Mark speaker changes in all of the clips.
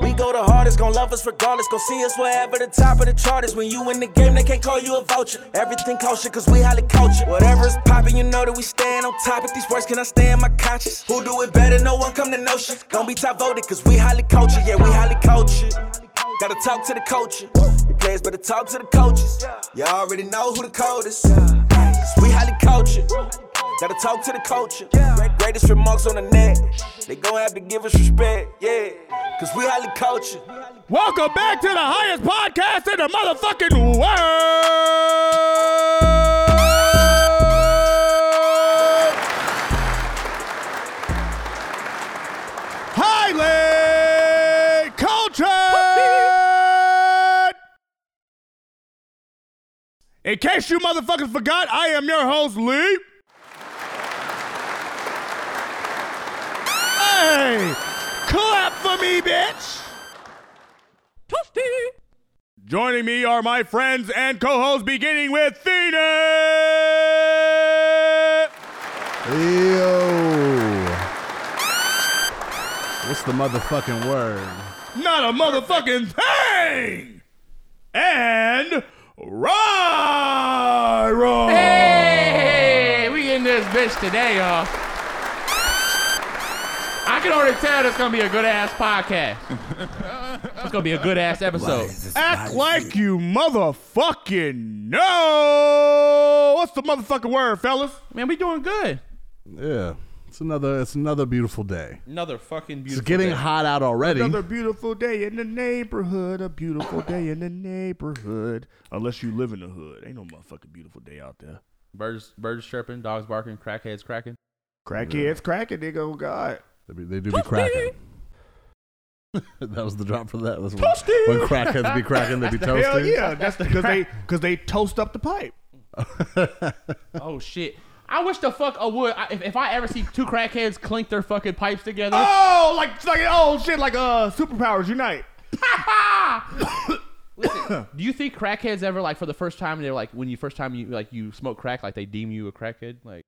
Speaker 1: hard is, gon' love us regardless. Gon' see us wherever the top of the chart is. When you in the game, they can't call you a vulture. Everything kosher, cause we highly cultured. Whatever is poppin', you know that we stand on top. If these words can I stand my conscience? Who do it better? No one come to know shit. Don't be top voted, cause we highly cultured. Yeah, we highly cultured. Gotta talk to the culture. The players better talk to the coaches. You already know who the code is. 'Cause We highly cultured. Gotta talk to the culture. Greatest remarks on the net. They gon' have to give us respect. Yeah, cause we highly cultured.
Speaker 2: Welcome back to the highest podcast in the motherfucking world. Highly cultured. In case you motherfuckers forgot, I am your host, Lee. Hey, clap for me, bitch. Joining me are my friends and co-hosts, beginning with Phoenix.
Speaker 3: Yo. What's the motherfucking word?
Speaker 2: Not a motherfucking thing. And Ryro.
Speaker 4: Hey, we in this bitch today, y'all. I can already tell this gonna be a good ass podcast. it's gonna be a good ass episode.
Speaker 2: Act like you motherfucking know. What's the motherfucking word, fellas?
Speaker 4: Man, we doing good.
Speaker 3: Yeah. It's another it's another beautiful day.
Speaker 4: Another fucking beautiful.
Speaker 3: It's getting hot out already.
Speaker 2: Another beautiful day in the neighborhood. A beautiful day in the neighborhood. Unless you live in the hood, ain't no motherfucking beautiful day out there.
Speaker 4: Birds, birds chirping, dogs barking, crackheads cracking.
Speaker 2: Crackheads cracking, nigga. Oh God.
Speaker 3: They, be- they do be cracking. that was the drop for that. That's when,
Speaker 2: Toasty.
Speaker 3: when crackheads be cracking, they be toasting.
Speaker 2: Hell yeah, that's because they because they toast up the pipe.
Speaker 4: Oh shit. I wish the fuck I would. I, if, if I ever see two crackheads clink their fucking pipes together,
Speaker 2: Oh, like like oh shit, like uh, superpowers unite.
Speaker 4: do you think crackheads ever like for the first time they're like when you first time you like you smoke crack like they deem you a crackhead like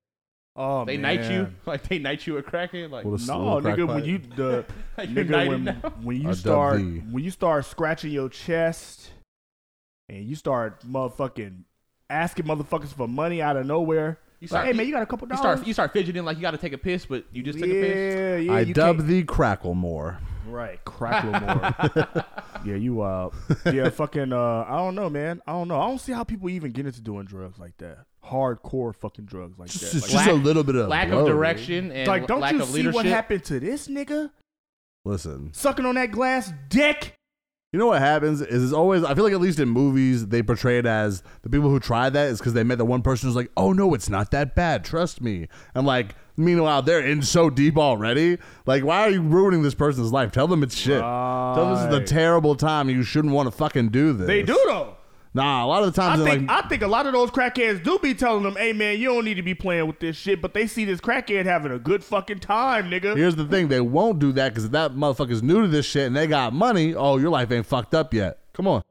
Speaker 2: Oh,
Speaker 4: they knight you like they knight you a crackhead like
Speaker 3: What a
Speaker 2: No,
Speaker 3: slow crack
Speaker 2: nigga, when
Speaker 3: pipe.
Speaker 2: you the
Speaker 4: Like you're
Speaker 2: nigga
Speaker 4: knighted
Speaker 2: when,
Speaker 4: now.
Speaker 2: when you
Speaker 3: I dub
Speaker 2: start
Speaker 3: thee.
Speaker 2: when you start scratching your chest and you start motherfucking asking motherfuckers for money out of nowhere.
Speaker 4: You
Speaker 2: like,
Speaker 4: start-
Speaker 2: hey man, you got a couple
Speaker 4: You
Speaker 2: dollars?
Speaker 4: start you start fidgeting like you got to take a piss, but you just took a piss.
Speaker 2: yeah, yeah.
Speaker 3: I
Speaker 2: you
Speaker 3: dub
Speaker 2: can't-
Speaker 3: thee Cracklemore.
Speaker 2: Right, Cracklemore. yeah, you wild. Yeah, fucking. Uh, I don't know, man. I don't know. I don't see how people even get into doing drugs like that. Hardcore fucking drugs like that.
Speaker 3: Just,
Speaker 2: Like,
Speaker 3: just a
Speaker 4: lack-
Speaker 3: little bit of
Speaker 4: Lack
Speaker 3: blow.
Speaker 4: of direction and
Speaker 2: like, don't
Speaker 4: lack
Speaker 2: you
Speaker 4: of
Speaker 2: see
Speaker 4: leadership.
Speaker 2: what happened to this nigga
Speaker 3: Listen,
Speaker 2: sucking on that glass dick?
Speaker 3: You know what happens is it's always I feel like at least in movies they portray it as the people who try that is because they met the one person who's like, oh no, it's not that bad, trust me. And like, meanwhile they're in so deep already. Like, why are you ruining this person's life? Tell them it's shit.
Speaker 2: Uh,
Speaker 3: Tell them this is
Speaker 2: Right.
Speaker 3: a terrible time. You shouldn't want to fucking do this.
Speaker 2: They do though.
Speaker 3: Nah, a lot of the
Speaker 2: I
Speaker 3: times they're
Speaker 2: think
Speaker 3: like,
Speaker 2: I think a lot of those crackheads do be telling them, "Hey man, you don't need to be playing with this shit." But they see this crackhead having a good fucking time, nigga.
Speaker 3: here's the thing, they won't do that because that motherfucker's new to this shit and they got money. Oh, your life ain't fucked up yet. Come on.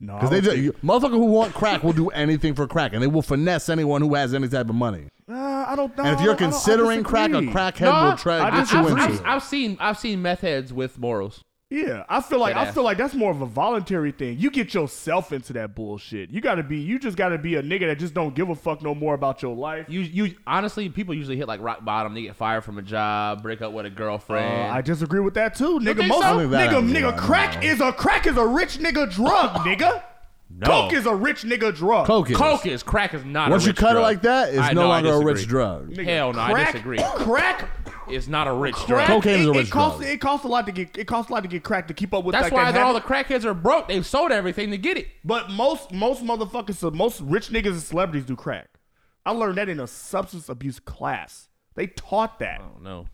Speaker 2: No, I
Speaker 3: Because they
Speaker 2: don't
Speaker 3: just, you, motherfucker who want crack will do anything for crack and they will finesse anyone who has any type of money.
Speaker 2: think- Nah, I don't know.
Speaker 3: And if you're considering crack, a crackhead
Speaker 4: Nah,
Speaker 3: will try
Speaker 2: I
Speaker 3: to get
Speaker 2: just-
Speaker 3: you
Speaker 4: I've,
Speaker 3: into
Speaker 4: I've-
Speaker 3: it.
Speaker 4: I've seen I've seen meth heads with morals.
Speaker 2: Yeah, I feel like I
Speaker 4: Deadass.
Speaker 2: feel like that's more of a voluntary thing. You get yourself into that bullshit. You gotta be. You just gotta be a nigga that just don't give a fuck no more about your life.
Speaker 4: You you honestly people usually hit like rock bottom. They get fired from a job, break up with a
Speaker 2: Uh,
Speaker 4: girlfriend.
Speaker 2: I disagree with that too, nigga.
Speaker 4: think
Speaker 2: Most
Speaker 4: so? I
Speaker 3: think that
Speaker 2: nigga,
Speaker 3: happens a
Speaker 2: nigga,
Speaker 3: lot,
Speaker 2: crack
Speaker 3: no.
Speaker 2: is a crack is a rich nigga drug, nigga. Coke is a rich nigga drug.
Speaker 3: Coke is.
Speaker 4: Coke is crack is not.
Speaker 3: Once
Speaker 4: a
Speaker 3: you
Speaker 4: rich
Speaker 3: cut
Speaker 4: drug.
Speaker 3: it like that, it's
Speaker 4: I
Speaker 3: no
Speaker 4: know, I
Speaker 3: longer a rich
Speaker 4: disagree.
Speaker 3: drug.
Speaker 2: Nigga,
Speaker 4: Hell no, I
Speaker 2: crack,
Speaker 4: disagree.
Speaker 2: Crack,
Speaker 4: It's not a rich
Speaker 2: crack.
Speaker 4: drug.
Speaker 3: Cocaine is
Speaker 2: it,
Speaker 3: a
Speaker 2: it
Speaker 3: rich
Speaker 2: costs,
Speaker 3: drug.
Speaker 2: It costs a lot to get. It costs a lot to get cracked to keep up with.
Speaker 4: That's
Speaker 2: like,
Speaker 4: why
Speaker 2: that
Speaker 4: all the
Speaker 2: habit.
Speaker 4: crackheads are broke. They've sold everything to get it.
Speaker 2: But most most motherfuckers, so most rich niggas and celebrities do crack. I learned that in a substance abuse class. They taught that.
Speaker 4: Oh no.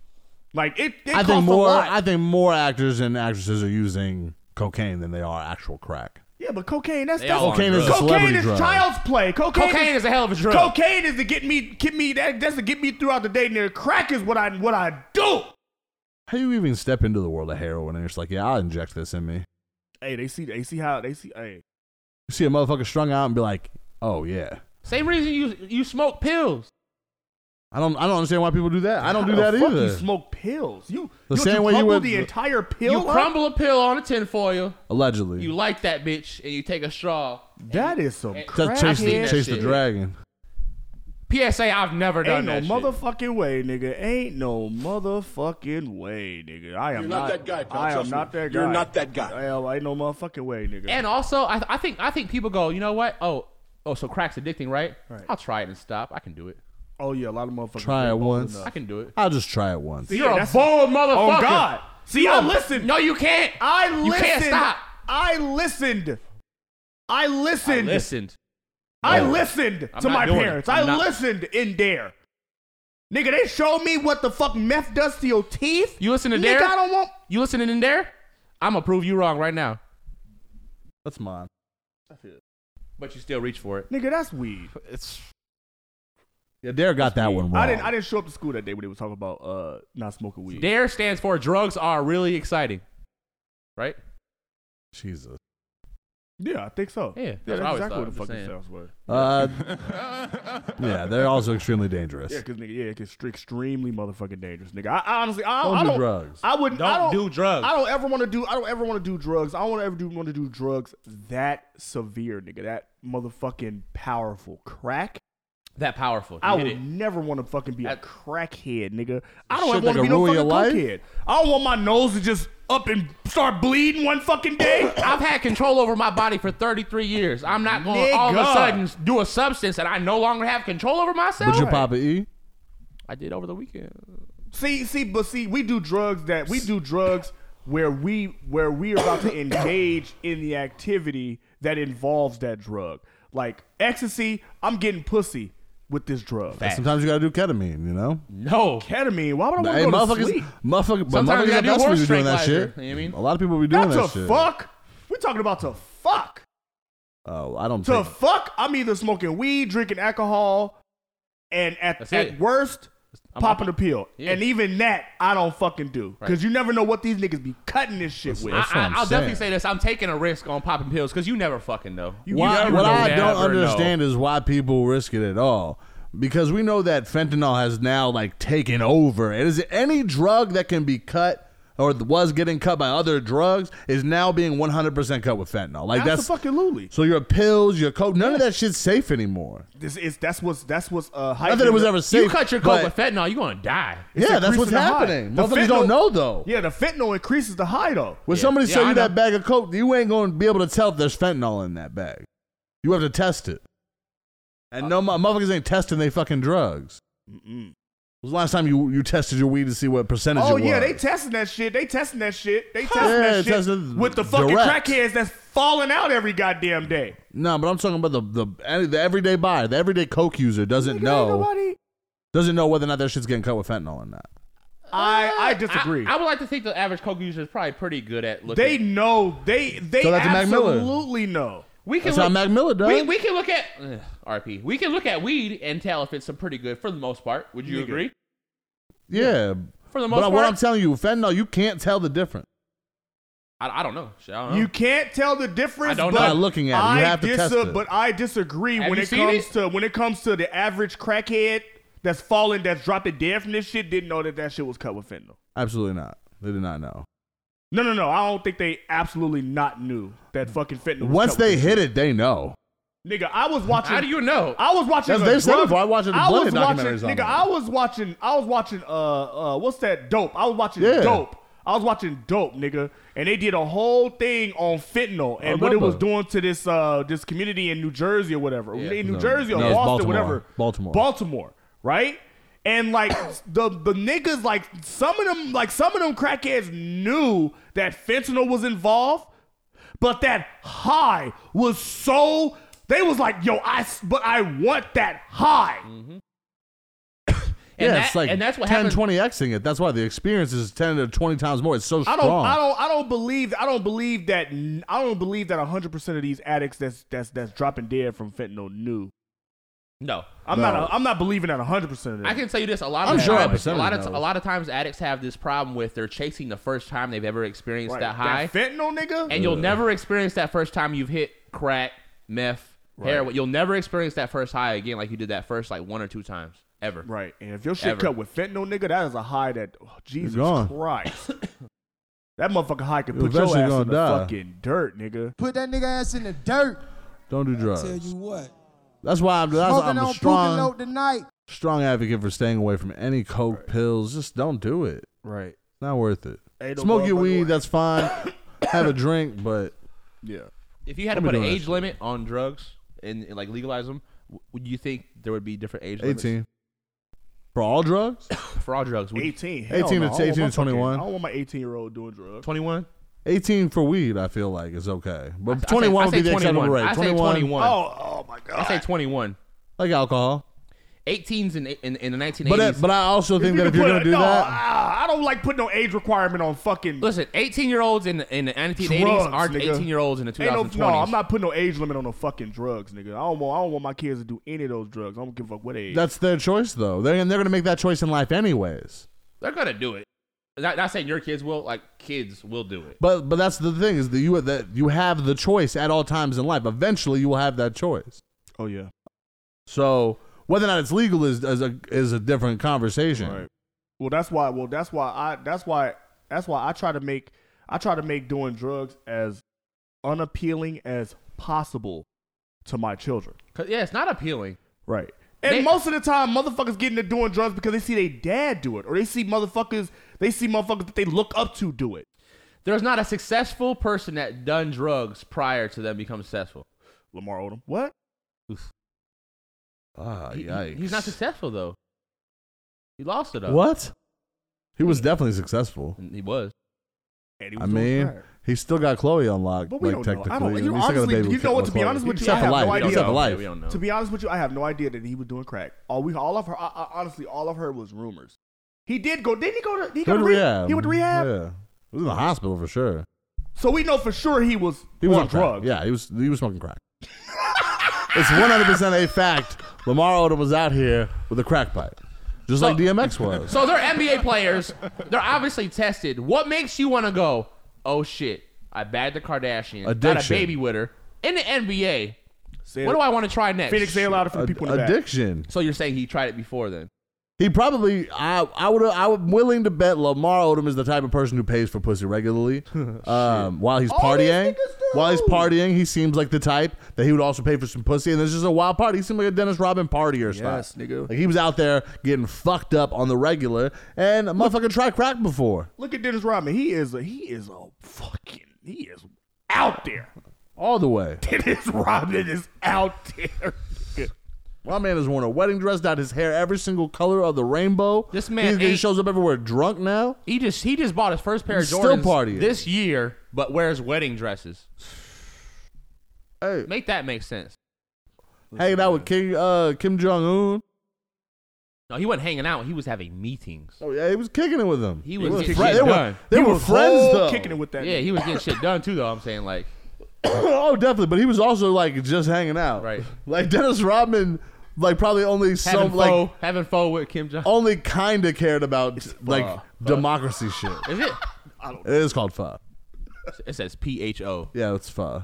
Speaker 2: Like it. it
Speaker 3: I
Speaker 2: costs
Speaker 3: think more.
Speaker 2: A lot.
Speaker 3: I think more actors and actresses are using cocaine than they are actual crack.
Speaker 2: yeah, but cocaine. That's
Speaker 4: They
Speaker 2: that's
Speaker 4: all on
Speaker 3: Cocaine is a
Speaker 4: drugs.
Speaker 2: cocaine
Speaker 3: celebrity
Speaker 2: is
Speaker 3: drug.
Speaker 2: child's play. Cocaine,
Speaker 4: Cocaine is a hell of a drug.
Speaker 2: Cocaine is to get me, get me. That, that's to get me throughout the day. Near crack is what I what I do.
Speaker 3: How you even step into the world of heroin and you're just like, yeah, I'll inject this in me.
Speaker 2: Hey, they see, they see how they see. Hey,
Speaker 3: You see a motherfucker strung out and be like, oh yeah,
Speaker 4: Same reason you you smoke pills.
Speaker 3: I don't. I don't understand why people do that. I don't do
Speaker 2: How
Speaker 3: that
Speaker 2: the fuck
Speaker 3: either.
Speaker 2: You smoke pills. You
Speaker 3: The
Speaker 2: you,
Speaker 3: same way you
Speaker 2: crumble
Speaker 3: would-
Speaker 2: the entire pill.
Speaker 4: You
Speaker 2: up?
Speaker 4: crumble a pill on a tinfoil.
Speaker 3: Allegedly,
Speaker 4: You light that bitch and you take a straw.
Speaker 2: That is some
Speaker 3: Just chase,
Speaker 4: I've seen
Speaker 2: crackhead.
Speaker 3: the,
Speaker 4: that
Speaker 3: chase the
Speaker 4: shit.
Speaker 3: dragon.
Speaker 4: PSA, I've never
Speaker 2: Ain't
Speaker 4: done
Speaker 2: no
Speaker 4: that. shit.
Speaker 2: motherfucking way, nigga. Ain't no motherfucking way, nigga. I am
Speaker 5: You're not that guy, pal.
Speaker 2: I am
Speaker 5: Trust me.
Speaker 2: not that guy.
Speaker 5: You're not that guy.
Speaker 2: Hell, ain't no motherfucking way, nigga.
Speaker 4: And also, I, I think I think people go, you know what? Oh, oh, so crack's addicting, right?
Speaker 2: Right.
Speaker 4: I'll try it and stop. I can do it.
Speaker 2: oh yeah, a lot of motherfuckers
Speaker 3: Try
Speaker 2: ain't
Speaker 3: it
Speaker 2: bold
Speaker 3: once.
Speaker 2: enough.
Speaker 4: I can do it.
Speaker 3: I'll just try it once.
Speaker 4: You're a
Speaker 2: that's-
Speaker 4: bold motherfucker.
Speaker 2: Oh God. See, I
Speaker 4: No,
Speaker 2: listened.
Speaker 4: No, you can't.
Speaker 2: I
Speaker 4: You
Speaker 2: listened.
Speaker 4: can't stop.
Speaker 2: I listened. I listened. I listened,
Speaker 4: Listened. I'm
Speaker 2: to
Speaker 4: not
Speaker 2: my
Speaker 4: doing it.
Speaker 2: parents.
Speaker 4: I'm
Speaker 2: I
Speaker 4: not-
Speaker 2: listened in Dare. Nigga, they showed me what the fuck meth does to your teeth.
Speaker 4: You listen to
Speaker 2: Nigga,
Speaker 4: Dare?
Speaker 2: I don't want.
Speaker 4: You listening in there? I'm gonna prove you wrong right now.
Speaker 3: That's mine.
Speaker 4: But you still reach for it.
Speaker 2: Nigga, that's weed.
Speaker 4: It's
Speaker 3: Yeah, Dare got that one wrong.
Speaker 2: I didn't. I didn't show up to school that day when they were talking about uh not smoking weed.
Speaker 4: Dare stands for drugs are really exciting, right?
Speaker 3: Jesus.
Speaker 2: Yeah, I think so.
Speaker 4: Yeah,
Speaker 2: that's,
Speaker 4: that's what I always
Speaker 2: exactly
Speaker 4: thought.
Speaker 2: what the
Speaker 4: I'm
Speaker 2: fuck
Speaker 4: just
Speaker 2: it
Speaker 4: saying.
Speaker 2: sounds like.
Speaker 3: Uh, yeah, they're also extremely dangerous.
Speaker 2: Yeah, cause nigga, yeah, it gets extremely motherfucking dangerous, nigga. I, I honestly, I
Speaker 3: Don't
Speaker 2: I
Speaker 3: do
Speaker 2: don't
Speaker 3: drugs.
Speaker 2: I wouldn't. I
Speaker 4: Don't do drugs.
Speaker 2: I don't ever want to do. I don't ever want to do drugs. I don't ever do want to do drugs that severe, nigga. That motherfucking powerful crack.
Speaker 4: That powerful. You
Speaker 2: I
Speaker 4: hit
Speaker 2: would
Speaker 4: it.
Speaker 2: never want to fucking be a
Speaker 4: That-
Speaker 2: crackhead, nigga. I don't
Speaker 3: Shit
Speaker 2: ever want
Speaker 3: that
Speaker 2: to be
Speaker 3: could
Speaker 2: no
Speaker 3: ruin
Speaker 2: fucking
Speaker 3: your life?
Speaker 2: cokehead. I don't want my nose to just up and start bleeding one fucking day.
Speaker 4: I've had control over my body for 33 years. I'm not going to all of a
Speaker 2: Nigga.
Speaker 4: sudden do a substance that I no longer have control over myself.
Speaker 3: But your Papa E,
Speaker 4: I did over the weekend.
Speaker 2: See, see, but see, we do drugs that we do drugs where we where we are about to engage in the activity that involves that drug. Like ecstasy, I'm getting pussy with this drug.
Speaker 4: Fact.
Speaker 3: sometimes you gotta do ketamine, you know?
Speaker 4: No.
Speaker 2: Ketamine, why would I want
Speaker 3: Hey,
Speaker 2: to go to
Speaker 3: motherfuckers,
Speaker 2: sleep?
Speaker 3: motherfuckers, but
Speaker 4: Sometimes you
Speaker 3: motherfuckers
Speaker 4: gotta
Speaker 3: at
Speaker 4: do
Speaker 3: best
Speaker 4: horse
Speaker 3: be doing that
Speaker 4: tranquilizer,
Speaker 3: shit.
Speaker 4: you know what I mean?
Speaker 3: A lot of people be doing
Speaker 2: Not
Speaker 3: that
Speaker 2: to
Speaker 3: shit.
Speaker 2: fuck. We're talking about to fuck.
Speaker 3: Oh, I don't
Speaker 2: To
Speaker 3: think.
Speaker 2: fuck, I'm either smoking weed, drinking alcohol, and at,
Speaker 4: That's
Speaker 2: at
Speaker 4: it.
Speaker 2: worst,
Speaker 4: I'm-
Speaker 2: popping a pill.
Speaker 4: Yeah.
Speaker 2: And even that, I don't fucking do. Because
Speaker 4: Right.
Speaker 2: you never know what these niggas be cutting this shit with.
Speaker 4: I,
Speaker 3: That's what I'm
Speaker 4: I, I'll definitely say
Speaker 3: saying.
Speaker 4: this. I'm taking a risk on popping pills because you never fucking know. You,
Speaker 3: Why-
Speaker 4: never
Speaker 3: what
Speaker 4: know.
Speaker 3: I
Speaker 4: You
Speaker 3: don't
Speaker 4: never know.
Speaker 3: understand is why people risk it at all. Because we know that fentanyl has now like taken over. It is any drug that can be cut or was getting cut by other drugs is now being 100% cut with fentanyl. Like that's,
Speaker 2: fucking Luli.
Speaker 3: so your pills, your coke, none of that shit's safe anymore.
Speaker 2: This is that's what's that's what's uh.
Speaker 3: Not that it was ever safe.
Speaker 4: You cut your
Speaker 3: but-
Speaker 4: coke with fentanyl, you're going to die.
Speaker 3: Yeah, that's what's happening. Motherfuckers don't know though.
Speaker 2: Yeah, the fentanyl increases the high though.
Speaker 3: When
Speaker 4: Yeah.
Speaker 3: somebody
Speaker 4: Yeah,
Speaker 3: sell
Speaker 4: I
Speaker 3: you that
Speaker 4: know.
Speaker 3: bag of coke, you ain't gonna be able to tell if there's fentanyl in that bag. You have to test it.
Speaker 4: Uh,
Speaker 3: And no mo- motherfuckers ain't testing they fucking drugs. Was the last time you, you tested your weed to see what percentage
Speaker 2: Oh
Speaker 3: it
Speaker 2: yeah,
Speaker 3: was?
Speaker 2: they testing that shit. They testing that shit. They testing
Speaker 3: Yeah,
Speaker 2: that
Speaker 3: it
Speaker 2: shit
Speaker 3: tested
Speaker 2: with the fucking
Speaker 3: direct.
Speaker 2: crackheads that's falling out every goddamn day.
Speaker 3: no, but I'm talking about the, the the everyday buyer, the everyday coke user doesn't
Speaker 2: Nigga,
Speaker 3: know
Speaker 2: ain't nobody.
Speaker 3: doesn't know whether or not their shit's getting cut with fentanyl or not.
Speaker 2: I I disagree.
Speaker 4: Ah, I, I would like to think the average coke user is probably pretty good at looking.
Speaker 2: they know. They they
Speaker 3: So that's a Mac Miller.
Speaker 2: absolutely know.
Speaker 4: we can
Speaker 3: That's
Speaker 4: look,
Speaker 3: how Mac Miller does.
Speaker 4: we, we can look at ugh, RP. We can look at weed and tell if it's some pretty good for the most part. Would you
Speaker 2: Nigga.
Speaker 4: agree?
Speaker 3: yeah,
Speaker 4: For the most
Speaker 3: but
Speaker 4: part,
Speaker 3: what I'm telling you, fentanyl, you can't tell the difference.
Speaker 4: I, I don't know. Shit, I don't know.
Speaker 2: You can't tell the difference.
Speaker 4: I don't
Speaker 2: but
Speaker 4: know.
Speaker 3: Not looking at it. You
Speaker 2: I
Speaker 3: have to
Speaker 2: dis-
Speaker 3: test it.
Speaker 2: But I disagree
Speaker 4: Have
Speaker 2: when
Speaker 4: you
Speaker 2: it
Speaker 4: seen
Speaker 2: comes
Speaker 4: it?
Speaker 2: to when it comes to the average crackhead that's falling, that's dropping dead from this shit. Didn't know that that shit was cut with fentanyl.
Speaker 3: Absolutely not. They did not know.
Speaker 2: No, no, no. I don't think they absolutely not knew that fucking fentanyl. Was
Speaker 3: Once
Speaker 2: cut with
Speaker 3: they
Speaker 2: this
Speaker 3: hit it, they know.
Speaker 2: shit. nigga, I was watching.
Speaker 4: How do you know?
Speaker 2: I was watching.
Speaker 3: That's-
Speaker 2: a
Speaker 3: they said
Speaker 2: drug-
Speaker 3: before, I watched the
Speaker 2: I was
Speaker 3: Blooded
Speaker 2: watching,
Speaker 3: documentaries on
Speaker 2: nigga.
Speaker 3: that.
Speaker 2: I was watching. I was watching. Uh, uh, what's that? Dope. I was watching.
Speaker 3: Yeah.
Speaker 2: Dope. I was watching Dope, nigga, and they did a whole thing on fentanyl and what it
Speaker 3: remember.
Speaker 2: was doing to this uh this community in New Jersey or whatever, in New
Speaker 3: No,
Speaker 2: Jersey or
Speaker 3: no, it's
Speaker 2: Boston,
Speaker 3: Baltimore.
Speaker 2: whatever,
Speaker 3: Baltimore.
Speaker 2: Baltimore, right? And like the the niggas, like some of them, like some of them crackheads knew that fentanyl was involved, but that high was so they was like, yo, I s- but I want that high.
Speaker 3: Mm-hmm.
Speaker 4: and
Speaker 3: yeah,
Speaker 4: that-
Speaker 3: it's like
Speaker 4: and that's what
Speaker 3: 10,
Speaker 4: happens.
Speaker 3: 20 xing it. That's why the experience is ten to twenty times more. It's so
Speaker 2: I
Speaker 3: strong.
Speaker 2: don't, I don't, I don't believe, I don't believe that, n- I don't believe that hundred percent of these addicts that's that's that's dropping dead from fentanyl knew.
Speaker 4: no.
Speaker 2: I'm
Speaker 3: No.
Speaker 2: not, a, I'm not believing that hundred percent of them.
Speaker 4: I can tell you this: a lot
Speaker 3: I'm
Speaker 4: of
Speaker 3: sure
Speaker 4: times, a
Speaker 3: 100%
Speaker 4: lot of
Speaker 3: knows.
Speaker 4: a lot of times, addicts have this problem with they're chasing the first time they've ever experienced
Speaker 2: Right.
Speaker 4: that high,
Speaker 2: fentanyl, nigga.
Speaker 4: and you'll never experience that first time you've hit crack, meth, heroin. You'll never experience that first high again like you did that first like one or two times ever.
Speaker 2: Right. And if your shit
Speaker 4: Ever.
Speaker 2: cut with fentanyl, nigga, that is a high that oh, Jesus
Speaker 3: gone.
Speaker 2: Christ. that motherfucking high can
Speaker 3: You're
Speaker 2: put your ass
Speaker 3: eventually
Speaker 2: in the
Speaker 3: gonna die.
Speaker 2: fucking dirt, nigga.
Speaker 5: Put that nigga ass in the dirt.
Speaker 3: Don't do
Speaker 5: Tell
Speaker 3: drugs.
Speaker 5: you what.
Speaker 3: That's why I'm. That's why
Speaker 5: Smoking
Speaker 3: I'm a
Speaker 5: on
Speaker 3: strong,
Speaker 5: strong. note tonight.
Speaker 3: strong advocate for staying away from any coke pills. Just don't do it.
Speaker 2: Right.
Speaker 3: It's not worth it.
Speaker 2: Ain't no
Speaker 3: Smoke your
Speaker 2: motherfucking
Speaker 3: weed.
Speaker 2: way.
Speaker 3: That's fine. Have a drink, but
Speaker 2: Yeah.
Speaker 4: If you had to
Speaker 3: Don't
Speaker 4: put
Speaker 3: be
Speaker 4: an
Speaker 3: doing that
Speaker 4: age
Speaker 3: shit.
Speaker 4: limit on drugs and, and, like legalize them, w- would you think there would be different age limits?
Speaker 3: 18 for all drugs.
Speaker 4: for all drugs? Would
Speaker 2: Eighteen. Hell
Speaker 3: 18
Speaker 2: no.
Speaker 3: to-
Speaker 2: I don't want
Speaker 3: 18 to
Speaker 2: my fucking-
Speaker 3: 21.
Speaker 2: I don't want my eighteen year old doing drugs.
Speaker 4: twenty one?
Speaker 3: 18 for weed. I feel like is okay, but 21 would be the acceptable rate.
Speaker 4: I say twenty one.
Speaker 2: Oh, oh my
Speaker 4: I
Speaker 2: god.
Speaker 4: say twenty one.
Speaker 3: like alcohol.
Speaker 4: 18s in in, in the nineteen
Speaker 3: But uh,
Speaker 4: eighties.
Speaker 3: but I also think that
Speaker 2: can
Speaker 3: if you're
Speaker 2: put
Speaker 3: gonna
Speaker 2: a-
Speaker 3: do
Speaker 2: no,
Speaker 3: that,
Speaker 2: ah, I don't like putting no age requirement on fucking.
Speaker 4: Listen, eighteen year olds in the, in the nineteen eighties
Speaker 2: Drugs,
Speaker 4: aren't
Speaker 2: nigga.
Speaker 4: eighteen year olds in the two
Speaker 2: Ain't no,
Speaker 4: thousand
Speaker 2: no, I'm
Speaker 4: twenties.
Speaker 2: not putting no age limit on no fucking drugs, nigga. I don't want, I don't want my kids to do any of those drugs. I don't give a fuck what age.
Speaker 3: that's their choice though. They're and they're gonna make that choice in life anyways.
Speaker 4: They're gonna do it. Not, not saying your kids will. Like kids will do it.
Speaker 3: But but that's the thing is that you that you have the choice at all times in life. Eventually, you will have that choice.
Speaker 2: oh yeah,
Speaker 3: So whether or not it's legal is is a is a different conversation.
Speaker 2: right. Well, that's why. Well, that's why I. That's why. That's why I try to make. I try to make doing drugs as unappealing as possible to my children.
Speaker 4: 'Cause, yeah, it's not appealing.
Speaker 2: Right. And
Speaker 4: They-
Speaker 2: most of the time, motherfuckers get into doing drugs because they see their dad do it, or they see motherfuckers. They see motherfuckers that they look up to do it.
Speaker 4: There's not a successful person that done drugs prior to them becoming successful.
Speaker 2: Lamar Odom. What?
Speaker 3: Ah,
Speaker 4: He- he-
Speaker 3: yikes.
Speaker 4: he's not successful though. He lost it up.
Speaker 3: What? He was definitely successful.
Speaker 4: And He was.
Speaker 2: And he
Speaker 3: I
Speaker 2: was doing
Speaker 3: mean,
Speaker 2: crack.
Speaker 3: he still got Chloe unlocked.
Speaker 2: But we
Speaker 3: like,
Speaker 2: don't know.
Speaker 3: technically.
Speaker 2: I don't- you
Speaker 3: and he still got a
Speaker 2: honestly-
Speaker 3: baby
Speaker 2: you
Speaker 3: with
Speaker 2: know what, to
Speaker 3: Chloe.
Speaker 2: be honest with
Speaker 3: He
Speaker 2: you,
Speaker 3: shot
Speaker 2: I
Speaker 3: the
Speaker 2: have
Speaker 3: life.
Speaker 2: no
Speaker 3: He
Speaker 2: idea.
Speaker 3: shot the
Speaker 2: Yeah,
Speaker 4: Yeah, we
Speaker 3: life.
Speaker 4: don't know.
Speaker 2: To be honest with you, I have no idea that he was doing crack. All we, all of her, I, I, honestly, all of her was rumors. He did go. Didn't he go to? He,
Speaker 3: He
Speaker 2: got
Speaker 3: went to
Speaker 2: re-
Speaker 3: rehab.
Speaker 2: He went to rehab.
Speaker 3: Yeah. He was in the hospital for sure.
Speaker 2: So we know for sure he was.
Speaker 3: He was
Speaker 2: on
Speaker 3: on crack.
Speaker 2: drugs.
Speaker 3: Yeah, he was he was smoking crack. it's one hundred percent a fact. Lamar Odom was out here with a crack pipe. Just like DMX was.
Speaker 4: So they're NBA players. They're obviously tested. What makes you want to go? Oh shit! I bagged the Kardashian. Got a
Speaker 3: Addiction.
Speaker 4: baby with her in the NBA.
Speaker 2: Say
Speaker 4: What
Speaker 2: it-
Speaker 4: do I want to try next?
Speaker 2: Phoenix say louder for the
Speaker 3: Ad-
Speaker 2: people in the back.
Speaker 3: addiction.
Speaker 4: So you're saying he tried it before then?
Speaker 3: He probably I I would I'm willing to bet Lamar Odom is the type of person who pays for pussy regularly. um, while he's
Speaker 2: All these
Speaker 3: partying,
Speaker 2: niggas do.
Speaker 3: while he's partying, he seems like the type that he would also pay for some pussy. And there's just a wild party. He seemed like a Dennis Robin partier spot.
Speaker 2: Yes, nigga.
Speaker 3: Like he was out there getting fucked up on the regular, and a motherfucker tried crack before.
Speaker 2: Look at Dennis Rodman. He is a. He is a fucking. He is out there.
Speaker 3: All the way.
Speaker 2: Dennis Rodman is out there. nigga.
Speaker 3: My man has worn a wedding dress, dyed his hair every single color of the rainbow.
Speaker 4: This man
Speaker 3: he, he
Speaker 4: ain't-
Speaker 3: shows up everywhere drunk now.
Speaker 4: He just he just bought his first pair
Speaker 3: He's
Speaker 4: of
Speaker 3: still
Speaker 4: Jordans
Speaker 3: partying.
Speaker 4: this year, but wears wedding dresses.
Speaker 3: Hey,
Speaker 4: Make that make sense.
Speaker 3: hanging out with King uh, Kim Jong Un.
Speaker 4: No, he wasn't hanging out. He was having meetings.
Speaker 3: Oh yeah, he was kicking it with them.
Speaker 4: He was
Speaker 3: was
Speaker 4: getting
Speaker 3: fri-
Speaker 4: shit
Speaker 3: they were,
Speaker 4: done.
Speaker 3: they
Speaker 2: He
Speaker 3: were
Speaker 2: was
Speaker 3: friends
Speaker 2: whole
Speaker 3: though.
Speaker 2: Kicking it with that.
Speaker 4: Yeah, he was getting shit done too, though. I'm saying like
Speaker 3: oh, definitely. But he was also like just hanging out.
Speaker 4: Right.
Speaker 3: Like Dennis Rodman, like probably only
Speaker 4: having
Speaker 3: some
Speaker 4: fun,
Speaker 3: like
Speaker 4: having fun with Kim Jong.
Speaker 3: only kind of cared about like
Speaker 4: pho.
Speaker 3: democracy shit.
Speaker 4: Is it?
Speaker 3: It is called pho.
Speaker 4: It says P H O.
Speaker 3: Yeah, it's pho.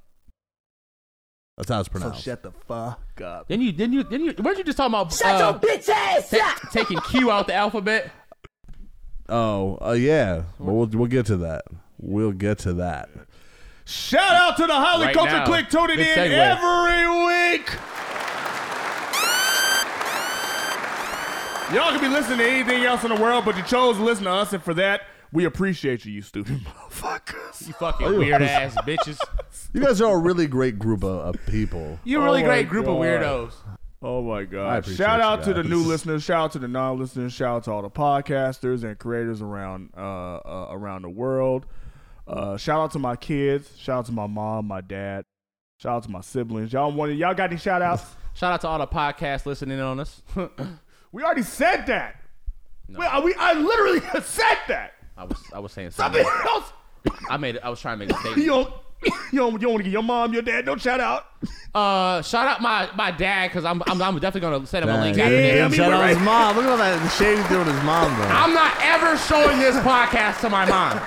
Speaker 3: That's how it's
Speaker 2: So
Speaker 3: pronounced.
Speaker 2: shut the fuck up.
Speaker 4: Then you, then you, then you. Weren't you just talking about
Speaker 6: Shut
Speaker 4: uh,
Speaker 6: your bitch ass
Speaker 4: ta-
Speaker 6: up!
Speaker 4: taking Q out the alphabet?
Speaker 3: oh, uh, yeah. But we'll we'll get to that. We'll get to that.
Speaker 2: Shout out to the Highly
Speaker 4: Right
Speaker 2: Culture
Speaker 4: now.
Speaker 2: Click tuning
Speaker 4: Good
Speaker 2: in
Speaker 4: segue.
Speaker 2: every week. Y'all can be listening to anything else in the world, but you chose to listen to us, and for that, we appreciate you, you stupid motherfuckers.
Speaker 4: You fucking weird ass bitches.
Speaker 3: You guys are a really great group of, of people.
Speaker 4: You a really
Speaker 2: Oh my
Speaker 4: great group of
Speaker 2: God.
Speaker 4: weirdos.
Speaker 2: Oh my
Speaker 3: I
Speaker 2: God.
Speaker 3: appreciate
Speaker 2: Shout
Speaker 3: you
Speaker 2: out to the
Speaker 3: guys.
Speaker 2: new listeners, shout out to the non listeners, shout out to all the podcasters and creators around uh, uh, around the world. Uh, shout out to my kids, shout out to my mom, my dad, shout out to my siblings. Y'all want y'all got any shout outs?
Speaker 4: Shout out to all the podcasts listening in on us.
Speaker 2: We already said that. We, I, we, I literally said that.
Speaker 4: I was, I was saying
Speaker 2: Something
Speaker 4: something.
Speaker 2: else.
Speaker 4: I made, it, I was trying to make a
Speaker 2: You
Speaker 4: statement.
Speaker 2: don't, you don't, you don't want to give your mom, your dad no shout out.
Speaker 4: Uh, shout out my my dad because I'm, I'm, I'm definitely gonna send him a link.
Speaker 3: Dang,
Speaker 4: After
Speaker 2: Yeah,
Speaker 4: this.
Speaker 3: damn,
Speaker 2: me
Speaker 3: shout out
Speaker 2: right.
Speaker 3: his mom. Look at all that shade he's doing his mom though.
Speaker 4: I'm not ever showing this podcast to my mom.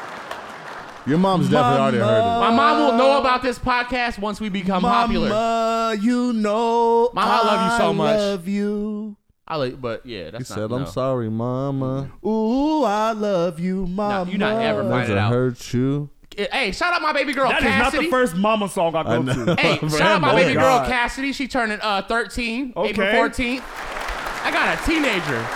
Speaker 3: Your mom's definitely already heard it.
Speaker 4: My mom will know about this podcast once we become popular.
Speaker 2: Mama, you know.
Speaker 4: Mama, I love you so much.
Speaker 2: you.
Speaker 4: I I like, but yeah, that's
Speaker 3: He
Speaker 4: not.
Speaker 3: said,
Speaker 4: no.
Speaker 3: "I'm sorry, mama.
Speaker 2: Ooh, I love you, mama.
Speaker 4: you not ever
Speaker 3: Things
Speaker 4: Find it
Speaker 3: that
Speaker 4: out.
Speaker 3: hurt you."
Speaker 4: Hey, shout out my baby girl.
Speaker 2: That is not
Speaker 4: Cassidy.
Speaker 2: the first mama song I
Speaker 3: I
Speaker 2: go
Speaker 3: know.
Speaker 2: to.
Speaker 4: Hey,
Speaker 3: Brand-
Speaker 4: shout out my
Speaker 3: oh
Speaker 4: baby girl
Speaker 3: God.
Speaker 4: Cassidy. She turning uh 13, April
Speaker 2: Okay.
Speaker 4: 14th. I got a teenager.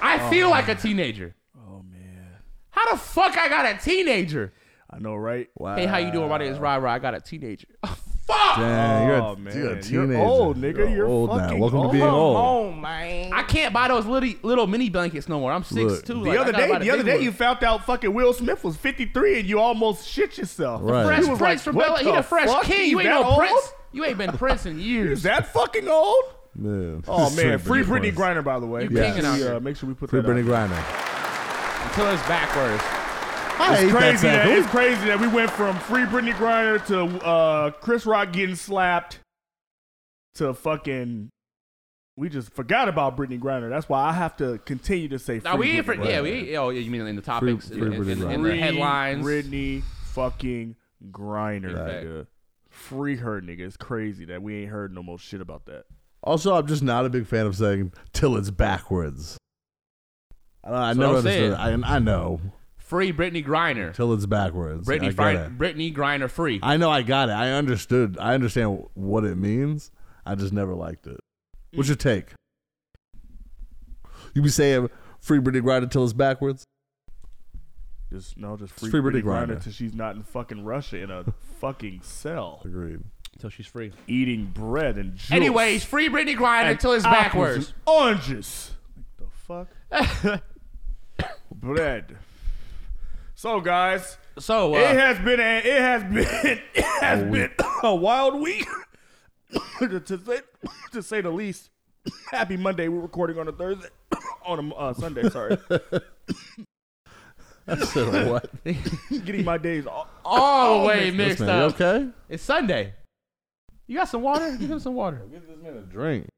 Speaker 4: I
Speaker 2: Oh,
Speaker 4: feel like a teenager. Oh man. How the fuck I got a teenager?
Speaker 2: I know, right?
Speaker 3: Wow.
Speaker 4: Hey, how you doing? My name
Speaker 2: Uh.
Speaker 4: is Ry Ry. I got a teenager. fuck!
Speaker 3: Damn, you're,
Speaker 2: Oh,
Speaker 3: a,
Speaker 2: man.
Speaker 3: you're a
Speaker 2: You're
Speaker 3: teenager.
Speaker 2: old, nigga. You're
Speaker 3: old
Speaker 2: fucking
Speaker 3: now. Welcome
Speaker 2: old. Oh,
Speaker 3: to being old.
Speaker 4: I can't buy those little little mini blankets no more. I'm six
Speaker 3: Look,
Speaker 4: two.
Speaker 2: The other day, the other day, you found out fucking Will Smith was 53, and you almost shit yourself.
Speaker 3: Right.
Speaker 4: fresh
Speaker 3: You
Speaker 2: was
Speaker 4: prince
Speaker 2: like,
Speaker 4: from
Speaker 2: what
Speaker 4: Bel Air. He
Speaker 2: the
Speaker 4: the fresh
Speaker 2: fuck?
Speaker 4: king.
Speaker 2: He's
Speaker 4: You ain't
Speaker 2: that
Speaker 4: no
Speaker 2: old?
Speaker 4: prince. You ain't been prince in years.
Speaker 2: Is that fucking old?
Speaker 3: Yeah.
Speaker 2: Oh man,
Speaker 3: Free
Speaker 2: free Britney
Speaker 3: Britney Griner.
Speaker 2: Griner, by the way.
Speaker 4: You
Speaker 2: Make
Speaker 4: kicking
Speaker 2: sure
Speaker 4: out
Speaker 2: we,
Speaker 4: here.
Speaker 2: uh, Make sure we put
Speaker 3: Free
Speaker 2: that.
Speaker 3: Britney
Speaker 2: out.
Speaker 3: Griner.
Speaker 4: Until it's backwards.
Speaker 3: I hate
Speaker 2: It's crazy
Speaker 3: that
Speaker 2: that,
Speaker 3: fact.
Speaker 2: it's crazy that we went from free Britney Griner to uh, Chris Rock getting slapped to fucking. We just forgot about Britney Griner. That's why I have to continue to say.
Speaker 4: No,
Speaker 2: free
Speaker 4: we ain't.
Speaker 2: Britney
Speaker 4: For,
Speaker 2: Griner.
Speaker 4: yeah, we. ain't- Oh, yeah. You mean in the topics,
Speaker 3: free
Speaker 4: in, in- in-
Speaker 3: Britney
Speaker 4: in
Speaker 3: Griner.
Speaker 4: the
Speaker 2: Free
Speaker 4: headlines?
Speaker 2: Britney fucking Griner.
Speaker 4: Exact.
Speaker 2: nigga. Free her, nigga. It's crazy that we ain't heard no more shit about that.
Speaker 3: Also, I'm just not a big fan of saying till it's backwards. I, don't- I
Speaker 4: So
Speaker 3: never
Speaker 4: I'm saying-
Speaker 3: understood. I, I know
Speaker 4: Free Britney Griner.
Speaker 3: till it's backwards. I
Speaker 4: Britney,
Speaker 3: get
Speaker 4: Fri-
Speaker 3: it.
Speaker 4: Britney Griner free.
Speaker 3: I know I got it. I understood. I understand what it means. I just never liked it.
Speaker 2: Mm.
Speaker 3: What's your take? You be saying free Britney Griner till it's backwards?
Speaker 2: Just no, just free,
Speaker 3: free
Speaker 2: Britney,
Speaker 3: Britney
Speaker 2: Griner,
Speaker 3: Griner.
Speaker 2: till she's not in fucking Russia in a fucking cell
Speaker 3: Agreed.
Speaker 4: Until she's free.
Speaker 2: eating bread and juice.
Speaker 4: Anyways, free Britney Griner
Speaker 2: and
Speaker 4: until it's
Speaker 2: apples
Speaker 4: backwards.
Speaker 2: and Oranges. Like the fuck? bread. So guys,
Speaker 4: So
Speaker 2: it
Speaker 4: uh,
Speaker 2: has been a, it has been it has been a wild week to, say, to say the least. Happy Monday. We're recording on a Thursday on a uh, Sunday, sorry.
Speaker 3: So what?
Speaker 2: Getting my days off.
Speaker 4: all the way mixed
Speaker 3: Listen, you
Speaker 4: up.
Speaker 3: okay?
Speaker 4: It's Sunday. You got some water? Give him some water.
Speaker 3: Drink.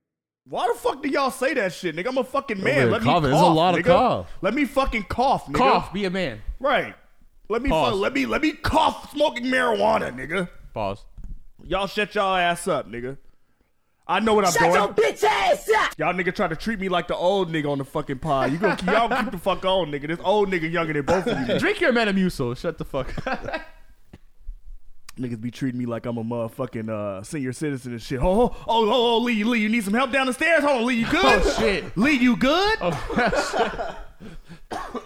Speaker 2: Why the fuck do y'all say that shit, nigga? I'm a fucking man.
Speaker 3: man,
Speaker 2: Let
Speaker 3: cough.
Speaker 2: me
Speaker 3: There's a
Speaker 2: cough.
Speaker 3: lot of
Speaker 2: nigga.
Speaker 3: cough.
Speaker 2: Let me fucking cough, nigga.
Speaker 4: Cough. Be a man.
Speaker 2: Right. Let me
Speaker 4: Pause.
Speaker 2: fuck, let me let me cough smoking marijuana, nigga.
Speaker 4: Pause.
Speaker 2: Y'all shut y'all ass up, nigga. I know what I'm doing.
Speaker 6: bitch ass up!
Speaker 2: Y'all nigga try to treat me like the old nigga on the fucking pod. You gonna keep, y'all keep the fuck on, nigga. This old nigga younger than both of you. niggas.
Speaker 4: Drink your Metamucil. Shut the fuck up.
Speaker 2: Niggas be treating me like I'm a motherfucking uh, senior citizen and shit. Oh, oh, oh, oh, Lee, Lee, you need some help down the stairs? Hold on, Lee, you good?
Speaker 4: Oh, shit.
Speaker 2: Lee, you good?
Speaker 6: Oh.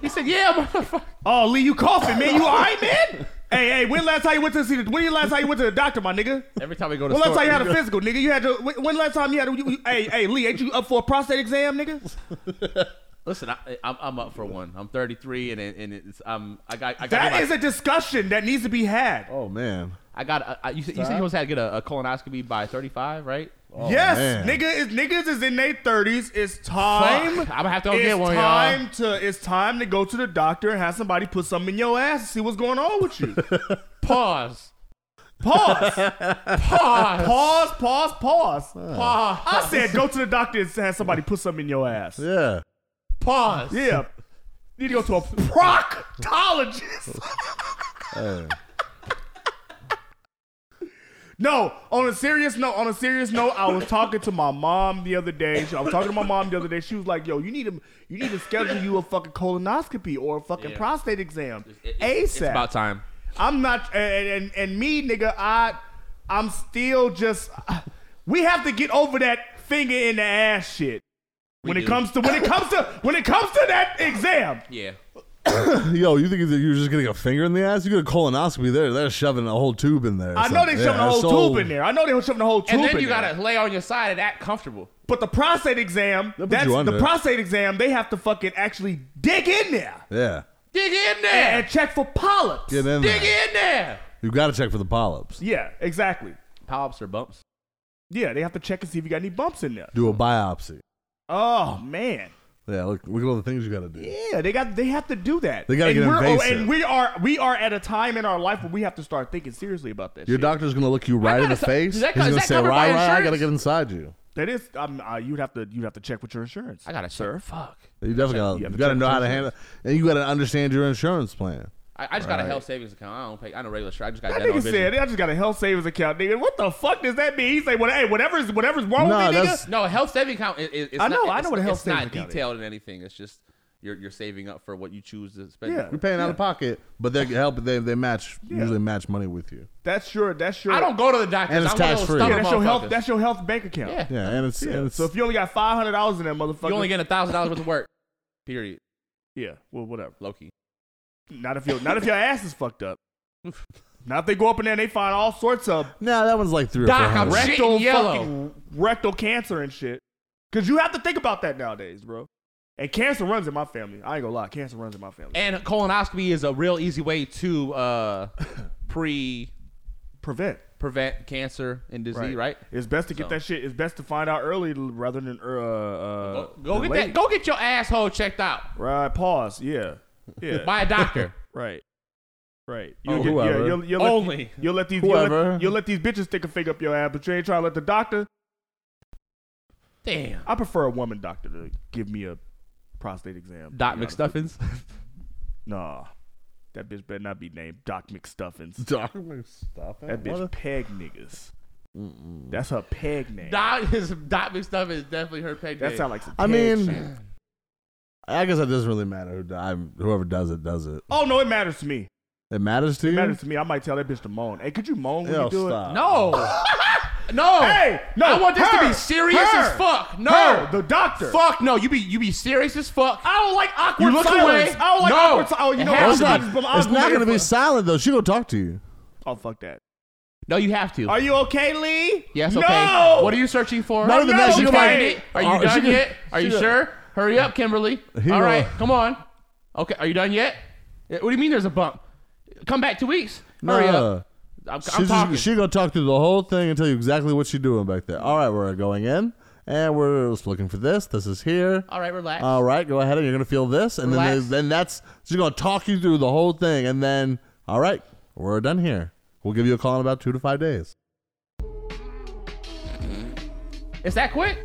Speaker 4: he said, "Yeah, motherfucker."
Speaker 2: Oh, Lee, you coughing, man? You all right, man? hey, hey, when last time you went to see the? When you last time you went to the doctor, my nigga?
Speaker 4: Every time we go to
Speaker 2: When
Speaker 4: the
Speaker 2: last time
Speaker 4: store,
Speaker 2: you had a physical, nigga? You had to. When when last time you had? A, you, you- hey, hey, Lee, ain't you up for a prostate exam, nigga?
Speaker 4: Listen, I, I'm, I'm up for one. I'm 33, and it- and it's um I got I got
Speaker 2: That
Speaker 4: my-
Speaker 2: is a discussion that needs to be had.
Speaker 3: Oh man.
Speaker 4: I got a, I, you, said- you said you supposed to get a, a colonoscopy by 35, right?
Speaker 3: Oh,
Speaker 2: yes,
Speaker 3: man.
Speaker 2: nigga is niggas is in their thirties. It's time.
Speaker 4: Fuck. I'ma have to go
Speaker 2: it's
Speaker 4: get one, y'all.
Speaker 2: time to. It's time to go to the doctor and have somebody put something in your ass and see what's going on with you.
Speaker 4: Pause.
Speaker 2: Pause.
Speaker 4: Pause.
Speaker 2: pause. Pause. Pause.
Speaker 4: Pause.
Speaker 2: I said go to the doctor and have somebody put something in your ass.
Speaker 3: Yeah.
Speaker 4: Pause.
Speaker 2: Yeah. Need to go to a proctologist.
Speaker 3: Hey.
Speaker 2: No, on a serious note, on a serious note, I was talking to my mom the other day. I was talking to my mom the other day. She was like, "Yo, you need to, you need to schedule you a fucking colonoscopy or a fucking
Speaker 4: Yeah.
Speaker 2: prostate exam
Speaker 4: It-
Speaker 2: ASAP."
Speaker 4: It's about time.
Speaker 2: I'm not, and, and and me, nigga, I, I'm still just. We have to get over that finger in the ass shit. When it
Speaker 4: do.
Speaker 2: comes to when it comes to when it comes to that exam,
Speaker 4: Yeah.
Speaker 3: Yo, you think that you're just getting a finger in the ass? You get a colonoscopy there. They're shoving a whole tube in there. or
Speaker 2: I know they
Speaker 3: something.
Speaker 2: shoving
Speaker 3: Yeah,
Speaker 2: a whole
Speaker 3: so-
Speaker 2: tube in there. I know they were shoving a whole tube.
Speaker 4: And then
Speaker 2: in
Speaker 4: you
Speaker 2: there.
Speaker 4: gotta lay on your side and act comfortable.
Speaker 2: But the prostate exam,
Speaker 3: put
Speaker 2: that's
Speaker 3: you
Speaker 2: the
Speaker 3: under.
Speaker 2: prostate exam. They have to fucking actually dig in there
Speaker 3: Yeah.
Speaker 4: Dig in
Speaker 2: and
Speaker 4: there.
Speaker 2: check for polyps.
Speaker 3: Get in
Speaker 4: Dig
Speaker 3: there.
Speaker 4: in there.
Speaker 3: You got to check for the polyps.
Speaker 2: Yeah, exactly.
Speaker 4: Polyps or bumps?
Speaker 2: Yeah, they have to check and see if you got any bumps in there.
Speaker 3: Do a biopsy.
Speaker 2: Oh man.
Speaker 3: Yeah. Look, look at all the things you got to do.
Speaker 2: Yeah, they got they have to do that.
Speaker 3: They gotta
Speaker 2: and
Speaker 3: get
Speaker 2: we're,
Speaker 3: invasive.
Speaker 2: and we are we are at a time in our life where we have to start thinking seriously about that.
Speaker 3: Your
Speaker 2: shit.
Speaker 3: doctor's gonna look you right in the
Speaker 4: gotta-
Speaker 3: face.
Speaker 4: does that co-
Speaker 3: He's
Speaker 4: is
Speaker 3: gonna
Speaker 4: that
Speaker 3: say,
Speaker 4: covered by
Speaker 3: "Right, right, I
Speaker 4: insurance?"
Speaker 3: gotta get inside you."
Speaker 2: that is, um, uh, you'd have to you'd have to check with your insurance.
Speaker 4: I gotta sir. Fuck.
Speaker 3: You definitely gotta,
Speaker 2: you
Speaker 3: you
Speaker 2: have to
Speaker 3: gotta
Speaker 2: check
Speaker 3: know how to
Speaker 2: insurance.
Speaker 3: handle, and you gotta understand your insurance plan.
Speaker 4: I, I just got a health savings account. I don't pay. I know regular shit. I just got
Speaker 2: That
Speaker 4: that,
Speaker 2: nigga
Speaker 4: on vision.
Speaker 2: said, "I just got a health savings account, nigga." What the fuck does that mean? He say, "What? Hey, whatever's whatever's wrong
Speaker 3: Nah,
Speaker 2: with me,
Speaker 3: that's-
Speaker 2: nigga."
Speaker 4: No, a health saving account is. is it's
Speaker 2: I know-
Speaker 4: Not,
Speaker 2: I
Speaker 4: it's-
Speaker 2: know what a health
Speaker 4: it's
Speaker 2: savings
Speaker 4: not
Speaker 2: account is.
Speaker 4: detailed in anything. It's just you're you're saving up for what you choose to spend.
Speaker 2: Yeah.
Speaker 3: You're paying out of pocket, but they help. They they match usually match money with you.
Speaker 2: That's your. That's your.
Speaker 4: I don't go to the doctor.
Speaker 3: And it's
Speaker 4: I'm one of those
Speaker 3: tax-free.
Speaker 4: stubborn
Speaker 2: Yeah, that's your health.
Speaker 4: motherfuckers.
Speaker 2: That's your health bank account.
Speaker 4: yeah.
Speaker 3: Yeah, and it's,
Speaker 2: Yeah.
Speaker 3: and it's
Speaker 2: So if you only got five hundred dollars in that motherfucker,
Speaker 4: You only get a thousand dollars worth of work. Period.
Speaker 2: yeah. Well, whatever.
Speaker 4: Loki.
Speaker 2: Not if your not if your ass is fucked up. Not if they go up in there and they find all sorts of
Speaker 3: nah, that one's like three
Speaker 4: Doc,
Speaker 3: or four
Speaker 4: I'm
Speaker 3: hundred.
Speaker 4: ready. Shit
Speaker 2: rectal
Speaker 4: in yellow.
Speaker 2: fucking rectal cancer and shit. Cause you have to think about that nowadays, bro. And cancer runs in my family. I ain't gonna lie, cancer runs in my family.
Speaker 4: And colonoscopy is a real easy way to uh, pre
Speaker 2: Prevent.
Speaker 4: prevent cancer and disease. Right.
Speaker 2: It's best to get
Speaker 4: So-
Speaker 2: that shit. It's best to find out early l- rather than uh, uh
Speaker 4: Go, go
Speaker 2: than
Speaker 4: get
Speaker 2: late.
Speaker 4: that. Go get your asshole checked out
Speaker 2: Right. Pause. Yeah. Yeah.
Speaker 4: by a doctor.
Speaker 2: Right. Right.
Speaker 3: Oh,
Speaker 2: You'll get, yeah,
Speaker 3: whoever.
Speaker 2: you'll, you'll
Speaker 4: Only.
Speaker 2: Let, you'll let these you'll
Speaker 3: Whoever.
Speaker 2: let, you'll let these bitches stick a finger up your ass, but you ain't trying to let the doctor.
Speaker 4: Damn.
Speaker 2: I prefer a woman doctor to give me a prostate exam. to
Speaker 4: Doc
Speaker 2: be honest.
Speaker 4: McStuffins.
Speaker 2: Nah. That bitch better not be named Doc McStuffins.
Speaker 3: Doc, stop it.
Speaker 2: That bitch peg niggas. That's her peg name.
Speaker 4: Doc is Doc McStuffins definitely her peg.
Speaker 2: that
Speaker 4: day.
Speaker 2: sound like some
Speaker 3: I
Speaker 2: peg
Speaker 3: mean,
Speaker 2: shit.
Speaker 3: I guess it doesn't really matter who die. Whoever does it does it.
Speaker 2: oh no, it matters to me.
Speaker 3: It matters to
Speaker 2: It
Speaker 3: you.
Speaker 2: matters to me. I might tell that bitch to moan. Hey, could you moan when
Speaker 3: Yo,
Speaker 2: you do
Speaker 3: stop.
Speaker 4: no. no.
Speaker 2: Hey, no,
Speaker 4: I want this to
Speaker 2: her,
Speaker 4: be serious
Speaker 2: her,
Speaker 4: as fuck.
Speaker 2: it?
Speaker 4: No.
Speaker 2: Her, the doctor.
Speaker 4: Fuck no. You be you be serious as fuck.
Speaker 2: I don't like awkward
Speaker 4: You look
Speaker 2: silence.
Speaker 4: away.
Speaker 2: I don't like
Speaker 4: No.
Speaker 2: awkward silence. Oh, you
Speaker 4: It
Speaker 2: know
Speaker 4: has
Speaker 3: Oh,
Speaker 2: what?
Speaker 3: it's
Speaker 4: to
Speaker 3: not,
Speaker 4: be.
Speaker 3: it's not going to be silent though. She gonna talk to you.
Speaker 2: Oh, fuck that.
Speaker 4: No, you have to.
Speaker 2: Are you okay, Lee?
Speaker 4: yes.
Speaker 2: no!
Speaker 4: Okay. What are you searching for?
Speaker 3: Not even
Speaker 4: Are
Speaker 3: that,
Speaker 4: you
Speaker 3: she
Speaker 4: done
Speaker 3: gonna-
Speaker 4: yet? Are you
Speaker 3: Uh, she
Speaker 4: done
Speaker 3: gonna-
Speaker 4: yet? Are
Speaker 3: she
Speaker 4: you
Speaker 3: gonna-
Speaker 4: sure? Hurry up, Kimberly.
Speaker 3: He
Speaker 4: All right,
Speaker 3: gonna-
Speaker 4: come on. Okay. Are you done yet? Yeah, What do you mean? There's a bump. Come back two weeks. Hurry up. I'm,
Speaker 3: She,
Speaker 4: I'm
Speaker 3: just-
Speaker 4: talking.
Speaker 3: she gonna talk through the whole thing and tell you exactly what she doing back there. All right, we're going in, and we're just looking for this. This is here.
Speaker 4: All right, relax.
Speaker 3: All right, go ahead, and you're gonna feel this, and then
Speaker 4: Relax.
Speaker 3: there's- then that's she's gonna talk you through the whole thing, and then all right, we're done here. We'll give you a call in about two to five days.
Speaker 4: Is that quick?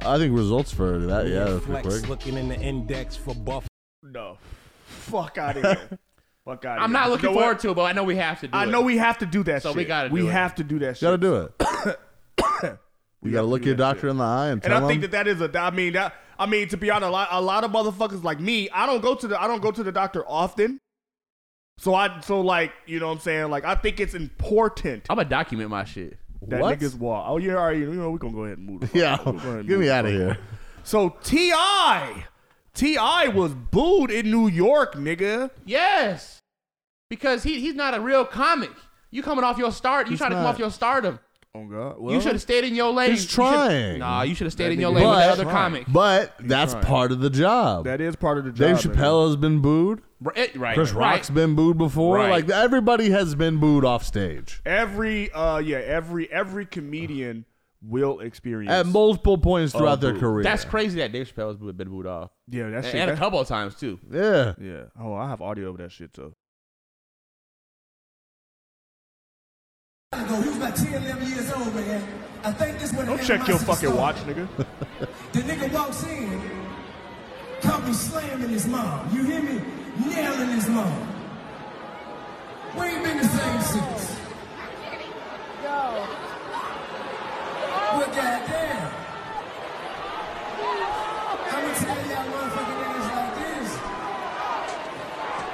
Speaker 3: I think results for that, yeah, that's pretty
Speaker 6: Flex
Speaker 3: quick.
Speaker 6: looking in the index for buff.
Speaker 2: No. Fuck out of here. Fuck out of here.
Speaker 4: I'm not looking
Speaker 2: You know
Speaker 4: forward
Speaker 2: what?
Speaker 4: to it, but I know we have to do
Speaker 2: I
Speaker 4: it.
Speaker 2: know we have to do that
Speaker 4: So
Speaker 2: shit.
Speaker 4: we gotta
Speaker 2: We
Speaker 4: do it.
Speaker 2: have to do that shit.
Speaker 3: Gotta do it. you
Speaker 2: have
Speaker 3: gotta
Speaker 2: to
Speaker 3: look
Speaker 2: do
Speaker 3: your
Speaker 2: that
Speaker 3: doctor
Speaker 2: shit.
Speaker 3: in the eye and
Speaker 2: And
Speaker 3: tell
Speaker 2: I think that
Speaker 3: him.
Speaker 2: that is a. I mean that. I mean to be honest, a lot, a lot of motherfuckers like me. I don't go to the. I don't go to the doctor often. So I. So like you know what I'm saying. Like I think it's important
Speaker 4: I'm gonna document my shit.
Speaker 2: that
Speaker 3: What?
Speaker 2: niggas walk. Oh yeah, all right. You know we gonna go ahead and move. the fuck
Speaker 3: yeah,
Speaker 2: on. We gonna go ahead and
Speaker 3: get
Speaker 2: move
Speaker 3: me
Speaker 2: the
Speaker 3: out of
Speaker 2: fuck on.
Speaker 3: here.
Speaker 2: So Ti, Ti was booed in New York, nigga.
Speaker 4: Yes, because he he's not a real comic. You coming off your start? You
Speaker 3: He's
Speaker 4: trying to come
Speaker 3: not.
Speaker 4: off your stardom?
Speaker 2: Oh God.
Speaker 4: you should have stayed in your lane.
Speaker 3: He's
Speaker 4: You should-
Speaker 3: trying.
Speaker 4: Nah, you should have stayed in your
Speaker 2: nigga-
Speaker 4: lane with that
Speaker 3: But,
Speaker 4: other comic.
Speaker 3: but that's part of the job.
Speaker 2: That is part of the job.
Speaker 3: Dave
Speaker 2: nigga.
Speaker 3: Chappelle has been booed.
Speaker 4: Right, eh, right,
Speaker 3: Chris
Speaker 4: right.
Speaker 3: Rock's been booed before.
Speaker 4: Right.
Speaker 3: Like everybody has been booed off stage
Speaker 2: Every uh yeah every every comedian will experience.
Speaker 3: at multiple points throughout their
Speaker 2: boo.
Speaker 3: career.
Speaker 4: That's crazy that Dave Chappelle's been been booed off,
Speaker 2: yeah, that
Speaker 4: and,
Speaker 2: shit.
Speaker 4: and a
Speaker 2: that-
Speaker 4: couple of times too.
Speaker 3: yeah.
Speaker 2: yeah. Oh, I have audio of that shit too.
Speaker 7: ago. He was about 10, 11 years old, man. I think this when
Speaker 2: Don't check your fucking watch, nigga.
Speaker 7: The nigga walks in, Company slamming his mom. You hear me? Nailing his mom. We ain't been the same since. Yo. Well, goddamn. I'm gonna tell y'all motherfucking niggas like this.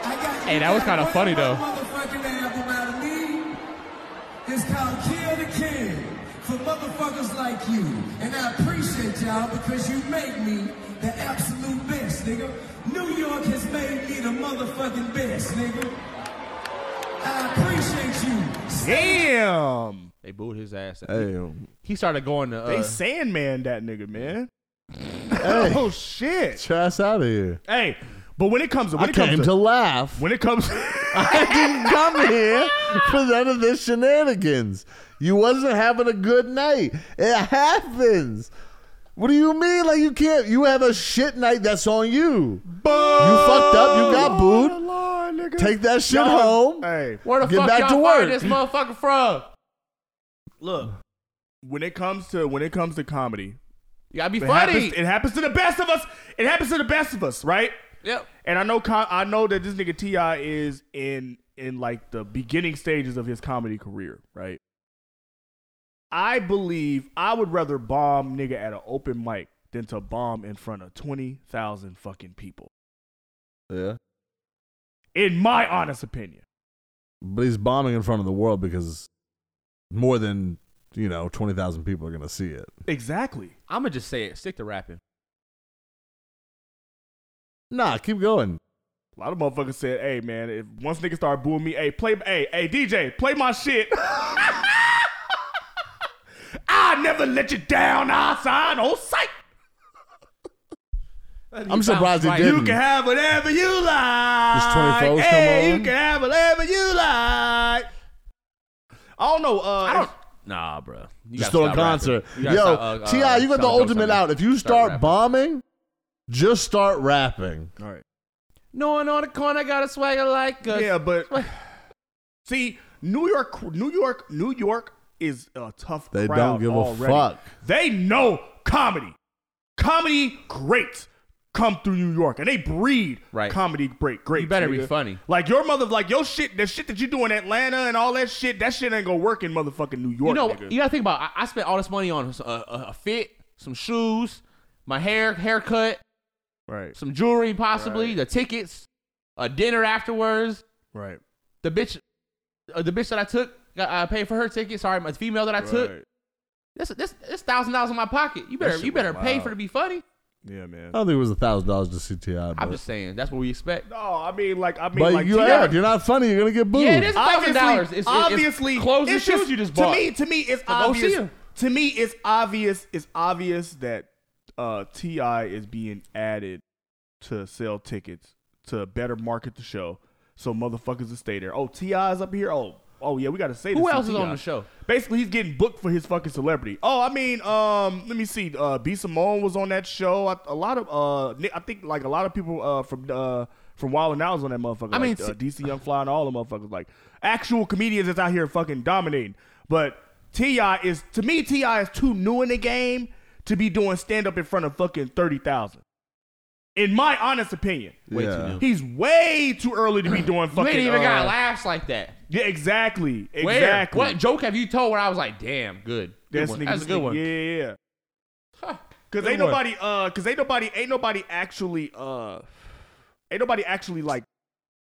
Speaker 7: I got
Speaker 4: Hey, that was kinda
Speaker 7: one
Speaker 4: funny, though.
Speaker 7: Motherfucking album out of me. It's called Kill the King for motherfuckers like you. And I appreciate y'all because you make me the absolute best, nigga. New York has made me the motherfucking best, nigga. I appreciate you.
Speaker 2: Damn.
Speaker 4: They booed his ass.
Speaker 3: Hey,
Speaker 4: He started going to.
Speaker 2: They
Speaker 4: Uh,
Speaker 2: Sandman that nigga, man.
Speaker 3: hey,
Speaker 2: Oh shit.
Speaker 3: trash out of here.
Speaker 2: Hey, but when it comes to when
Speaker 3: I
Speaker 2: it comes
Speaker 3: came
Speaker 2: to,
Speaker 3: to, laugh.
Speaker 2: when it comes
Speaker 3: I didn't come here for none of this shenanigans. You wasn't having a good night. It happens. What do you mean? Like you can't? You have a shit night. That's on you. You fucked up. You got booed.
Speaker 2: Oh, Lord, nigga.
Speaker 3: Take that shit
Speaker 2: Y'all-
Speaker 3: home.
Speaker 2: Hey,
Speaker 4: where the
Speaker 3: get
Speaker 4: fuck
Speaker 3: back
Speaker 4: y'all
Speaker 3: to
Speaker 4: fired
Speaker 3: work.
Speaker 4: this motherfucker from?
Speaker 2: when it comes to when it comes to comedy,
Speaker 4: You gotta be
Speaker 2: it
Speaker 4: funny.
Speaker 2: happens, it happens to the best of us. It happens to the best of us, right?
Speaker 4: yep.
Speaker 2: And I know Con- I know that this nigga Ti is in in like the beginning stages of his comedy career, right? I believe I would rather bomb nigga at an open mic than to bomb in front of twenty thousand fucking people.
Speaker 3: Yeah.
Speaker 2: In my honest opinion,
Speaker 3: But he's bombing in front of the world because more than, you know, 20,000 people are going to see it.
Speaker 2: exactly.
Speaker 4: I'm gonna just say it. Stick to rapping.
Speaker 3: Nah, keep going.
Speaker 2: A lot of motherfuckers said, "Hey man, if once niggas start booing me, hey play, hey hey DJ, play my shit." I never let you down. I sign on sight.
Speaker 3: I'm surprised he
Speaker 4: Right.
Speaker 3: didn't.
Speaker 2: You can have whatever you like.
Speaker 3: 24s come
Speaker 2: hey,
Speaker 3: on?
Speaker 2: you can have whatever you like. I don't know. Uh,
Speaker 4: I don't. Nah, bro. You gotta
Speaker 3: just throw a
Speaker 4: stop rapping.
Speaker 3: concert.
Speaker 4: You
Speaker 3: Yo,
Speaker 4: gotta stop, uh,
Speaker 3: Ti,
Speaker 4: uh,
Speaker 3: you got
Speaker 4: telling
Speaker 3: the
Speaker 4: jokes, I
Speaker 3: ultimate
Speaker 4: mean.
Speaker 3: out. If you start,
Speaker 4: rapping.
Speaker 3: bombing, just start rapping.
Speaker 4: no one on the corner got a swagger like us.
Speaker 2: Yeah, but see, New York, New York, New York is a tough.
Speaker 3: They
Speaker 2: crowd
Speaker 3: don't give a
Speaker 2: already.
Speaker 3: fuck.
Speaker 2: They know comedy. Comedy greats come through New York, and they breed
Speaker 4: Right.
Speaker 2: comedy great greats.
Speaker 4: You better be
Speaker 2: nigga.
Speaker 4: funny.
Speaker 2: Like your mother, like your shit, the shit that you do in Atlanta and all that shit, that shit ain't gonna work in motherfucking New York.
Speaker 4: you know,
Speaker 2: nigga.
Speaker 4: you gotta think about. I, I spent all this money on a, a, a fit, some shoes, my hair, haircut,
Speaker 2: right,
Speaker 4: some jewelry, possibly the tickets, a dinner afterwards.
Speaker 2: right,
Speaker 4: The bitch, uh, the bitch that I took, got, I paid for her ticket. Sorry, my female that I took.
Speaker 2: right.
Speaker 4: That's that's that's thousand dollars in my pocket. You better
Speaker 2: shit
Speaker 4: you better
Speaker 2: was
Speaker 4: pay
Speaker 2: wild.
Speaker 4: for to be funny.
Speaker 2: Yeah, man.
Speaker 3: I don't think it was a thousand dollars to see Ti, but,
Speaker 4: I'm just saying that's what we expect.
Speaker 2: No, I mean, like, I mean,
Speaker 3: but
Speaker 2: like,
Speaker 3: you
Speaker 2: T.I.
Speaker 3: are. If you're not funny, you're gonna get booed.
Speaker 4: Yeah, it is thousand
Speaker 2: Obviously,
Speaker 4: dollars. It's, it's-
Speaker 2: obviously,
Speaker 4: it's clothes and
Speaker 2: it's
Speaker 4: shoes
Speaker 2: just-
Speaker 4: you just
Speaker 2: to
Speaker 4: bought.
Speaker 2: me. To me, it's
Speaker 4: go see
Speaker 2: obvious.
Speaker 4: him.
Speaker 2: To me, it's obvious. It's obvious that uh, Ti is being added to sell tickets to better market the show, so motherfuckers will stay there. Oh, Ti is up here. Oh, oh yeah, we got to say.
Speaker 4: Who
Speaker 2: this to
Speaker 4: else is
Speaker 2: T.I.
Speaker 4: on the show?
Speaker 2: Basically, he's getting booked for his fucking celebrity. Oh, I mean, um, let me see. Uh, B Simone was on that show. I, a lot of uh, Nick- I think like a lot of people uh from uh from Wild and Out was on that motherfucker.
Speaker 4: I mean,
Speaker 2: Like, uh,
Speaker 4: see-
Speaker 2: DC Young Fly and all the motherfuckers. Like actual comedians that's out here fucking dominating. But Ti is to me, Ti is too new in the game to be doing stand up in front of fucking thirty thousand. In my honest opinion,
Speaker 4: Way
Speaker 3: Yeah.
Speaker 4: too new.
Speaker 2: he's way too early to be doing fucking.
Speaker 4: You ain't even
Speaker 2: uh,
Speaker 4: got laughs like that.
Speaker 2: Yeah, exactly. Exactly.
Speaker 4: Where? What joke have you told where I was like, damn, good. good
Speaker 2: That's,
Speaker 4: one.
Speaker 2: niggas
Speaker 4: That's a good
Speaker 2: nigga-
Speaker 4: one.
Speaker 2: Yeah, yeah, yeah.
Speaker 4: Huh.
Speaker 2: Cause
Speaker 4: Good
Speaker 2: ain't
Speaker 4: one.
Speaker 2: nobody, uh, cause ain't nobody, ain't nobody actually, uh, ain't nobody actually like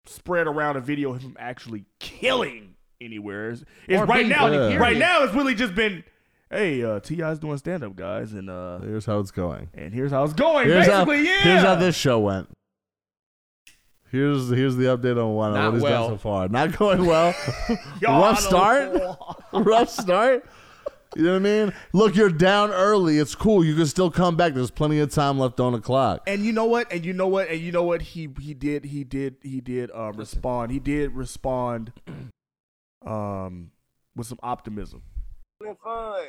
Speaker 2: spread around a video of him actually killing anywhere. It's, it's
Speaker 4: Or
Speaker 2: right
Speaker 4: being
Speaker 2: now,
Speaker 4: funny,
Speaker 3: Yeah.
Speaker 2: right
Speaker 4: period.
Speaker 2: now, it's really just been, hey, uh, Ti's doing stand up, guys, and uh,
Speaker 3: Here's how it's going.
Speaker 2: and here's how it's going.
Speaker 3: Here's how,
Speaker 2: Basically, yeah.
Speaker 3: here's how this show went. Here's here's the update on one.
Speaker 4: Not
Speaker 3: What he's
Speaker 4: well.
Speaker 3: done so far. Not going well.
Speaker 2: Y'all
Speaker 3: Rough
Speaker 2: know.
Speaker 3: start. Rough start. You know what I mean? Look, you're down early. It's cool. You can still come back. There's plenty of time left on the clock.
Speaker 2: And you know what? And you know what? And you know what? He he did he did he did uh, respond. He did respond, um, with some optimism.
Speaker 8: in fun.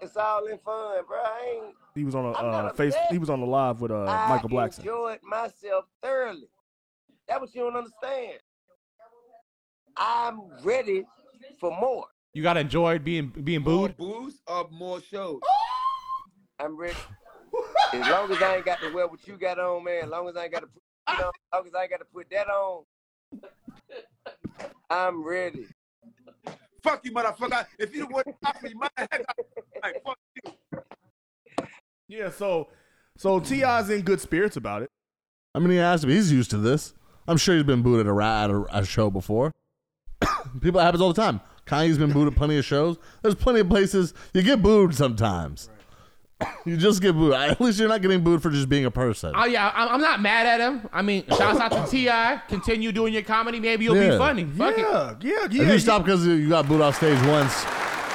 Speaker 8: It's all in fun, bro. I ain't.
Speaker 2: He was on a
Speaker 8: I'm not
Speaker 2: uh, face.
Speaker 8: upset.
Speaker 2: He was on a live with uh,
Speaker 8: I
Speaker 2: Michael Blackson.
Speaker 8: enjoyed myself thoroughly. That what you don't understand. I'm ready for more.
Speaker 4: You gotta enjoy being being booed.
Speaker 6: Booze or more shows?
Speaker 8: I'm ready. as long as I ain't got to wear what you got on, man. As long as I ain't got to, put, you know, as long as I ain't got to put that on. I'm ready.
Speaker 6: Fuck you, motherfucker. If you want to copy my head, like, fuck you.
Speaker 2: Yeah, so so Ti's in good spirits about it.
Speaker 3: I mean, he has to be. He's used to this. I'm sure he's been booed at a, ra- at a, a show before. People, it happens all the time. Kanye's been booed at plenty of shows. There's plenty of places you get booed sometimes. You just get booed. At least you're not getting booed for just being a person.
Speaker 4: Oh yeah, I'm, I'm not mad at him. I mean, shouts out to Ti. Continue doing your comedy. Maybe you'll
Speaker 3: Yeah.
Speaker 4: be funny. Fuck it.
Speaker 2: yeah, yeah, yeah.
Speaker 3: if you stop because you got booed off stage once,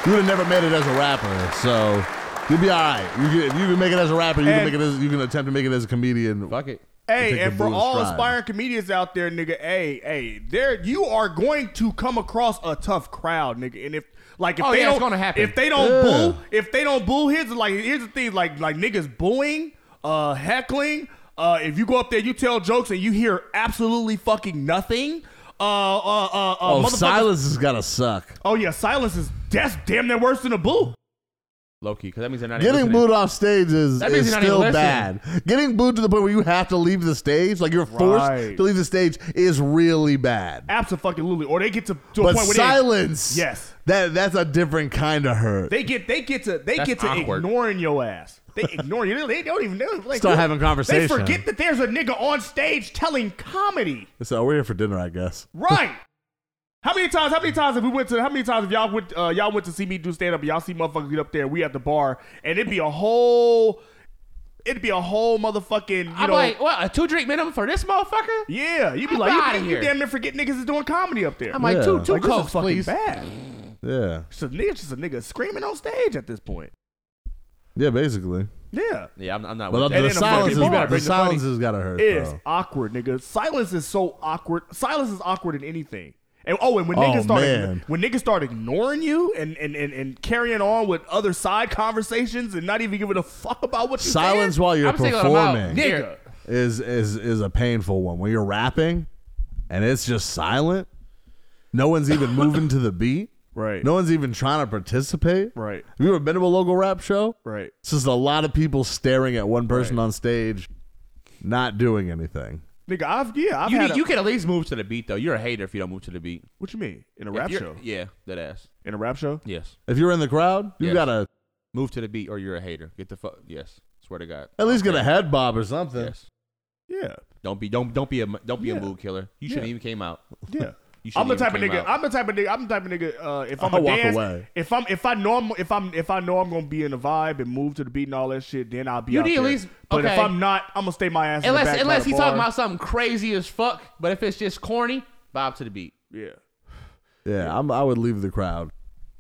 Speaker 3: you would have never made it as a rapper. So you'll be all right. You can, if you can make it as a rapper, you can
Speaker 2: And-
Speaker 3: make it. As, you can attempt to make it as a comedian.
Speaker 4: Fuck it.
Speaker 3: Take
Speaker 2: Hey,
Speaker 3: the
Speaker 2: and for
Speaker 3: booze
Speaker 2: all
Speaker 3: stride.
Speaker 2: aspiring comedians out there, nigga, hey, hey, there you are going to come across a tough crowd, nigga. And if like if
Speaker 4: Oh,
Speaker 2: they
Speaker 4: yeah,
Speaker 2: don't
Speaker 4: it's gonna happen.
Speaker 2: if they don't
Speaker 3: Yeah.
Speaker 2: boo, if they don't boo, here's the- like here's the thing, like like niggas booing, uh, heckling. Uh, if you go up there, you tell jokes and you hear absolutely fucking nothing. Uh, uh, uh, uh,
Speaker 3: Oh,
Speaker 2: motherfuckers-
Speaker 3: silence has got to suck.
Speaker 2: Oh yeah, silence is that's damn near worse than a boo.
Speaker 4: low key, because that means they're not even
Speaker 3: Getting
Speaker 4: listening.
Speaker 3: booed off stage is,
Speaker 4: That means
Speaker 3: is
Speaker 4: you're not even
Speaker 3: still
Speaker 4: listening.
Speaker 3: bad. Getting booed to the point where you have to leave the stage, like you're forced
Speaker 2: Right.
Speaker 3: to leave the stage, is really bad.
Speaker 2: Absolutely. Or they get to, to a
Speaker 3: But
Speaker 2: point where they
Speaker 3: silence,
Speaker 2: Yes.
Speaker 3: that that's a different kind of hurt.
Speaker 2: They get they get to they
Speaker 4: That's
Speaker 2: get to
Speaker 4: awkward.
Speaker 2: ignoring your ass. They ignore you. They don't even know. Like,
Speaker 3: Start having
Speaker 2: They
Speaker 3: conversation.
Speaker 2: forget that there's a nigga on stage telling comedy.
Speaker 3: so we're here for dinner, I guess.
Speaker 2: Right. How many times? How many times have we went to? How many times have y'all went? Uh, y'all went to see me do stand up. Y'all see motherfuckers get up there. We at the bar, and it'd be a whole, it'd be a whole motherfucking. You
Speaker 4: I'm
Speaker 2: know,
Speaker 4: like, what? A two drink minimum for this motherfucker?
Speaker 2: yeah. You'd be
Speaker 4: I'm
Speaker 2: like,
Speaker 4: outta
Speaker 2: you, you,
Speaker 4: here.
Speaker 2: damn near forget niggas is doing comedy up there.
Speaker 4: I'm like, two,
Speaker 3: Yeah.
Speaker 4: two
Speaker 2: Like, this is
Speaker 4: cokes,
Speaker 2: fucking
Speaker 4: please.
Speaker 2: bad.
Speaker 3: Yeah,
Speaker 2: It's a nigga, just a nigga screaming on stage at this point.
Speaker 3: yeah, basically.
Speaker 2: Yeah.
Speaker 4: Yeah, I'm, I'm not.
Speaker 3: But
Speaker 4: with
Speaker 2: then
Speaker 4: that.
Speaker 3: the, the
Speaker 2: the
Speaker 3: silence,
Speaker 2: fucking
Speaker 3: is,
Speaker 2: bar,
Speaker 3: the
Speaker 2: bring the funny.
Speaker 3: silence has got to hurt.
Speaker 2: It's
Speaker 3: though.
Speaker 2: awkward, nigga. Silence is so awkward. Silence is awkward in anything. And oh, and when
Speaker 3: Oh,
Speaker 2: niggas start
Speaker 3: man.
Speaker 2: when niggas start ignoring you and, and, and, and carrying on with other side conversations and not even giving a fuck about what you
Speaker 3: Silence while you're
Speaker 4: I'm singling them out.
Speaker 3: performing
Speaker 2: saying,
Speaker 4: Yeah.
Speaker 2: nigga.
Speaker 3: is is is a painful one. When you're rapping and it's just silent, no one's even moving to the beat.
Speaker 2: Right.
Speaker 3: No one's even trying to participate.
Speaker 2: Right.
Speaker 3: Have you ever been to a local rap show?
Speaker 2: Right.
Speaker 3: It's just a lot of people staring at one person on stage, not doing anything.
Speaker 2: Nigga, I've yeah, I've
Speaker 4: You,
Speaker 2: had
Speaker 4: need,
Speaker 2: a-
Speaker 4: you can at least move to the beat though. You're a hater if you don't move to the beat.
Speaker 2: what you mean? In a
Speaker 4: If
Speaker 2: rap
Speaker 4: you're-
Speaker 2: show.
Speaker 4: Yeah, that ass.
Speaker 2: In a rap show?
Speaker 4: Yes.
Speaker 3: If you're in the crowd, you
Speaker 4: Yes.
Speaker 3: gotta
Speaker 4: Move to the beat or you're a hater. Get the fuck. Yes. Swear to God.
Speaker 3: at least get a head bob or something.
Speaker 4: Yes.
Speaker 2: Yeah.
Speaker 4: Don't be don't don't be a don't be
Speaker 2: Yeah.
Speaker 4: a mood killer. You shouldn't
Speaker 2: Yeah.
Speaker 4: even came out.
Speaker 2: Yeah.
Speaker 4: You shouldn't
Speaker 2: I'm the
Speaker 4: even
Speaker 2: type of
Speaker 4: came
Speaker 2: nigga.
Speaker 4: out.
Speaker 2: I'm the type of nigga. I'm the type of nigga. Uh, if I'm
Speaker 3: I'll
Speaker 2: a
Speaker 3: walk
Speaker 2: dance,
Speaker 3: away.
Speaker 2: if I'm if I know I'm if I'm if I know I'm gonna be in the vibe and move to the beat and all that shit, then I'll be.
Speaker 4: You
Speaker 2: out
Speaker 4: need at
Speaker 2: there.
Speaker 4: least-
Speaker 2: But if
Speaker 4: okay.
Speaker 2: I'm not, I'm gonna stay my ass. in the back
Speaker 4: unless
Speaker 2: by
Speaker 4: unless
Speaker 2: the
Speaker 4: he's talking
Speaker 2: bar.
Speaker 4: about something crazy as fuck. But if it's just corny, bob to the beat.
Speaker 2: Yeah.
Speaker 3: Yeah, I'm, I would leave the crowd.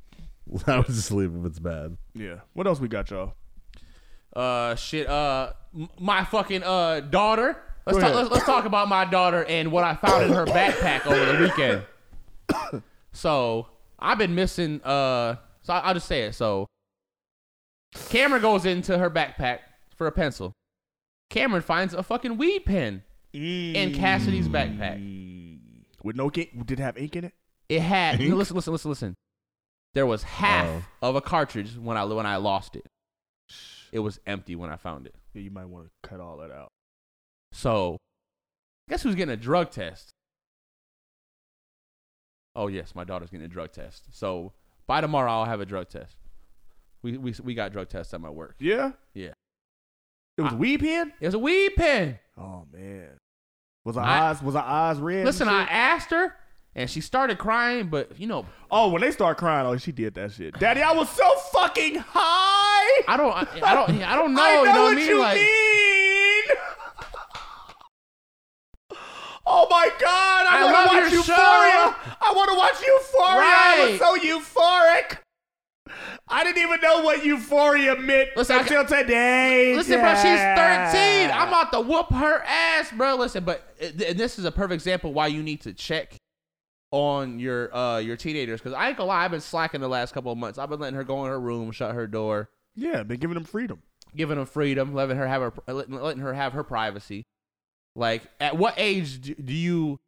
Speaker 3: I would just leave if it's bad.
Speaker 2: Yeah. What else we got, y'all?
Speaker 4: Uh, shit. Uh, m- my fucking uh daughter. Let's
Speaker 2: Go
Speaker 4: talk.
Speaker 2: ahead.
Speaker 4: Let's, let's talk about my daughter and what I found in her backpack over the weekend. So I've been missing. Uh, so I, I'll just say it. So Cameron goes into her backpack for a pencil. Cameron finds a fucking weed pen in Cassidy's backpack.
Speaker 2: E. With no ink, did it have ink in it?
Speaker 4: It had. Listen, listen, listen, listen. There was half
Speaker 2: Oh.
Speaker 4: of a cartridge when I when I lost it. It was empty when I found it.
Speaker 2: Yeah, you might want to cut all that out.
Speaker 4: So, guess who's getting a drug test? Oh yes, my daughter's getting a drug test. So by tomorrow, I'll have a drug test. We we we got drug tests at my work.
Speaker 2: Yeah.
Speaker 4: Yeah.
Speaker 2: It was weed pen.
Speaker 4: It was a weed pen.
Speaker 2: Oh man. Was our
Speaker 4: I-
Speaker 2: eyes was our eyes red? and
Speaker 4: Listen,
Speaker 2: shit?
Speaker 4: I asked her, and she started crying. But you know,
Speaker 2: Oh, when they start crying, oh, she did that shit. Daddy, I was so fucking high.
Speaker 4: I don't, I, I don't, I don't know.
Speaker 2: I know,
Speaker 4: you know
Speaker 2: what
Speaker 4: I mean?
Speaker 2: you
Speaker 4: like,
Speaker 2: mean. oh my god, I,
Speaker 4: I
Speaker 2: want to
Speaker 4: love
Speaker 2: watch
Speaker 4: your show.
Speaker 2: Euphoria. I want to watch Euphoria. I was so
Speaker 4: Right.
Speaker 2: euphoric. I didn't even know what euphoria meant
Speaker 4: Listen, I-
Speaker 2: until today.
Speaker 4: Listen, bro, she's 13.
Speaker 2: Yeah.
Speaker 4: I'm about to whoop her ass, bro. Listen, but uh, and this is a perfect example why you need to check on your uh your teenagers because I ain't gonna lie, I've been slacking the last couple of months. I've been letting her go in her room, shut her door,
Speaker 2: Yeah, been giving them freedom.
Speaker 4: giving her freedom, letting her have her letting, letting her have her privacy. Like, at what age do, do you?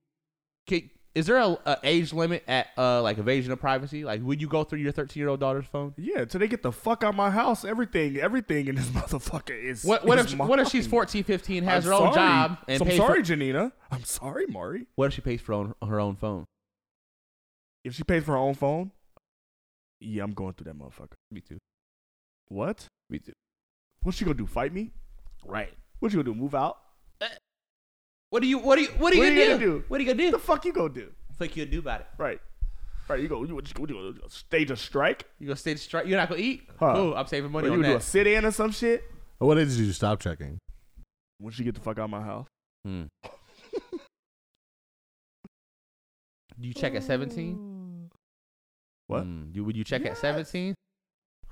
Speaker 4: Can, is there a, a age limit at uh like evasion of privacy? Like, would you go through your 13 year old daughter's phone?
Speaker 2: Yeah, till they get the fuck out of my house. Everything, everything in this motherfucker is.
Speaker 4: What what
Speaker 2: is
Speaker 4: if what if she's
Speaker 2: mine.
Speaker 4: 14, 15, has
Speaker 2: I'm
Speaker 4: her own
Speaker 2: sorry.
Speaker 4: job and
Speaker 2: So I'm
Speaker 4: pays for-
Speaker 2: sorry, Janina. I'm sorry, Mari.
Speaker 4: What if she pays for own, her own phone?
Speaker 2: If she pays for her own phone, yeah, I'm going through that motherfucker.
Speaker 4: Me too.
Speaker 2: What?
Speaker 4: Me too.
Speaker 2: What's she gonna do? Fight me?
Speaker 4: Right.
Speaker 2: What you gonna do? Move out?
Speaker 4: What do you what do you what are you,
Speaker 2: What
Speaker 4: gonna,
Speaker 2: you gonna
Speaker 4: do?
Speaker 2: do?
Speaker 4: What are you gonna
Speaker 2: What
Speaker 4: do?
Speaker 2: the fuck you gonna do?
Speaker 4: fuck you do about it?
Speaker 2: Right. Right. You go. You, what you, what you gonna do? stage a strike?
Speaker 4: You gonna stay straight? You're not gonna eat?
Speaker 2: Huh.
Speaker 4: Ooh, I'm saving
Speaker 2: Or
Speaker 4: money
Speaker 2: you
Speaker 4: on
Speaker 2: gonna do a
Speaker 4: that.
Speaker 2: sit in or some shit?
Speaker 3: At what age did you stop checking?
Speaker 2: Once you get the fuck out of my house.
Speaker 4: Hmm. Do you check at 17?
Speaker 2: What?
Speaker 4: Mm, you, would you check at 17?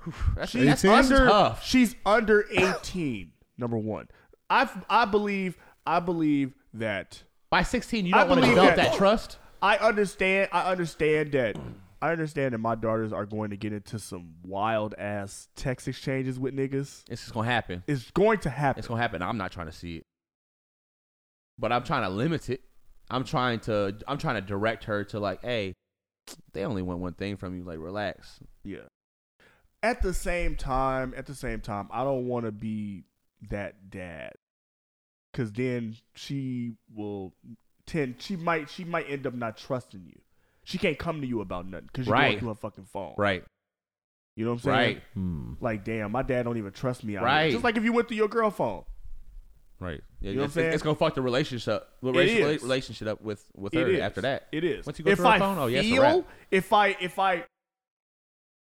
Speaker 4: Whew, That's,
Speaker 2: She's
Speaker 4: that's, that's
Speaker 2: under.
Speaker 4: tough.
Speaker 2: She's under eighteen. number one. I I believe I believe that
Speaker 4: By 16, you
Speaker 2: I
Speaker 4: don't want to
Speaker 2: believe
Speaker 4: develop
Speaker 2: that-
Speaker 4: that trust.
Speaker 2: I understand. I understand that. I understand that my daughters are going to get into some wild ass text exchanges with niggas.
Speaker 4: It's just gonna happen.
Speaker 2: It's going to happen.
Speaker 4: It's gonna happen. I'm not trying to see it, but I'm trying to limit it. I'm trying to I'm trying to direct her to like, hey, they only want one thing from you. Like, relax.
Speaker 2: yeah. at the same time, at the same time, I don't want to be that dad, cause then she will tend. She might. She might end up not trusting you. She can't come to you about nothing because you're
Speaker 4: Right.
Speaker 2: going through her fucking phone.
Speaker 4: Right.
Speaker 2: You know what I'm saying?
Speaker 4: Right.
Speaker 2: Like, damn, my dad don't even trust me. Out right.
Speaker 4: Right.
Speaker 2: Just like if you went through your girl phone.
Speaker 4: Right. Yeah,
Speaker 2: You know what I'm
Speaker 4: it's,
Speaker 2: saying?
Speaker 4: it's gonna fuck the relationship
Speaker 2: is.
Speaker 4: relationship, relationship up with with
Speaker 2: It
Speaker 4: her
Speaker 2: is.
Speaker 4: after that.
Speaker 2: It is.
Speaker 4: Once you go
Speaker 2: if
Speaker 4: through
Speaker 2: I
Speaker 4: her phone, oh yes,
Speaker 2: feel, if I if I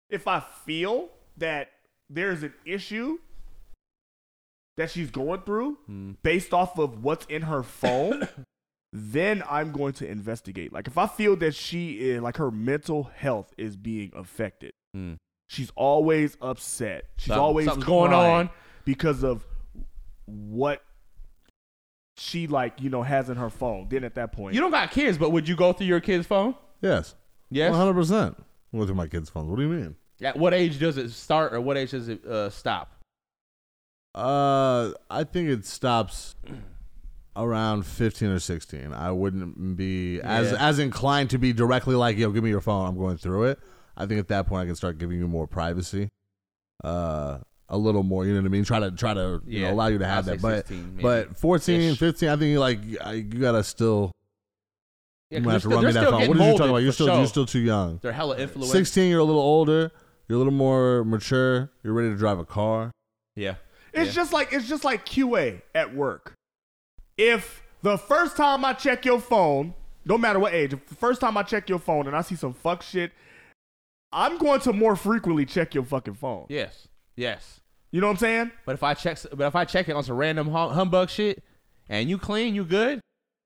Speaker 2: if I feel that there's an issue that she's going through
Speaker 4: Hmm.
Speaker 2: based off of what's in her phone, then I'm going to investigate. Like if I feel that she is like her mental health is being affected.
Speaker 4: Mm.
Speaker 2: She's always upset. She's
Speaker 4: Something-
Speaker 2: always
Speaker 4: something's going
Speaker 2: crying
Speaker 4: on.
Speaker 2: because of what she like, you know, has in her phone. Then at that point,
Speaker 4: You don't got kids, but would you go through your kid's phone?
Speaker 3: Yes.
Speaker 4: Yes.
Speaker 3: One hundred percent. Look at my kids' phones. What do you mean?
Speaker 4: At what age does it start, or what age does it uh, stop?
Speaker 3: Uh, I think it stops around fifteen or sixteen. I wouldn't be as
Speaker 4: Yeah.
Speaker 3: as inclined to be directly like, "Yo, give me your phone. I'm going through it." I think at that point, I can start giving you more privacy. Uh. A little more, you know what I mean. Try to try to you know,
Speaker 4: Yeah.
Speaker 3: allow you to have
Speaker 4: I'd
Speaker 3: that,
Speaker 4: say
Speaker 3: but
Speaker 4: 16 maybe.
Speaker 3: but 14,
Speaker 4: Ish.
Speaker 3: 15, I think like I- you gotta still
Speaker 4: Yeah,
Speaker 3: you
Speaker 4: 'cause
Speaker 3: might
Speaker 4: they're
Speaker 3: have to
Speaker 4: still-
Speaker 3: run me
Speaker 4: they're
Speaker 3: that
Speaker 4: still getting
Speaker 3: phone. What are you talking
Speaker 4: molded
Speaker 3: about? You're
Speaker 4: for
Speaker 3: still
Speaker 4: sure.
Speaker 3: you're still too young.
Speaker 4: They're hella influenced.
Speaker 3: 16 you're a little older you're a little more mature you're ready to drive a car
Speaker 4: Yeah.
Speaker 2: It's
Speaker 4: Yeah.
Speaker 2: just like it's just like QA at work. If the first time I check your phone, no matter what age, if the first time I check your phone and I see some fuck shit, I'm going to more frequently check your fucking phone.
Speaker 4: Yes. Yes.
Speaker 2: You know what I'm saying?
Speaker 4: But if I check, but if I check it on some random hum- humbug shit, and you clean, you good.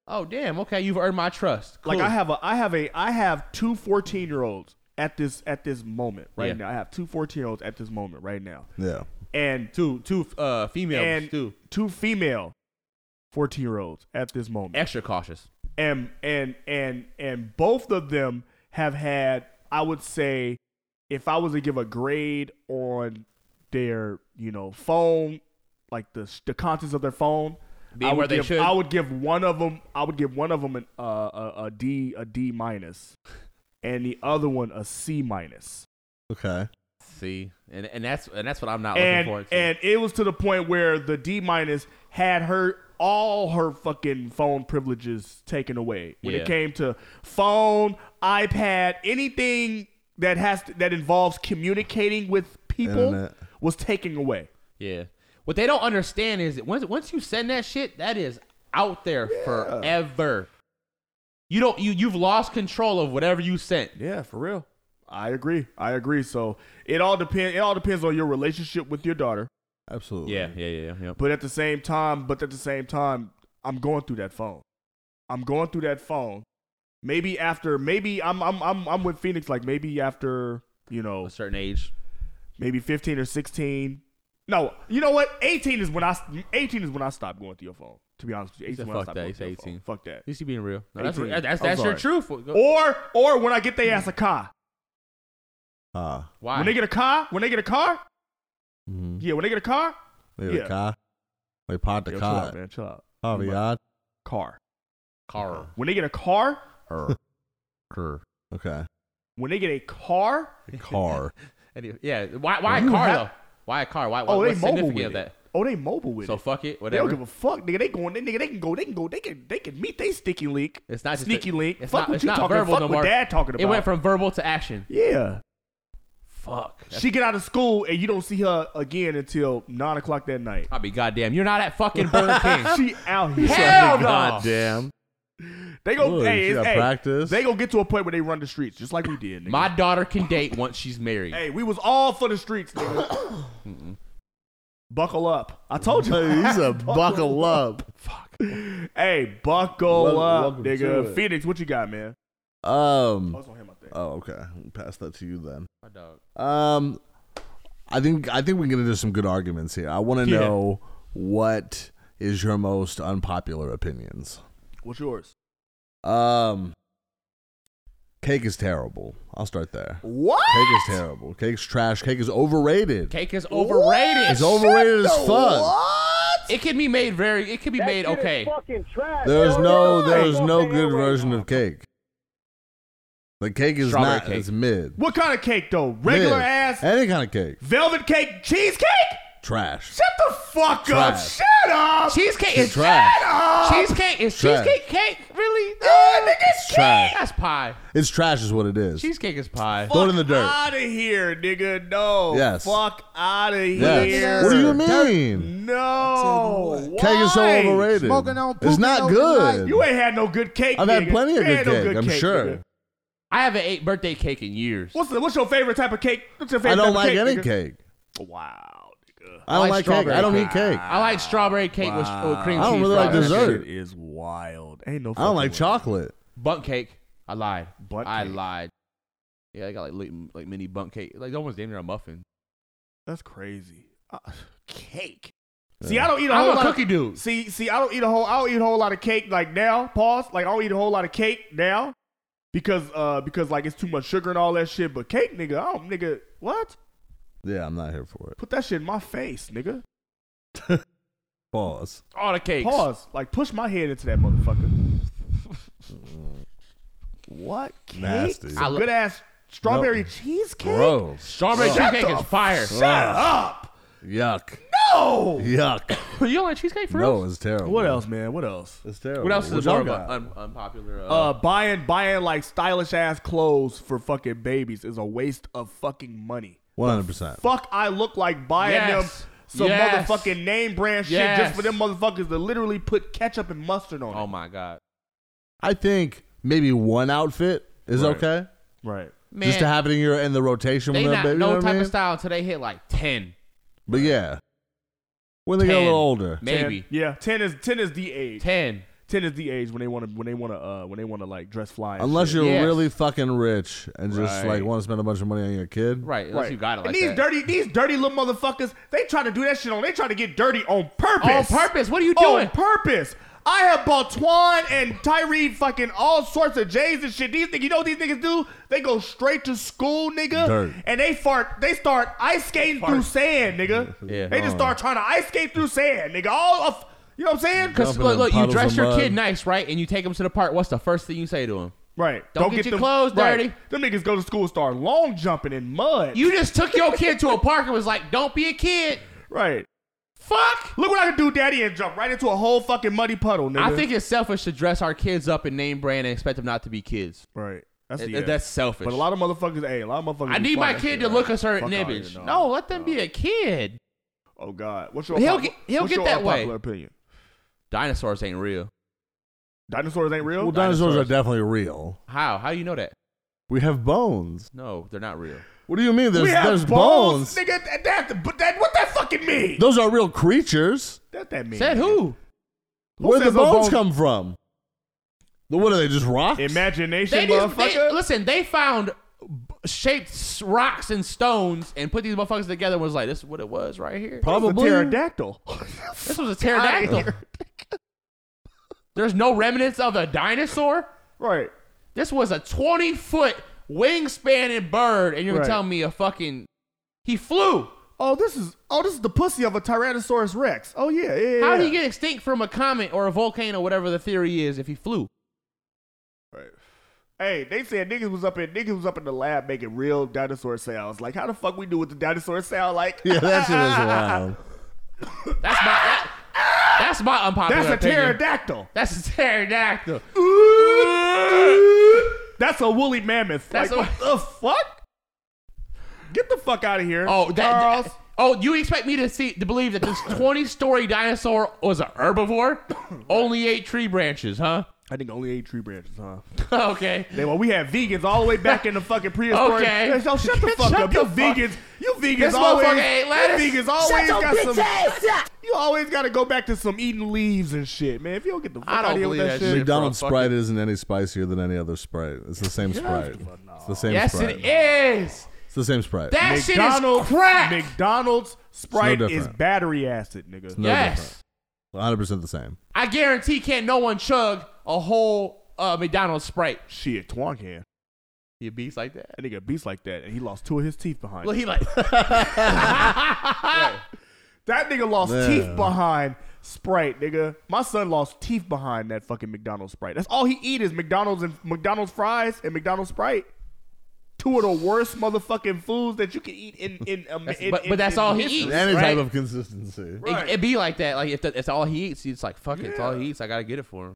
Speaker 4: Oh damn. Okay, you've earned my trust. Cool.
Speaker 2: Like I have a I have a I have two 14 year olds at this at this moment right
Speaker 4: Yeah.
Speaker 2: now. I have two 14 year olds at this moment right now.
Speaker 3: yeah
Speaker 2: And
Speaker 4: two two uh females
Speaker 2: and
Speaker 4: too.
Speaker 2: two female 14 year olds at this moment.
Speaker 4: Extra cautious.
Speaker 2: and and and and both of them have had i would say if i was to give a grade on their you know phone like the the contents of their phone
Speaker 4: Being
Speaker 2: I would
Speaker 4: where they
Speaker 2: give,
Speaker 4: should.
Speaker 2: I would give one of them i would give one of them an, uh, a, a d a d minus and the other one a c minus
Speaker 3: okay
Speaker 4: See, and and that's and that's what I'm not looking
Speaker 2: and
Speaker 4: forward to.
Speaker 2: and it was to the point where the D minus had her all her fucking phone privileges taken away when
Speaker 4: Yeah.
Speaker 2: it came to phone, iPad, anything that has to, that involves communicating with people
Speaker 3: Internet.
Speaker 2: was taken away.
Speaker 4: yeah. What they don't understand is that once once you send that shit, that is out there forever. You don't you you've lost control of whatever you sent.
Speaker 2: Yeah, for real. I agree. I agree. So it all depend. It all depends on your relationship with your daughter.
Speaker 3: absolutely
Speaker 4: Yeah, yeah, yeah, yeah.
Speaker 2: But at the same time, but at the same time, I'm going through that phone. I'm going through that phone. Maybe after, maybe I'm I'm I'm I'm with Phoenix. Like maybe after, you know,
Speaker 4: a certain age.
Speaker 2: maybe 15 or 16. No, you know what? 18 is when I 18 is when I stopped going through your phone. To be honest with you, 18
Speaker 4: said
Speaker 2: when I
Speaker 4: fuck
Speaker 2: stopped
Speaker 4: that.
Speaker 2: going
Speaker 4: He
Speaker 2: through
Speaker 4: said
Speaker 2: your phone.
Speaker 4: 18.
Speaker 2: Fuck that.
Speaker 4: You see, being real. No, that's
Speaker 2: 18.
Speaker 4: that's that's,
Speaker 2: I'm
Speaker 4: that's your
Speaker 2: sorry.
Speaker 4: truth. Mm-hmm.
Speaker 2: Or or when I get their ass a car.
Speaker 3: ah
Speaker 4: Why?
Speaker 2: When they get a car, when they get a car,
Speaker 3: mm-hmm.
Speaker 2: yeah, when they get a car,
Speaker 3: yeah.
Speaker 2: Yeah.
Speaker 3: the car they pod the
Speaker 2: Yo, chill out,
Speaker 3: car
Speaker 2: man, chill out.
Speaker 3: oh yeah
Speaker 2: Car.
Speaker 4: car.
Speaker 2: When they get a car,
Speaker 3: okay
Speaker 2: when they get a car,
Speaker 3: The car
Speaker 4: Anyway, yeah. Why? Why
Speaker 2: You
Speaker 4: a car
Speaker 2: have-
Speaker 4: though? Why a car? Why? why
Speaker 2: oh, they
Speaker 4: what's
Speaker 2: mobile
Speaker 4: significant
Speaker 2: with
Speaker 4: of
Speaker 2: it.
Speaker 4: that?
Speaker 2: Oh, they mobile with
Speaker 4: So
Speaker 2: it.
Speaker 4: fuck it.
Speaker 2: They
Speaker 4: Whatever.
Speaker 2: don't give a fuck, nigga. They going, they, nigga. They can go. They can go. They can. They can meet. They sticky link.
Speaker 4: it's not just
Speaker 2: sneaky
Speaker 4: a,
Speaker 2: link.
Speaker 4: It's
Speaker 2: fuck
Speaker 4: not,
Speaker 2: what
Speaker 4: it's
Speaker 2: you
Speaker 4: not
Speaker 2: talking.
Speaker 4: verbal
Speaker 2: Fuck
Speaker 4: no
Speaker 2: what
Speaker 4: more.
Speaker 2: dad talking about.
Speaker 4: It went from verbal to action.
Speaker 2: yeah.
Speaker 4: Fuck.
Speaker 2: She get out of school and you don't see her again until nine o'clock that night.
Speaker 4: I'll be goddamn. You're not at fucking Burger King.
Speaker 2: She out here.
Speaker 4: Hell no.
Speaker 3: god damn
Speaker 2: They go.
Speaker 3: Ooh,
Speaker 2: Hey,
Speaker 3: she
Speaker 2: it's,
Speaker 3: got
Speaker 2: hey,
Speaker 3: practice.
Speaker 2: They gonna get to a point where they run the streets just like we did. Nigga.
Speaker 4: My daughter can date once she's married.
Speaker 2: hey, we was all for the streets. Nigga. buckle up. I told you.
Speaker 3: hey, he's a buckle up
Speaker 2: Hey, buckle
Speaker 3: Wel-
Speaker 2: up,
Speaker 3: welcome to
Speaker 2: nigga.
Speaker 3: it.
Speaker 2: Phoenix, what you got, man? I
Speaker 3: um
Speaker 2: was gonna hit my thing.
Speaker 3: oh okay I'll pass that to you then
Speaker 4: My dog.
Speaker 3: Um, I think I think we can get into some good arguments here. I want to
Speaker 4: Yeah.
Speaker 3: know what is your most unpopular opinions.
Speaker 2: What's yours?
Speaker 3: Um, cake is terrible. I'll start there.
Speaker 2: What?
Speaker 3: Cake is terrible. Cake's trash. Cake is overrated.
Speaker 4: Cake is overrated.
Speaker 3: It's overrated as fuck.
Speaker 4: It can be made very. It can be made okay.
Speaker 3: There's no there's no good version of cake. The cake is
Speaker 4: Strawberry
Speaker 3: not.
Speaker 4: cake.
Speaker 3: It's mid.
Speaker 2: What kind of cake though? Regular
Speaker 3: Mid.
Speaker 2: ass
Speaker 3: Any kind of cake.
Speaker 2: velvet cake cheesecake?
Speaker 3: Trash.
Speaker 2: Shut the fuck up!
Speaker 3: Trash.
Speaker 2: Shut up!
Speaker 4: Cheesecake
Speaker 3: It's
Speaker 4: is
Speaker 3: trash.
Speaker 2: up!
Speaker 4: Cheesecake is
Speaker 3: Trash.
Speaker 4: cheesecake cake really?
Speaker 2: Yeah, nigga, it's
Speaker 3: Trash.
Speaker 4: That's pie.
Speaker 3: It's trash is what it is.
Speaker 4: Cheesecake is pie.
Speaker 3: Throw it in the dirt.
Speaker 2: Out of here, nigga. No.
Speaker 3: Yes.
Speaker 2: Fuck out of
Speaker 3: Yes.
Speaker 2: here.
Speaker 3: What do you mean?
Speaker 2: No.
Speaker 3: Cake is so
Speaker 2: Why?
Speaker 3: overrated.
Speaker 5: Smoking on
Speaker 3: it's
Speaker 5: pooping
Speaker 3: not
Speaker 5: over the
Speaker 3: good.
Speaker 5: night.
Speaker 2: You ain't had no good cake.
Speaker 3: I've had
Speaker 2: nigga.
Speaker 3: plenty of
Speaker 2: You
Speaker 3: good
Speaker 2: ain't no
Speaker 3: cake. I'm sure.
Speaker 2: nigga.
Speaker 4: I haven't ate birthday cake in years.
Speaker 2: What's the, what's your favorite type of cake? What's your favorite
Speaker 3: I don't
Speaker 2: type
Speaker 3: like
Speaker 2: of
Speaker 3: any
Speaker 2: nigga?
Speaker 3: cake.
Speaker 2: Wow. nigga.
Speaker 3: I don't
Speaker 4: like
Speaker 3: like cake. I
Speaker 4: strawberry
Speaker 3: don't
Speaker 4: cake.
Speaker 3: eat cake. I
Speaker 4: I like strawberry cake with sh- with cream
Speaker 3: I
Speaker 4: cheese.
Speaker 3: don't really like
Speaker 4: fries.
Speaker 3: dessert.
Speaker 2: Shit is wild. Ain't no.
Speaker 3: don't
Speaker 2: fucking
Speaker 3: like
Speaker 2: way.
Speaker 3: chocolate.
Speaker 4: Bunk cake. I lied.
Speaker 2: Bunt
Speaker 4: I
Speaker 2: cake.
Speaker 4: lied. Yeah, I got like li- like mini bunk cake. Like almost damn near a muffin.
Speaker 2: That's crazy. Uh, cake. See, I don't eat a whole
Speaker 4: I'm a
Speaker 2: lot
Speaker 4: cookie
Speaker 2: of,
Speaker 4: dude.
Speaker 2: See, see, I don't eat a whole. I don't eat a whole lot of cake like now. Pause. Like I don't eat a whole lot of cake now because uh because like it's too much sugar and all that shit. But cake, nigga, I don't nigga. What?
Speaker 3: Yeah, I'm not here for it.
Speaker 2: Put that shit in my face, nigga.
Speaker 3: Pause.
Speaker 4: All the cakes.
Speaker 2: Pause. Like push my head into that motherfucker. what cake?
Speaker 3: Nasty.
Speaker 2: Some good ass strawberry cheesecake.
Speaker 3: Gross.
Speaker 4: Strawberry
Speaker 2: Shut
Speaker 4: cheesecake
Speaker 2: the
Speaker 4: is fire.
Speaker 2: Shut up.
Speaker 3: Yuck.
Speaker 2: No.
Speaker 3: Yuck.
Speaker 4: you don't like cheesecake for
Speaker 3: No,
Speaker 4: real?
Speaker 3: it's terrible.
Speaker 2: What else, man? What else?
Speaker 3: It's terrible.
Speaker 4: What else is
Speaker 3: y'all
Speaker 4: more of
Speaker 3: got?
Speaker 4: a un- unpopular? Uh,
Speaker 2: Uh, buying buying like stylish ass clothes for fucking babies is a waste of fucking money.
Speaker 3: 100%.
Speaker 2: Fuck, I look like buying
Speaker 4: Yes.
Speaker 2: them some
Speaker 4: Yes.
Speaker 2: motherfucking name brand shit just
Speaker 4: Yes.
Speaker 2: for them motherfuckers to literally put ketchup and mustard on.
Speaker 4: oh
Speaker 2: it.
Speaker 4: my god.
Speaker 3: I think maybe one outfit is
Speaker 4: Right.
Speaker 3: okay.
Speaker 2: Right.
Speaker 4: Man,
Speaker 3: Just to have it in your in the rotation
Speaker 4: they
Speaker 3: with them,
Speaker 4: not
Speaker 3: baby. you
Speaker 4: no
Speaker 3: know what
Speaker 4: type
Speaker 3: I mean?
Speaker 4: of style until they hit like ten,
Speaker 3: But yeah. When they get a
Speaker 4: 10,
Speaker 3: little older.
Speaker 4: maybe
Speaker 2: Ten, yeah. Ten is ten is the age. Ten,
Speaker 4: ten.
Speaker 2: is the age when they want to when they want to uh when they want to like dress fly. and
Speaker 3: Unless
Speaker 2: shit.
Speaker 3: you're
Speaker 4: Yes.
Speaker 3: really fucking rich and just
Speaker 4: Right.
Speaker 3: like want to spend a bunch of money on your kid.
Speaker 4: Right, unless you got it like
Speaker 2: and these
Speaker 4: that.
Speaker 2: dirty these dirty little motherfuckers they try to do that shit on they try to get dirty on purpose
Speaker 4: On purpose. What are you
Speaker 2: on
Speaker 4: doing?
Speaker 2: purpose I have bought Twan and Tyree fucking all sorts of J's and shit. These niggas, you know what these niggas do? They go straight to school, nigga,
Speaker 3: Dirt.
Speaker 2: and they fart. They start ice skating through sand, nigga.
Speaker 4: Yeah.
Speaker 2: They just start trying to ice skate through sand, nigga. All of, you know what I'm saying?
Speaker 4: Because
Speaker 3: Dumping
Speaker 4: look,
Speaker 3: in
Speaker 4: look, you
Speaker 3: puddles
Speaker 4: dress
Speaker 3: of
Speaker 4: your
Speaker 3: mud.
Speaker 4: kid nice, right? And you take him to the park. What's the first thing you say to him?
Speaker 2: Right.
Speaker 4: Don't get your clothes
Speaker 2: right.
Speaker 4: dirty.
Speaker 2: Them niggas go to school, and start long jumping in mud.
Speaker 4: You just took your kid to a park and was like, "Don't be a kid."
Speaker 2: right.
Speaker 4: Fuck.
Speaker 2: Look what I can do, daddy, and jump right into a whole fucking muddy puddle, nigga.
Speaker 4: I think it's selfish to dress our kids up in name brand and expect them not to be kids.
Speaker 2: Right. That's
Speaker 4: Th-
Speaker 2: the
Speaker 4: That's selfish.
Speaker 2: But a lot of motherfuckers, hey, a lot of motherfuckers.
Speaker 4: I
Speaker 2: be
Speaker 4: need my
Speaker 2: flying
Speaker 4: kid
Speaker 2: shit,
Speaker 4: to
Speaker 2: right?
Speaker 4: look a certain
Speaker 2: Fuck outta
Speaker 4: image.
Speaker 2: here,
Speaker 4: No.
Speaker 2: dog.
Speaker 4: let them be a kid.
Speaker 2: Oh God, what's your?
Speaker 4: He'll
Speaker 2: pop-
Speaker 4: get- he'll
Speaker 2: what's
Speaker 4: get
Speaker 2: your
Speaker 4: that way.
Speaker 2: unpopular Opinion:
Speaker 4: Dinosaurs ain't real.
Speaker 2: Dinosaurs ain't real.
Speaker 3: Well, dinosaurs are definitely real.
Speaker 4: How? How do you know that?
Speaker 3: We have bones.
Speaker 4: No, they're not real.
Speaker 3: What do you mean? There's
Speaker 2: we have
Speaker 3: there's bones.
Speaker 2: nigga. That, that, but that, what that fucking mean?
Speaker 3: Those are real creatures.
Speaker 2: that that mean?
Speaker 4: Said who?
Speaker 3: Where the
Speaker 2: says those
Speaker 3: bones,
Speaker 2: bones-
Speaker 3: come from? The- What are they? Just rocks?
Speaker 2: Imagination,
Speaker 4: They just,
Speaker 2: motherfucker.
Speaker 4: they, listen, they found b- shaped s- rocks and stones and put these motherfuckers together and was like, this is what it was right here.
Speaker 2: It's a
Speaker 3: Probably.
Speaker 2: pterodactyl.
Speaker 4: This was a pterodactyl. There's no remnants of a dinosaur.
Speaker 2: right.
Speaker 4: This was a 20 foot wingspanning bird, and you're
Speaker 2: Right.
Speaker 4: gonna tell me a fucking he flew.
Speaker 2: Oh, this is oh, this is the pussy of a Tyrannosaurus Rex. Oh yeah, yeah. yeah,
Speaker 4: How did he
Speaker 2: yeah.
Speaker 4: get extinct from a comet or a volcano, whatever the theory is, if he flew?
Speaker 2: Hey, they said niggas was up in niggas was up in the lab making real dinosaur sounds. Like how the fuck we do what the dinosaur sound like?
Speaker 3: Yeah, that shit is wild.
Speaker 4: That's my that, that's my unpopular
Speaker 2: That's a
Speaker 4: opinion.
Speaker 2: pterodactyl.
Speaker 4: That's a pterodactyl.
Speaker 2: That's a woolly mammoth.
Speaker 4: That's
Speaker 2: like,
Speaker 4: a-
Speaker 2: what the fuck? Get the fuck out of here.
Speaker 4: Oh, that,
Speaker 2: Charles.
Speaker 4: that- oh, you expect me to see to believe that this 20 story dinosaur was a herbivore? Only ate tree branches, huh?
Speaker 2: I think only ate tree branches, huh?
Speaker 4: okay.
Speaker 2: They, well, we had vegans all the way back in the fucking prehistoric.
Speaker 4: Okay.
Speaker 2: Hey, so shut the fuck
Speaker 4: Shut
Speaker 2: up.
Speaker 4: the
Speaker 2: you
Speaker 4: fuck-
Speaker 2: vegans. You vegans
Speaker 4: This
Speaker 2: always.
Speaker 4: motherfucker ate lettuce.
Speaker 2: You vegans always got some. You always got to go back to some eating leaves and shit, man. If you don't get the fuck
Speaker 4: I don't
Speaker 2: out of here with
Speaker 4: believe
Speaker 2: that
Speaker 4: that
Speaker 2: shit.
Speaker 4: shit.
Speaker 3: McDonald's
Speaker 4: Bro, fuck
Speaker 3: Sprite isn't any spicier than any other Sprite. It's the same Sprite. It's the same
Speaker 4: Yes,
Speaker 3: Sprite.
Speaker 4: it is.
Speaker 3: It's the same Sprite.
Speaker 4: That
Speaker 2: McDonald's
Speaker 4: shit is crack.
Speaker 2: McDonald's Sprite is
Speaker 3: different.
Speaker 2: battery acid, nigga.
Speaker 3: No
Speaker 4: yes.
Speaker 3: different. 100% the same.
Speaker 4: I guarantee can't no one chug a whole uh, McDonald's Sprite.
Speaker 2: Shit, Twan can.
Speaker 4: He beats like that.
Speaker 2: That nigga beats like that, and he lost two of his teeth behind.
Speaker 4: Well,
Speaker 2: it.
Speaker 4: he like
Speaker 2: That nigga lost
Speaker 3: Yeah.
Speaker 2: teeth behind Sprite, nigga. My son lost teeth behind that fucking McDonald's Sprite. That's all he eat is McDonald's and McDonald's fries and McDonald's Sprite. Two of the worst motherfucking foods that you can eat in in. Um,
Speaker 4: That's-
Speaker 2: in-
Speaker 4: but-
Speaker 2: in-
Speaker 4: but that's
Speaker 2: in
Speaker 4: all he
Speaker 2: history.
Speaker 4: eats.
Speaker 3: Any
Speaker 4: Right.
Speaker 3: type of consistency.
Speaker 4: It, it be like that. Like if that, it's all he eats, it's like fuck it. It's all he eats. I gotta get it for him.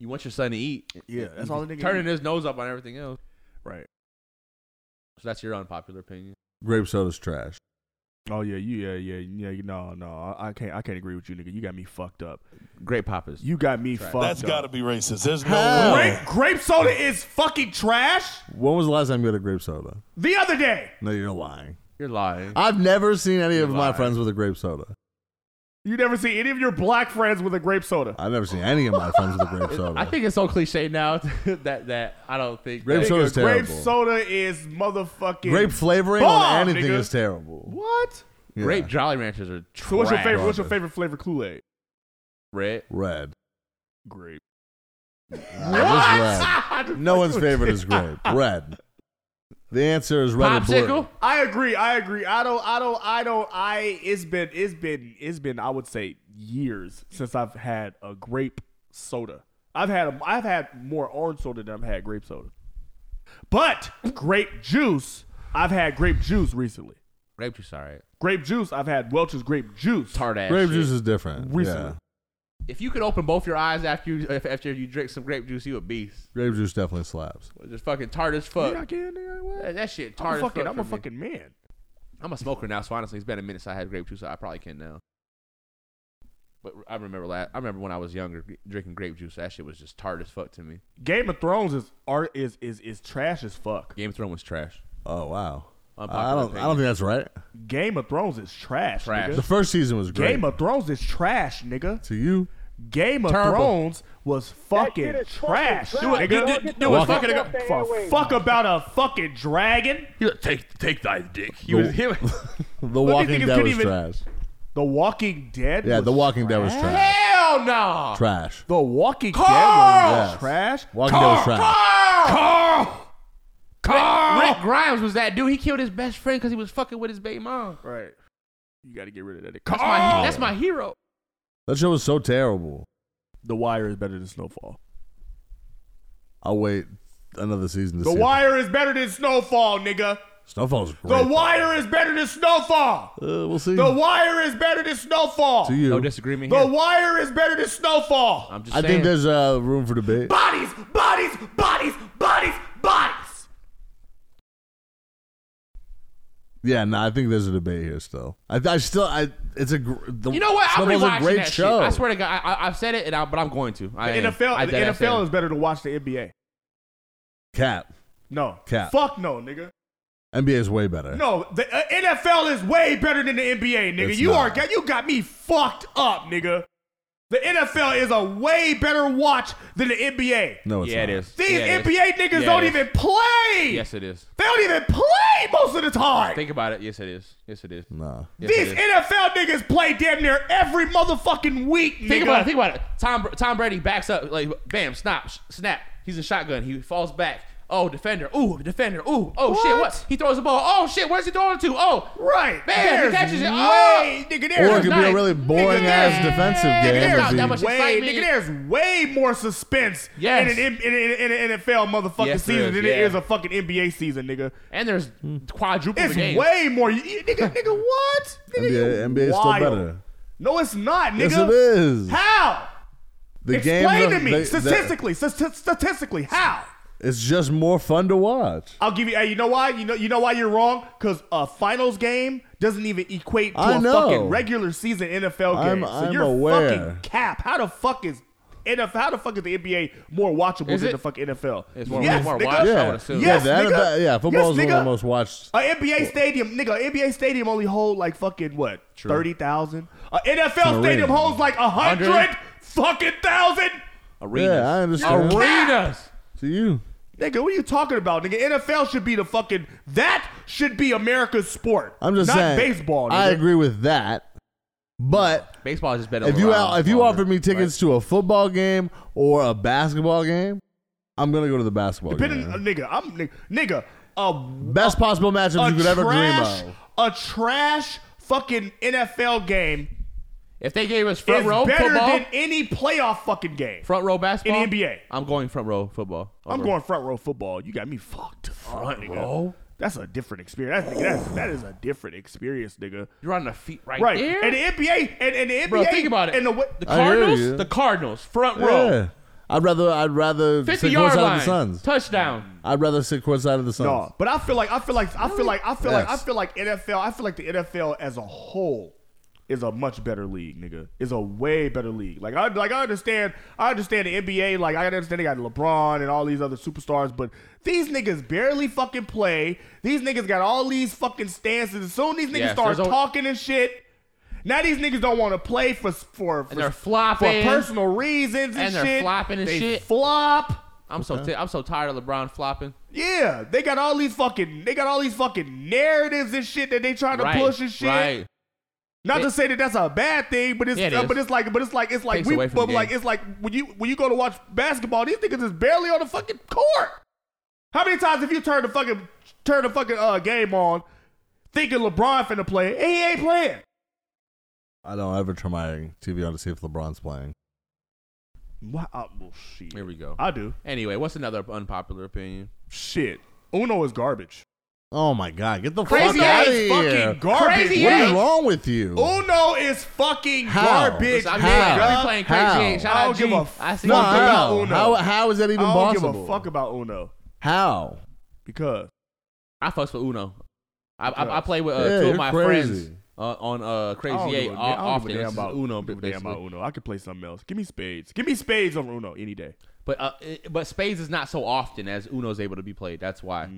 Speaker 4: You want your son to eat?
Speaker 2: Yeah, that's all the Hmm. nigga.
Speaker 4: Turning
Speaker 2: eat.
Speaker 4: his nose up on everything else.
Speaker 2: right.
Speaker 4: So that's your unpopular opinion.
Speaker 3: Grape soda's trash.
Speaker 2: Oh yeah, you yeah yeah yeah. No no, I I can't I can't agree with you, nigga. You got me fucked up.
Speaker 4: Great poppers.
Speaker 2: You got me fucked
Speaker 9: That's
Speaker 2: up.
Speaker 9: got to be racist. There's
Speaker 3: How?
Speaker 9: no way.
Speaker 2: Grape, grape soda is fucking trash.
Speaker 3: When was the last time you had a grape soda?
Speaker 2: The other day,
Speaker 3: No, you're lying.
Speaker 4: You're lying.
Speaker 3: I've never seen any of my
Speaker 4: lying.
Speaker 3: friends with a grape soda.
Speaker 2: you never see any of your black friends with a grape soda.
Speaker 3: I've never seen any of my friends with a grape soda.
Speaker 4: I think it's so cliche now that that I don't think.
Speaker 3: Grape
Speaker 4: that-
Speaker 3: soda's
Speaker 2: Nigga, grape
Speaker 3: terrible.
Speaker 2: soda is motherfucking
Speaker 3: grape flavoring
Speaker 2: Bomb,
Speaker 3: on anything
Speaker 2: nigga.
Speaker 3: is terrible.
Speaker 2: What?
Speaker 3: Yeah.
Speaker 4: Grape Jolly Ranchers are trash.
Speaker 2: So what's your favorite? What's your
Speaker 3: Garbage.
Speaker 2: favorite flavor Kool-Aid?
Speaker 4: Red.
Speaker 3: Red.
Speaker 2: Grape.
Speaker 3: Nah, just red.
Speaker 2: just
Speaker 3: No
Speaker 2: fucking
Speaker 3: one's
Speaker 2: with
Speaker 3: favorite
Speaker 2: you.
Speaker 3: is grape. Red. The answer is red or blue.
Speaker 4: Popsicle.
Speaker 2: I agree. I agree. I don't. I don't. I don't. I. It's been. It's been. It's been. I would say years since I've had a grape soda. I've had. A, I've had more orange soda than I've had grape soda. But grape juice. I've had grape juice recently.
Speaker 4: Grape juice. All right.
Speaker 2: Grape juice. I've had Welch's grape juice.
Speaker 4: Tart ass.
Speaker 3: Grape
Speaker 4: shit.
Speaker 3: juice is different.
Speaker 2: Recently.
Speaker 3: Yeah.
Speaker 4: If you could open both your eyes after you if- after you drink some grape juice, you a beast.
Speaker 3: Grape juice definitely slaps.
Speaker 4: Just fucking tart as
Speaker 2: Yeah, I
Speaker 4: fuck.
Speaker 2: can, nigga, what?
Speaker 4: That, that shit
Speaker 2: I'm
Speaker 4: tart
Speaker 2: a
Speaker 4: as
Speaker 2: fucking.
Speaker 4: fuck
Speaker 2: I'm a
Speaker 4: for me.
Speaker 2: fucking man.
Speaker 4: I'm a smoker now, so honestly, it's been a minute since I had grape juice. So I probably can now. But I remember la I remember when I was younger g- drinking grape juice. That shit was just tart as fuck to me.
Speaker 2: Game of Thrones is art is is is trash as fuck.
Speaker 4: Game of Thrones was trash.
Speaker 3: Oh wow.
Speaker 4: Unpopular
Speaker 3: I don't. I don't
Speaker 4: opinion.
Speaker 3: think that's right.
Speaker 2: Game of Thrones is trash.
Speaker 4: Trash.
Speaker 2: Nigga.
Speaker 3: The first season was great.
Speaker 2: Game of Thrones is trash, nigga.
Speaker 3: to you.
Speaker 2: Game of
Speaker 4: Terrible.
Speaker 2: Thrones was fucking
Speaker 10: shit is fucking
Speaker 2: trash.
Speaker 10: trash. Do
Speaker 2: nigga.
Speaker 10: it-
Speaker 4: do- do- do it, fucking
Speaker 10: nigga.
Speaker 2: Give a Fuck about a fucking dragon.
Speaker 4: He was, take take thy dick. He was him.
Speaker 3: The
Speaker 2: these
Speaker 3: Walking
Speaker 2: niggas
Speaker 3: Dead
Speaker 2: couldn't
Speaker 3: was
Speaker 2: even-
Speaker 3: trash.
Speaker 2: The Walking Dead.
Speaker 3: Yeah,
Speaker 2: was
Speaker 3: The Walking Dead was trash.
Speaker 4: Hell no.
Speaker 3: Trash.
Speaker 2: The Walking Dead was
Speaker 3: Yes.
Speaker 2: trash.
Speaker 3: Walking Dead was trash.
Speaker 4: Carl. Carl. Rick Grimes was that dude. He killed his best friend because he was fucking with his baby mom.
Speaker 2: Right. You got to get rid of that.
Speaker 4: That's my that's my hero.
Speaker 3: That show was so terrible.
Speaker 2: The Wire is better than Snowfall.
Speaker 3: I'll wait another season to
Speaker 2: The
Speaker 3: see.
Speaker 2: Wire is better than Snowfall, nigga.
Speaker 3: Snowfall's
Speaker 2: The
Speaker 3: great.
Speaker 2: Wire is better than Snowfall.
Speaker 3: Uh, we'll see.
Speaker 2: The Wire is better than Snowfall.
Speaker 3: to you.
Speaker 4: No disagreement
Speaker 2: The
Speaker 4: here.
Speaker 2: Wire is better than Snowfall.
Speaker 4: I'm just
Speaker 3: I
Speaker 4: saying.
Speaker 3: think there's uh, room for debate.
Speaker 2: bodies, bodies, bodies, bodies, bodies.
Speaker 3: Yeah, no, I think there's a debate here still. I, I still, I, it's a. gr- The,
Speaker 4: you know what? I'm
Speaker 3: Snowfall's
Speaker 4: rewatching
Speaker 3: a great
Speaker 4: that
Speaker 3: show.
Speaker 4: Shit. I swear to God, I, I, I've said it, and I, but I'm going to. I
Speaker 2: The
Speaker 4: am.
Speaker 2: NFL,
Speaker 4: I
Speaker 2: the
Speaker 4: dead ass am.
Speaker 2: NFL is better to watch the NBA.
Speaker 3: Cap.
Speaker 2: No,
Speaker 3: Cap.
Speaker 2: fuck no, nigga.
Speaker 3: NBA is way better.
Speaker 2: No, the uh, NFL is way better than the NBA, nigga.
Speaker 3: It's
Speaker 2: you are
Speaker 3: not.
Speaker 2: got- you got me fucked up, nigga. The NFL is a way better watch than the NBA.
Speaker 3: No, it's
Speaker 4: Yeah, it
Speaker 3: not.
Speaker 4: is.
Speaker 2: These
Speaker 4: yeah, it is.
Speaker 2: NBA niggas
Speaker 4: Yeah,
Speaker 2: don't
Speaker 4: it is.
Speaker 2: even play.
Speaker 4: Yes, it is.
Speaker 2: They don't even play most of the time.
Speaker 4: Think about it. Yes, it is. Yes, it is.
Speaker 3: No.
Speaker 4: Yes, it
Speaker 2: These
Speaker 4: is.
Speaker 2: NFL niggas play damn near every motherfucking week, nigga.
Speaker 4: Think about it. Think about it. Tom Br- Tom Brady backs up like bam, snap, sh- snap. He's in shotgun. He falls back. Oh, defender. Ooh, defender. Ooh, oh shit. What?
Speaker 2: What?
Speaker 4: He throws the ball. Oh shit. Where's he throwing it to? Oh,
Speaker 2: Right.
Speaker 4: Bam, he
Speaker 2: There's
Speaker 4: catches it. Oh!
Speaker 2: Way, nigga, there's
Speaker 3: Or it could be
Speaker 4: Nice.
Speaker 3: a really boring ass
Speaker 4: Nigga,
Speaker 3: defensive
Speaker 4: yeah.
Speaker 3: game.
Speaker 4: There's
Speaker 3: if
Speaker 4: not
Speaker 3: he-
Speaker 4: that much-
Speaker 2: way,
Speaker 4: excitement.
Speaker 2: nigga, there's way more suspense
Speaker 4: Yes.
Speaker 2: in an in, in, in, in an NFL motherfucking
Speaker 4: Yes, there
Speaker 2: season
Speaker 4: is,
Speaker 2: than
Speaker 4: yeah. Oh
Speaker 2: it is a fucking NBA season, nigga.
Speaker 4: and there's quadruple
Speaker 2: It's
Speaker 4: the game.
Speaker 2: way more. You, you- nigga, nigga, what? Nigga, you
Speaker 3: NBA, NBA is still
Speaker 2: wild.
Speaker 3: better.
Speaker 2: No, it's not, nigga.
Speaker 3: Yes, it is.
Speaker 2: How?
Speaker 3: The
Speaker 2: Explain
Speaker 3: games
Speaker 2: to
Speaker 3: are-
Speaker 2: me
Speaker 3: they- they-
Speaker 2: statistically, st- statistically, how?
Speaker 3: It's just more fun to watch.
Speaker 2: I'll give you. Hey, you know why? You know, you know why you're wrong? Because a finals game doesn't even equate to
Speaker 3: I
Speaker 2: a
Speaker 3: know.
Speaker 2: fucking regular season NFL
Speaker 3: I'm-
Speaker 2: game. so
Speaker 3: I'm
Speaker 2: you're
Speaker 3: aware.
Speaker 2: fucking cap. How the fuck is NFL? How the fuck is the NBA more watchable
Speaker 4: Is
Speaker 2: than
Speaker 4: it?
Speaker 2: the fucking NFL?
Speaker 4: It's more-
Speaker 2: yes,
Speaker 4: more
Speaker 2: nigga.
Speaker 4: watched, I
Speaker 3: Yeah.
Speaker 4: would assume.
Speaker 3: Yeah,
Speaker 2: Yes,
Speaker 3: that,
Speaker 2: nigga.
Speaker 3: that- yeah, football
Speaker 2: Yes,
Speaker 3: is one of
Speaker 2: nigga.
Speaker 3: the most watched.
Speaker 2: A NBA stadium, nigga. A NBA stadium only hold like fucking what thirty thousand. A NFL
Speaker 3: It's an
Speaker 2: stadium
Speaker 3: arena.
Speaker 2: holds like a hundred
Speaker 4: Hundred?
Speaker 2: fucking thousand.
Speaker 4: Arenas.
Speaker 3: Yeah, I understand.
Speaker 4: Arenas.
Speaker 3: To you.
Speaker 2: Nigga, what are you talking about, nigga? NFL should be the fucking that should be America's sport.
Speaker 3: I'm just
Speaker 2: not
Speaker 3: saying.
Speaker 2: baseball. Nigga.
Speaker 3: I agree with that, but
Speaker 4: Baseball is just better.
Speaker 3: if you
Speaker 4: overall.
Speaker 3: out, if you
Speaker 4: Longer.
Speaker 3: offered me tickets to a football game or a basketball game, I'm gonna go to the basketball
Speaker 2: Been in-
Speaker 3: game.
Speaker 2: uh, nigga, I'm nigga, nigga, a,
Speaker 3: Best possible matchups
Speaker 2: a
Speaker 3: you could ever
Speaker 2: trash,
Speaker 3: dream of.
Speaker 2: a trash fucking NFL game
Speaker 4: If they gave us front
Speaker 2: is
Speaker 4: row
Speaker 2: better
Speaker 4: football,
Speaker 2: than any playoff fucking game.
Speaker 4: front row basketball
Speaker 2: In the NBA.
Speaker 4: I'm going front row football.
Speaker 2: I'm
Speaker 4: Over.
Speaker 2: going front row football. You got me fucked. Front row. That's a different experience. That's, that's, that is a different experience, nigga.
Speaker 4: You're on the feet right,
Speaker 2: Right.
Speaker 4: there.
Speaker 2: And the NBA and, and the NBA.
Speaker 4: Bro, think about it.
Speaker 2: And the, wa-
Speaker 4: the
Speaker 3: I hear you.
Speaker 4: Cardinals, the Cardinals, front row,
Speaker 3: Yeah. I'd rather I'd rather
Speaker 4: 50
Speaker 3: sit
Speaker 4: yard
Speaker 3: courtside of
Speaker 4: line,
Speaker 3: the Suns.
Speaker 4: touchdown.
Speaker 3: I'd rather sit courtside of the Suns.
Speaker 2: No, but I feel like I feel like I feel like I feel like I
Speaker 3: Yes.
Speaker 2: feel like NFL. I feel like the NFL as a whole is a much better league, nigga. Is a way better league. Like I like I understand. I understand the NBA. Like I understand they got LeBron and all these other superstars, but these niggas barely fucking play. These niggas got all these fucking stances. As soon as these niggas
Speaker 4: Yes,
Speaker 2: start
Speaker 4: there's a-
Speaker 2: talking and shit. Now these niggas don't want to play for for for,
Speaker 4: And they're
Speaker 2: for
Speaker 4: flopping.
Speaker 2: personal reasons and,
Speaker 4: And they're
Speaker 2: shit.
Speaker 4: flopping and
Speaker 2: They
Speaker 4: shit.
Speaker 2: Flop.
Speaker 4: I'm so ti- I'm so tired of LeBron flopping.
Speaker 2: Yeah, they got all these fucking they got all these fucking narratives and shit that they trying to
Speaker 4: right,
Speaker 2: push and shit.
Speaker 4: right.
Speaker 2: Not to
Speaker 4: They-
Speaker 2: say that that's a bad thing, but it's
Speaker 4: Yeah, it
Speaker 2: uh,
Speaker 4: is.
Speaker 2: but it's like but it's like it's like
Speaker 4: Takes
Speaker 2: we
Speaker 4: away from
Speaker 2: but
Speaker 4: the
Speaker 2: like
Speaker 4: game.
Speaker 2: it's like when you when you go to watch basketball, these niggas is barely on the fucking court. How many times have you turned the fucking turn the fucking uh, game on, thinking LeBron finna play and he ain't playing?
Speaker 3: I don't ever turn my TV on to see if LeBron's playing.
Speaker 2: Wow, oh, well, shit.
Speaker 4: Here we go.
Speaker 2: I do
Speaker 4: Anyway, what's another unpopular opinion?
Speaker 2: shit. Uno is garbage.
Speaker 3: Oh my god, get the
Speaker 2: Crazy
Speaker 3: fuck out
Speaker 2: ass
Speaker 3: of here!
Speaker 2: fucking garbage.
Speaker 4: Crazy
Speaker 3: what
Speaker 4: ass.
Speaker 3: is wrong with you?
Speaker 2: Uno is fucking
Speaker 3: How?
Speaker 2: garbage.
Speaker 4: Listen, I'm
Speaker 3: how?
Speaker 4: dead. I be
Speaker 2: nigga.
Speaker 4: playing
Speaker 3: How?
Speaker 4: crazy. Shout
Speaker 2: I
Speaker 4: out
Speaker 2: don't give
Speaker 4: G.
Speaker 2: a
Speaker 4: I see
Speaker 3: no,
Speaker 4: you
Speaker 2: fuck
Speaker 4: doing
Speaker 2: about
Speaker 3: how?
Speaker 2: Uno.
Speaker 3: how? How is that even
Speaker 2: I don't
Speaker 3: possible?
Speaker 2: give a fuck about Uno
Speaker 3: How?
Speaker 2: because
Speaker 4: I fucks with Uno. I, I, I
Speaker 2: Because-
Speaker 4: play with uh,
Speaker 3: Yeah,
Speaker 4: two
Speaker 3: you're
Speaker 4: of my
Speaker 3: crazy.
Speaker 4: friends uh, on uh,
Speaker 2: I
Speaker 4: Crazy
Speaker 2: don't
Speaker 4: Eight
Speaker 2: give a-
Speaker 4: o-
Speaker 2: I don't
Speaker 4: often.
Speaker 2: give a
Speaker 4: This
Speaker 2: damn
Speaker 4: is
Speaker 2: about
Speaker 4: Uno,
Speaker 2: give a damn about
Speaker 4: basically.
Speaker 2: Uno. I could play something else. Give me spades. Give me spades over Uno any day.
Speaker 4: But uh, it- but Spades is not so often as Uno's able to be played. That's
Speaker 2: Mm,
Speaker 4: why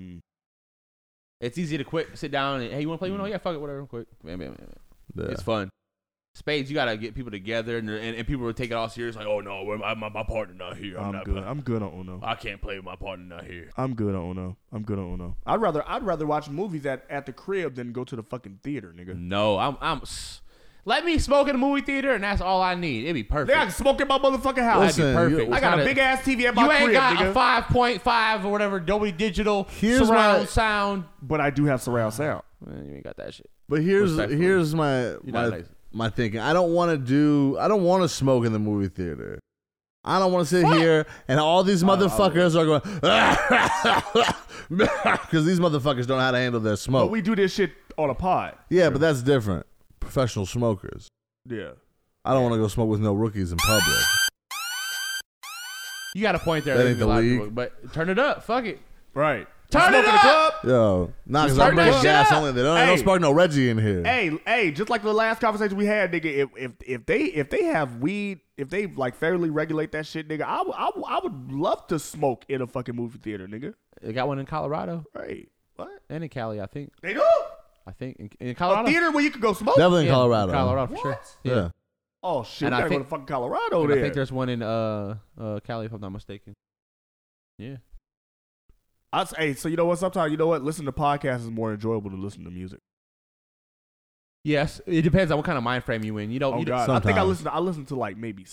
Speaker 4: it's easy to quick sit down and hey, you want to play Uno?
Speaker 3: Mm.
Speaker 4: Yeah, fuck it, whatever. Quick, bam, bam, bam, bam.
Speaker 3: Yeah.
Speaker 4: It's fun. Spades, you gotta get people together, and, and, and people will take it all serious. Like, oh no, where my, my my partner not here. I'm,
Speaker 2: I'm
Speaker 4: not
Speaker 2: good.
Speaker 4: playing.
Speaker 2: I'm good on Uno.
Speaker 4: I can't play with my partner not here.
Speaker 2: I'm good on Uno. I'm good on Uno. I'd rather I'd rather watch movies at, at the crib than go to the fucking theater, nigga.
Speaker 4: No, I'm I'm. s- Let me smoke in the movie theater, and that's all I need. It'd be
Speaker 2: They got
Speaker 4: perfect.
Speaker 2: smoke in my motherfucking house.
Speaker 3: Listen,
Speaker 4: That'd be perfect.
Speaker 3: you-
Speaker 2: I got a
Speaker 4: It's not
Speaker 2: big ass TV at my
Speaker 4: You ain't
Speaker 2: crib,
Speaker 4: got
Speaker 2: nigga.
Speaker 4: a five point five or whatever Dolby Digital
Speaker 3: Here's
Speaker 4: surround
Speaker 3: my-
Speaker 4: sound.
Speaker 2: but I do have surround sound.
Speaker 4: Man, you ain't got that shit.
Speaker 3: But here's
Speaker 4: Respectfully.
Speaker 3: here's my my,
Speaker 4: not nice.
Speaker 3: my thinking. I don't want to do. I don't want to smoke in the movie theater. I don't want to sit here and all these motherfuckers are going because these motherfuckers don't know how to handle their
Speaker 2: But
Speaker 3: smoke.
Speaker 2: we do this shit on a pod.
Speaker 3: yeah, but that's different. Professional smokers.
Speaker 2: Yeah.
Speaker 3: I don't want to go smoke with no rookies in public.
Speaker 4: You got a point there.
Speaker 3: That
Speaker 4: There's
Speaker 3: ain't
Speaker 4: a
Speaker 3: the
Speaker 4: lot of
Speaker 3: league.
Speaker 4: people, But turn it up. Fuck it.
Speaker 2: Right.
Speaker 4: Turn
Speaker 2: smoke
Speaker 4: it
Speaker 2: in the
Speaker 4: up!
Speaker 2: club.
Speaker 3: Yo, nah, because
Speaker 4: Turn
Speaker 3: I'm
Speaker 4: that
Speaker 3: bringing
Speaker 4: shit
Speaker 3: gas
Speaker 4: up.
Speaker 3: only. They don't, I don't
Speaker 2: Hey.
Speaker 3: spark no Reggie in here.
Speaker 2: Hey, hey, just like the last conversation we had, nigga, if if, if they if they have weed, if they like fairly regulate that shit, nigga, I would- I would- I would love to smoke in a fucking movie theater, nigga.
Speaker 4: They got one in Colorado
Speaker 2: Right. What?
Speaker 4: and in Cali, I think.
Speaker 2: They do?
Speaker 4: I think in, in
Speaker 2: A
Speaker 4: Colorado.
Speaker 2: theater where you could go smoke?
Speaker 3: Definitely in
Speaker 4: Yeah,
Speaker 3: Colorado.
Speaker 4: Colorado for sure.
Speaker 2: What?
Speaker 3: Yeah.
Speaker 2: Oh shit,
Speaker 4: And
Speaker 2: we
Speaker 4: I
Speaker 2: gotta go
Speaker 4: think-
Speaker 2: to fucking Colorado
Speaker 4: And I think
Speaker 2: there.
Speaker 4: there's one in uh uh Cali if I'm not mistaken. Yeah.
Speaker 2: I, s- hey, so you know what? Sometimes you know what? Listen to podcasts is more enjoyable than listen to music.
Speaker 4: Yes, it depends on what kind of mind frame you in. You don't.
Speaker 2: Oh
Speaker 4: you
Speaker 2: god,
Speaker 4: don't
Speaker 2: I think I
Speaker 3: Sometimes.
Speaker 2: listen. To, I listen to like maybe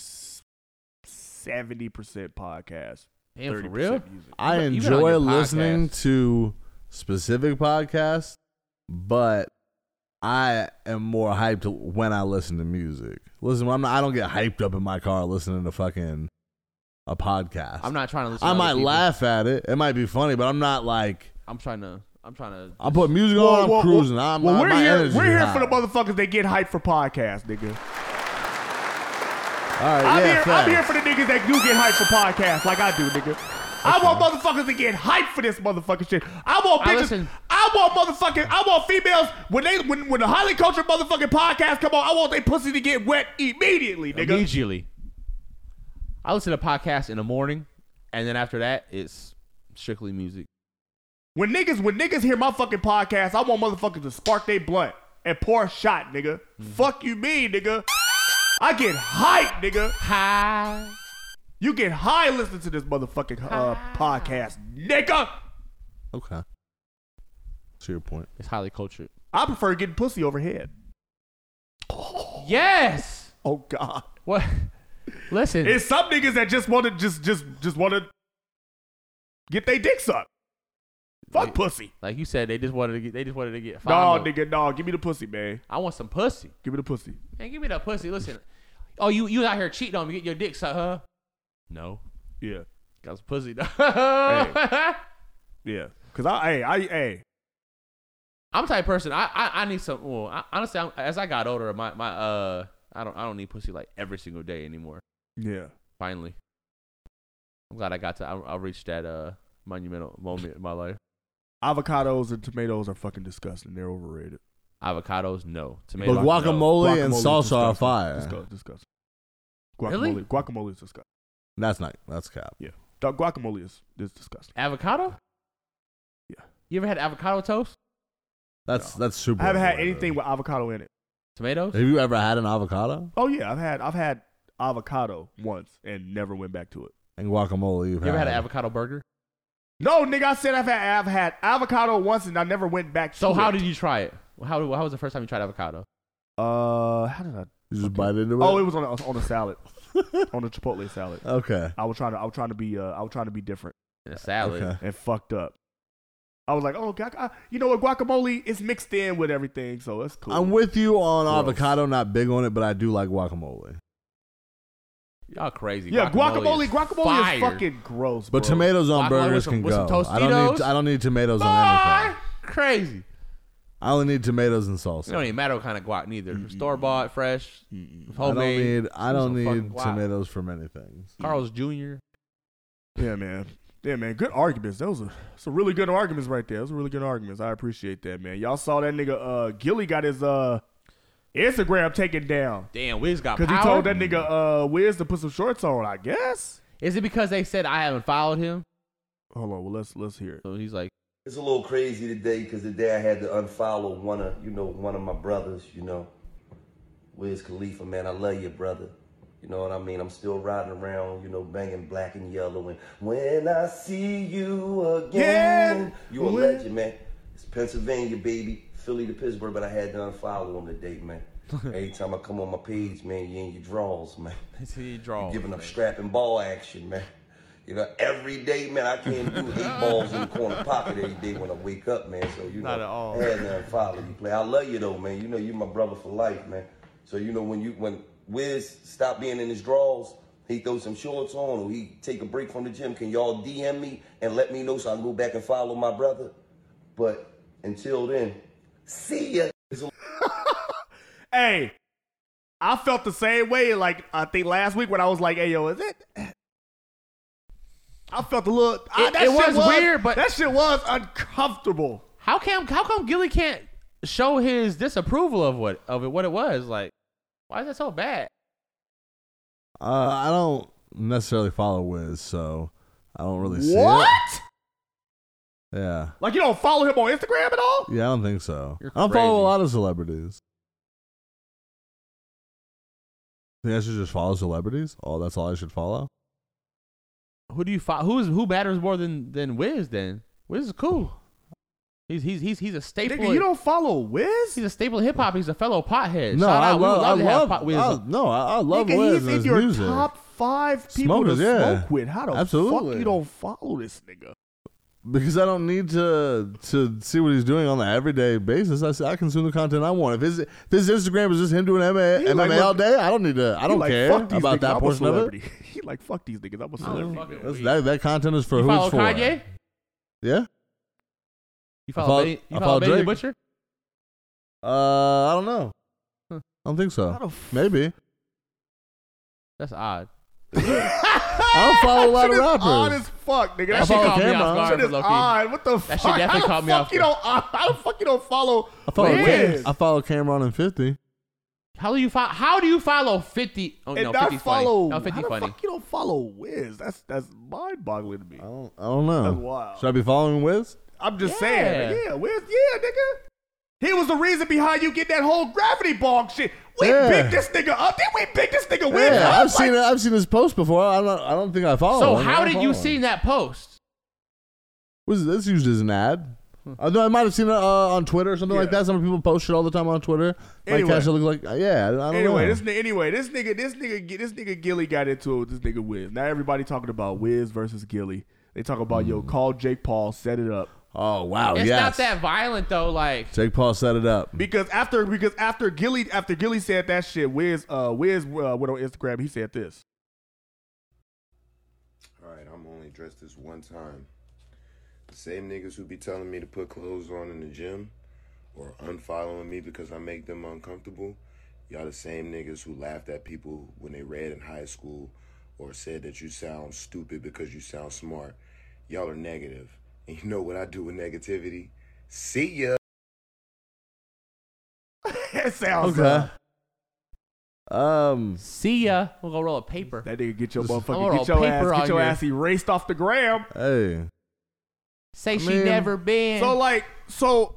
Speaker 2: seventy percent podcasts,
Speaker 4: Damn,
Speaker 2: thirty
Speaker 4: for real.
Speaker 2: percent music.
Speaker 3: I
Speaker 4: Even- even on
Speaker 3: enjoy
Speaker 4: your
Speaker 3: listening
Speaker 4: podcast.
Speaker 3: to specific podcasts, but I am more hyped when I listen to music. Listen, I'm not, I don't get hyped up in my car listening to fucking a podcast.
Speaker 4: I'm not trying to listen.
Speaker 3: I
Speaker 4: to other
Speaker 3: might
Speaker 4: people.
Speaker 3: laugh at it. It might be funny, but I'm not like
Speaker 4: I'm trying to. I'm trying to.
Speaker 3: I put music on. I'm cruising. I'm,
Speaker 2: well,
Speaker 3: i
Speaker 2: we're
Speaker 3: my
Speaker 2: here.
Speaker 3: energy
Speaker 2: we're here
Speaker 3: high.
Speaker 2: for the motherfuckers that get hyped for podcasts, nigga.
Speaker 3: All right,
Speaker 2: I'm,
Speaker 3: yeah,
Speaker 2: here,
Speaker 3: facts.
Speaker 2: I'm here for the niggas that do get hyped for podcasts like I do, nigga. I want motherfuckers to get hyped for this motherfucking shit. I want
Speaker 4: I
Speaker 2: bitches.
Speaker 4: listen-
Speaker 2: I, want motherfucking. I want females when they when when the highly cultured motherfucking podcast come on. I want they pussy to get wet immediately, nigga.
Speaker 4: Immediately. I listen to podcasts in the morning, and then after that, it's strictly music.
Speaker 2: When niggas when niggas hear my fucking podcast, I want motherfuckers to spark they blunt and pour a shot, nigga.
Speaker 3: Mm-hmm.
Speaker 2: Fuck you, mean, nigga. I get hyped, nigga.
Speaker 4: Hi.
Speaker 2: You get high listening to this motherfucking uh, podcast, nigga.
Speaker 3: Okay. To your point.
Speaker 4: It's highly cultured.
Speaker 2: I prefer getting pussy over head.
Speaker 4: Yes.
Speaker 2: Oh God.
Speaker 4: What? Listen.
Speaker 2: It's some niggas that just want to just just just want to get their dick sucked. Fuck pussy.
Speaker 4: Like you said, they just wanted to get. They just wanted to get.
Speaker 2: Dog,
Speaker 4: final.
Speaker 2: nigga, dog. Give me the pussy, man.
Speaker 4: I want some pussy.
Speaker 2: Give me the pussy.
Speaker 4: Man, give me that pussy. Listen. Oh, you you out here cheating on me? Get your dick sucked, huh? No,
Speaker 2: Yeah.
Speaker 4: got some pussy. though.
Speaker 2: Yeah. Cause I, hey, I, hey.
Speaker 4: I'm the type of person. I I, I need some. Well, I, honestly, I'm, as I got older, my my uh, I don't I don't need pussy like every single day anymore.
Speaker 2: Yeah.
Speaker 4: Finally, I'm glad I got to. I, I reached that uh monumental moment in my life.
Speaker 2: Avocados and tomatoes are fucking disgusting. They're overrated.
Speaker 4: Avocados, no.
Speaker 3: But
Speaker 4: Tomatoes, no.
Speaker 3: guacamole, and
Speaker 2: Guacamole is
Speaker 3: salsa are
Speaker 2: disgusting.
Speaker 3: fire.
Speaker 2: Disgu- Disgusting. Guacamole.
Speaker 4: Really?
Speaker 2: Guacamole is disgusting.
Speaker 3: That's not. That's cap.
Speaker 2: Yeah. Dog, guacamole is, is disgusting.
Speaker 4: Avocado?
Speaker 2: Yeah.
Speaker 4: You ever had avocado toast?
Speaker 3: That's that's super.
Speaker 2: I haven't had
Speaker 3: overrated.
Speaker 2: anything with avocado in it.
Speaker 4: Tomatoes?
Speaker 3: Have you ever had an avocado
Speaker 2: Oh yeah, I've had I've had avocado once and never went back to it.
Speaker 3: and guacamole? You've
Speaker 4: You ever had an avocado burger?
Speaker 2: No, nigga, I said I've had I've had avocado once and I never went back.
Speaker 4: So
Speaker 2: to
Speaker 4: how
Speaker 2: it.
Speaker 4: did you try it? How how was the first time you tried avocado?
Speaker 2: uh how did I?
Speaker 3: You just bite into it.
Speaker 2: Oh, it was on a, on a salad, on a chipotle salad.
Speaker 3: okay.
Speaker 2: I was trying to I was trying to be uh I was trying to be different
Speaker 4: In a salad.
Speaker 3: Okay.
Speaker 2: and fucked up. I was like, oh, gu- gu- you know what? Guacamole is mixed in with everything, so it's cool.
Speaker 3: I'm with you on
Speaker 2: Gross.
Speaker 3: avocado. Not big on it, but I do like guacamole.
Speaker 4: Y'all crazy.
Speaker 2: yeah, guacamole,
Speaker 4: is
Speaker 2: guacamole is,
Speaker 4: fire.
Speaker 2: fucking gross.
Speaker 3: But
Speaker 2: bro.
Speaker 3: tomatoes on
Speaker 4: Guacamole with
Speaker 3: burgers
Speaker 4: some-
Speaker 3: can
Speaker 4: with some
Speaker 3: go. I don't
Speaker 4: Tostitos?
Speaker 3: need. I don't need tomatoes on
Speaker 4: Boy,
Speaker 3: anything.
Speaker 4: crazy.
Speaker 3: I only need tomatoes and
Speaker 4: It
Speaker 3: salsa.
Speaker 4: don't even matter what kind of guac neither. Store bought, fresh,
Speaker 3: I don't
Speaker 4: homemade.
Speaker 3: need. I
Speaker 4: Give me some
Speaker 3: don't
Speaker 4: fucking
Speaker 3: need
Speaker 4: guac.
Speaker 3: tomatoes from anything.
Speaker 4: Carl's Jr.
Speaker 2: Yeah, man. Yeah, man. Good arguments. Those are some really good arguments right there. Those are really good arguments. I appreciate that, man. Y'all saw that nigga uh Gilly got his uh Instagram taken down.
Speaker 4: Damn, Wiz got
Speaker 2: Cause
Speaker 4: power.
Speaker 2: he told that nigga uh Wiz to put some shorts on, I guess.
Speaker 4: Is it because they said I haven't followed him?
Speaker 2: Hold on, well let's let's hear it.
Speaker 4: So he's like,
Speaker 9: It's a little crazy today because today I had to unfollow one of you know one of my brothers. You know, Wiz Khalifa, man, I love you, brother. You know what I mean? I'm still riding around, you know, banging black and yellow. And when I see you again,
Speaker 2: Yeah.
Speaker 9: you a
Speaker 2: When-
Speaker 9: legend, man. It's Pennsylvania, baby, Philly to Pittsburgh, but I had to unfollow him today, man. Every time I come on my page, man, you in your draws, man.
Speaker 4: he draws.
Speaker 9: Giving up strap and ball action, man. You know, every day, man, I can't do eight balls in the corner pocket every day when I wake up, man. So you know,
Speaker 4: Not at all.
Speaker 9: I had to unfollow you, play. I love you though, man. You know, you my brother for life, man. So you know, when you when Wiz stop being in his draws, he throw some shorts on or he take a break from the gym. Can y'all DM me and let me know so I can go back and follow my brother? But until then, see ya. It's a
Speaker 2: Hey, I felt the same way like I think last week when I was like, hey yo, is it I felt a little I,
Speaker 4: It-
Speaker 2: that
Speaker 4: it
Speaker 2: shit
Speaker 4: was weird, but-
Speaker 2: that shit was uncomfortable.
Speaker 4: how come? How come Gilly can't show his disapproval of what of it? What it was like? Why is that so bad?
Speaker 3: Uh, I don't necessarily follow Wiz, so I don't really see
Speaker 2: What?
Speaker 3: it. Yeah.
Speaker 2: Like you don't follow him on Instagram at all?
Speaker 3: Yeah, I don't think so.
Speaker 4: You're
Speaker 3: I don't follow
Speaker 4: crazy.
Speaker 3: a lot of celebrities. Think I should just follow celebrities? Oh, that's all I should follow.
Speaker 4: Who do you follow? Who is who matters more than than Wiz? Then Wiz is cool. He's he's he's he's a staple.
Speaker 2: Nigga, you don't follow Wiz?
Speaker 4: He's a staple of hip hop. He's a fellow pothead.
Speaker 3: No,
Speaker 4: Shout
Speaker 3: I
Speaker 4: out. We would
Speaker 3: love, I
Speaker 4: love to have
Speaker 3: love,
Speaker 4: Pot Wiz
Speaker 3: I,
Speaker 4: on-
Speaker 3: no, I, I love
Speaker 2: Nigga,
Speaker 3: Wiz
Speaker 2: he's
Speaker 3: and
Speaker 2: in
Speaker 3: his
Speaker 2: your
Speaker 3: music.
Speaker 2: top five people
Speaker 3: Smokers,
Speaker 2: to
Speaker 3: yeah.
Speaker 2: smoke with. How the
Speaker 3: Absolutely.
Speaker 2: fuck you don't follow this nigga?
Speaker 3: because I don't need to to see what he's doing on the everyday basis. I, s- I consume the content I want. If his if his Instagram is just him doing MMA,
Speaker 2: He like,
Speaker 3: MMA all
Speaker 2: look-
Speaker 3: day, I don't need to. I
Speaker 2: He
Speaker 3: don't
Speaker 2: like,
Speaker 3: care
Speaker 2: fuck these
Speaker 3: about
Speaker 2: niggas,
Speaker 3: that
Speaker 2: I'm a
Speaker 3: portion of it.
Speaker 2: celebrity. He like fuck these niggas. I'm a celebrity.
Speaker 4: Fucking
Speaker 3: That's-
Speaker 4: weak.
Speaker 3: that that content is for
Speaker 4: you
Speaker 3: who's
Speaker 4: follow
Speaker 3: for.
Speaker 4: Kanye?
Speaker 3: Yeah.
Speaker 4: You
Speaker 3: I
Speaker 4: follow,
Speaker 3: follow-
Speaker 4: Benny,
Speaker 3: I
Speaker 4: you
Speaker 3: follow
Speaker 4: follow Benny the
Speaker 3: Drake.
Speaker 4: Butcher?
Speaker 3: Uh, I don't know.
Speaker 4: Huh.
Speaker 3: I don't think so.
Speaker 2: How the f-
Speaker 3: Maybe.
Speaker 4: That's odd.
Speaker 3: I don't follow a lot
Speaker 2: Shit
Speaker 3: of
Speaker 2: is odd
Speaker 3: rappers.
Speaker 2: as fuck, nigga. That
Speaker 3: follow
Speaker 2: shit,
Speaker 4: caught me
Speaker 3: Cameron.
Speaker 4: off guard,
Speaker 2: shit is
Speaker 4: low-key.
Speaker 2: odd. What the fuck?
Speaker 4: shit definitely
Speaker 2: how
Speaker 4: caught
Speaker 2: the
Speaker 4: me
Speaker 2: fuck
Speaker 4: off
Speaker 2: you
Speaker 4: guard.
Speaker 2: don't? How the fuck you don't follow?
Speaker 3: I follow,
Speaker 2: Wiz?
Speaker 3: I follow Cameron and 50.
Speaker 4: How do you follow? How do you follow Fifty? Oh
Speaker 2: And
Speaker 4: no,
Speaker 2: not
Speaker 4: 50
Speaker 2: follow.
Speaker 4: funny. No,
Speaker 2: how
Speaker 4: 50
Speaker 2: the
Speaker 4: funny.
Speaker 2: fuck you don't follow Wiz? That's that's mind boggling to me.
Speaker 3: I don't, I don't
Speaker 2: That's
Speaker 3: know.
Speaker 2: wild.
Speaker 3: Should I be following Wiz?
Speaker 2: I'm just
Speaker 4: Yeah.
Speaker 2: saying. like, Yeah, where's yeah, nigga? He was the reason behind you getting that whole gravity ball shit. We
Speaker 3: Yeah.
Speaker 2: picked this nigga up. Then we picked this nigga with
Speaker 3: Yeah,
Speaker 2: up.
Speaker 3: I've seen it. I've seen his post before. I don't. I don't think I follow.
Speaker 4: so
Speaker 3: him. I
Speaker 4: how
Speaker 3: don't
Speaker 4: did you
Speaker 3: Oh, follow
Speaker 4: see
Speaker 3: him.
Speaker 4: that post?
Speaker 3: Was this used as an ad?
Speaker 4: Hmm.
Speaker 3: Although I might have seen it uh, on Twitter or something like
Speaker 2: Yeah.
Speaker 3: that. Some people post shit all the time on Twitter.
Speaker 2: Anyway.
Speaker 3: Like that shit look like yeah. I don't
Speaker 2: Anyway,
Speaker 3: know.
Speaker 2: this ni- anyway, this nigga, this nigga, Gi- this nigga Gilly got into it with this nigga
Speaker 3: Mm.
Speaker 2: Wiz. Now everybody talking about Wiz versus Gilly. They talk about yo, call Jake Paul, set it up.
Speaker 3: Oh wow,
Speaker 4: It's
Speaker 3: yes.
Speaker 4: not that violent though. Like
Speaker 3: Jake Paul set it up.
Speaker 2: Because after because after Gilly after Gilly said that shit, where's uh where's uh, what on Instagram? He said this.
Speaker 10: All right, I'm only dressed this one time. The same niggas who be telling me to put clothes on in the gym or unfollowing me because I make them uncomfortable, y'all the same niggas who laughed at people when they read in high school or said that you sound stupid because you sound smart. Y'all are negative. And you know what I do with negativity? See ya.
Speaker 2: it sounds
Speaker 3: Okay. Um,
Speaker 4: see ya. We'll go roll a paper.
Speaker 2: That nigga get your
Speaker 4: I'm gonna
Speaker 2: motherfucking
Speaker 4: roll
Speaker 2: get your ass
Speaker 4: paper on
Speaker 2: get your
Speaker 4: you.
Speaker 2: ass erased off the gram.
Speaker 3: hey,
Speaker 4: Say she
Speaker 2: mean-
Speaker 4: never been.
Speaker 2: So like so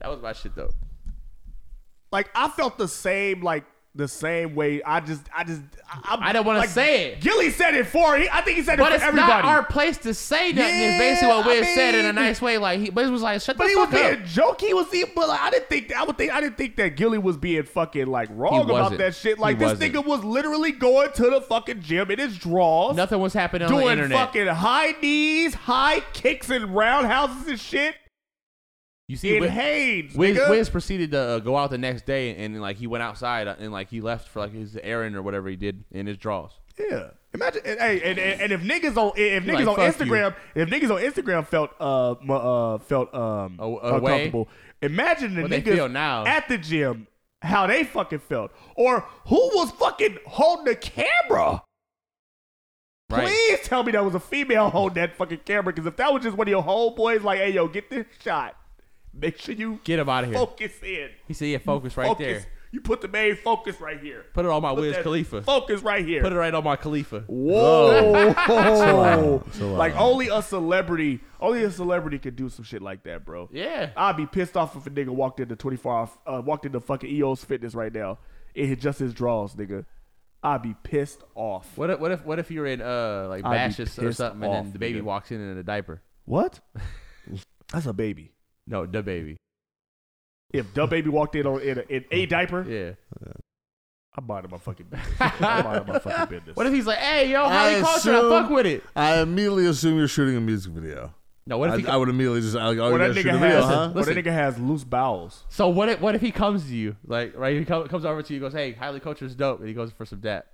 Speaker 4: that was my shit though.
Speaker 2: like I felt the same like the same way. I just I just I,
Speaker 4: I don't wanna
Speaker 2: like,
Speaker 4: say it.
Speaker 2: Gilly said it for he, I think he said it
Speaker 4: But
Speaker 2: for
Speaker 4: it's not
Speaker 2: everybody.
Speaker 4: our place to say nothing.
Speaker 2: Yeah,
Speaker 4: is basically what
Speaker 2: I
Speaker 4: Wiz said in a
Speaker 2: mean-
Speaker 4: nice way. Like he, but it was like shut
Speaker 2: but
Speaker 4: the
Speaker 2: he was
Speaker 4: fuck up.
Speaker 2: being jokey. He was he, but like, I didn't think that, I would think I didn't think that Gilly was being fucking like wrong about
Speaker 4: wasn't.
Speaker 2: that shit. Like
Speaker 4: He
Speaker 2: this
Speaker 4: wasn't.
Speaker 2: nigga was literally going to the fucking gym in his drawers.
Speaker 4: Nothing was happening on the
Speaker 2: doing
Speaker 4: internet.
Speaker 2: fucking high knees, high kicks, and roundhouses and shit
Speaker 4: you see,
Speaker 2: in
Speaker 4: Wiz,
Speaker 2: Haynes,
Speaker 4: Wiz,
Speaker 2: nigga.
Speaker 4: Wiz proceeded to uh, go out the next day and, and like he went outside uh, and like he left for like his errand or whatever he did in his draws.
Speaker 2: Yeah. Imagine, and, hey, and, and, and if niggas on if
Speaker 4: You're
Speaker 2: niggas
Speaker 4: like,
Speaker 2: on
Speaker 4: "Fuck you."
Speaker 2: Instagram, if niggas on Instagram felt uh, mu- uh felt um
Speaker 4: A- a way?
Speaker 2: uncomfortable. Imagine the
Speaker 4: What they
Speaker 2: niggas
Speaker 4: feel now.
Speaker 2: at the gym how they fucking felt, or who was fucking holding the camera.
Speaker 4: Right?
Speaker 2: Please tell me that was a female holding that fucking camera, because if that was just one of your homeboys, like, hey yo, get this shot, make sure you
Speaker 4: Get him out of here.
Speaker 2: focus in,
Speaker 4: He said, "Yeah, focus right
Speaker 2: focus.
Speaker 4: there.
Speaker 2: You put the main focus right here.
Speaker 4: Put it on my
Speaker 2: Put
Speaker 4: Wiz
Speaker 2: that
Speaker 4: Khalifa.
Speaker 2: Focus right here.
Speaker 4: Put it right on my Khalifa."
Speaker 2: Whoa!
Speaker 3: Chill out.
Speaker 2: like only a celebrity, only a celebrity could do some shit like that, bro.
Speaker 4: Yeah.
Speaker 2: I'd be pissed off if a nigga walked into twenty four hour, uh, walked into fucking EOS Fitness right now. It hit just his draws, nigga. I'd be pissed off.
Speaker 4: What if what if what if you're in uh like
Speaker 2: I'd be
Speaker 4: Bashes or
Speaker 2: pissed
Speaker 4: something and then
Speaker 2: off,
Speaker 4: the baby
Speaker 2: nigga.
Speaker 4: walks in in a diaper?
Speaker 2: What? That's a baby.
Speaker 4: No, the baby.
Speaker 2: If the baby walked in on in a, in a diaper,
Speaker 4: Yeah.
Speaker 2: I'm minding my fucking business. I'm minding my fucking business.
Speaker 4: What if he's like, "Hey, yo, Holly
Speaker 3: I
Speaker 4: Culture, I
Speaker 3: assume-
Speaker 4: fuck with it."
Speaker 3: I immediately assume you're shooting a music video.
Speaker 4: No, what if
Speaker 3: I,
Speaker 4: he
Speaker 3: I would immediately just like, oh,
Speaker 2: Or
Speaker 3: you're
Speaker 2: that
Speaker 3: gonna shoot
Speaker 2: nigga
Speaker 3: a video,
Speaker 2: has?
Speaker 3: huh?
Speaker 2: Or that
Speaker 4: Listen.
Speaker 2: nigga has loose bowels.
Speaker 4: So what if what if he comes to you like right? He come, comes over to you, goes, "Hey, Highly Culture's dope," and he goes for some dap.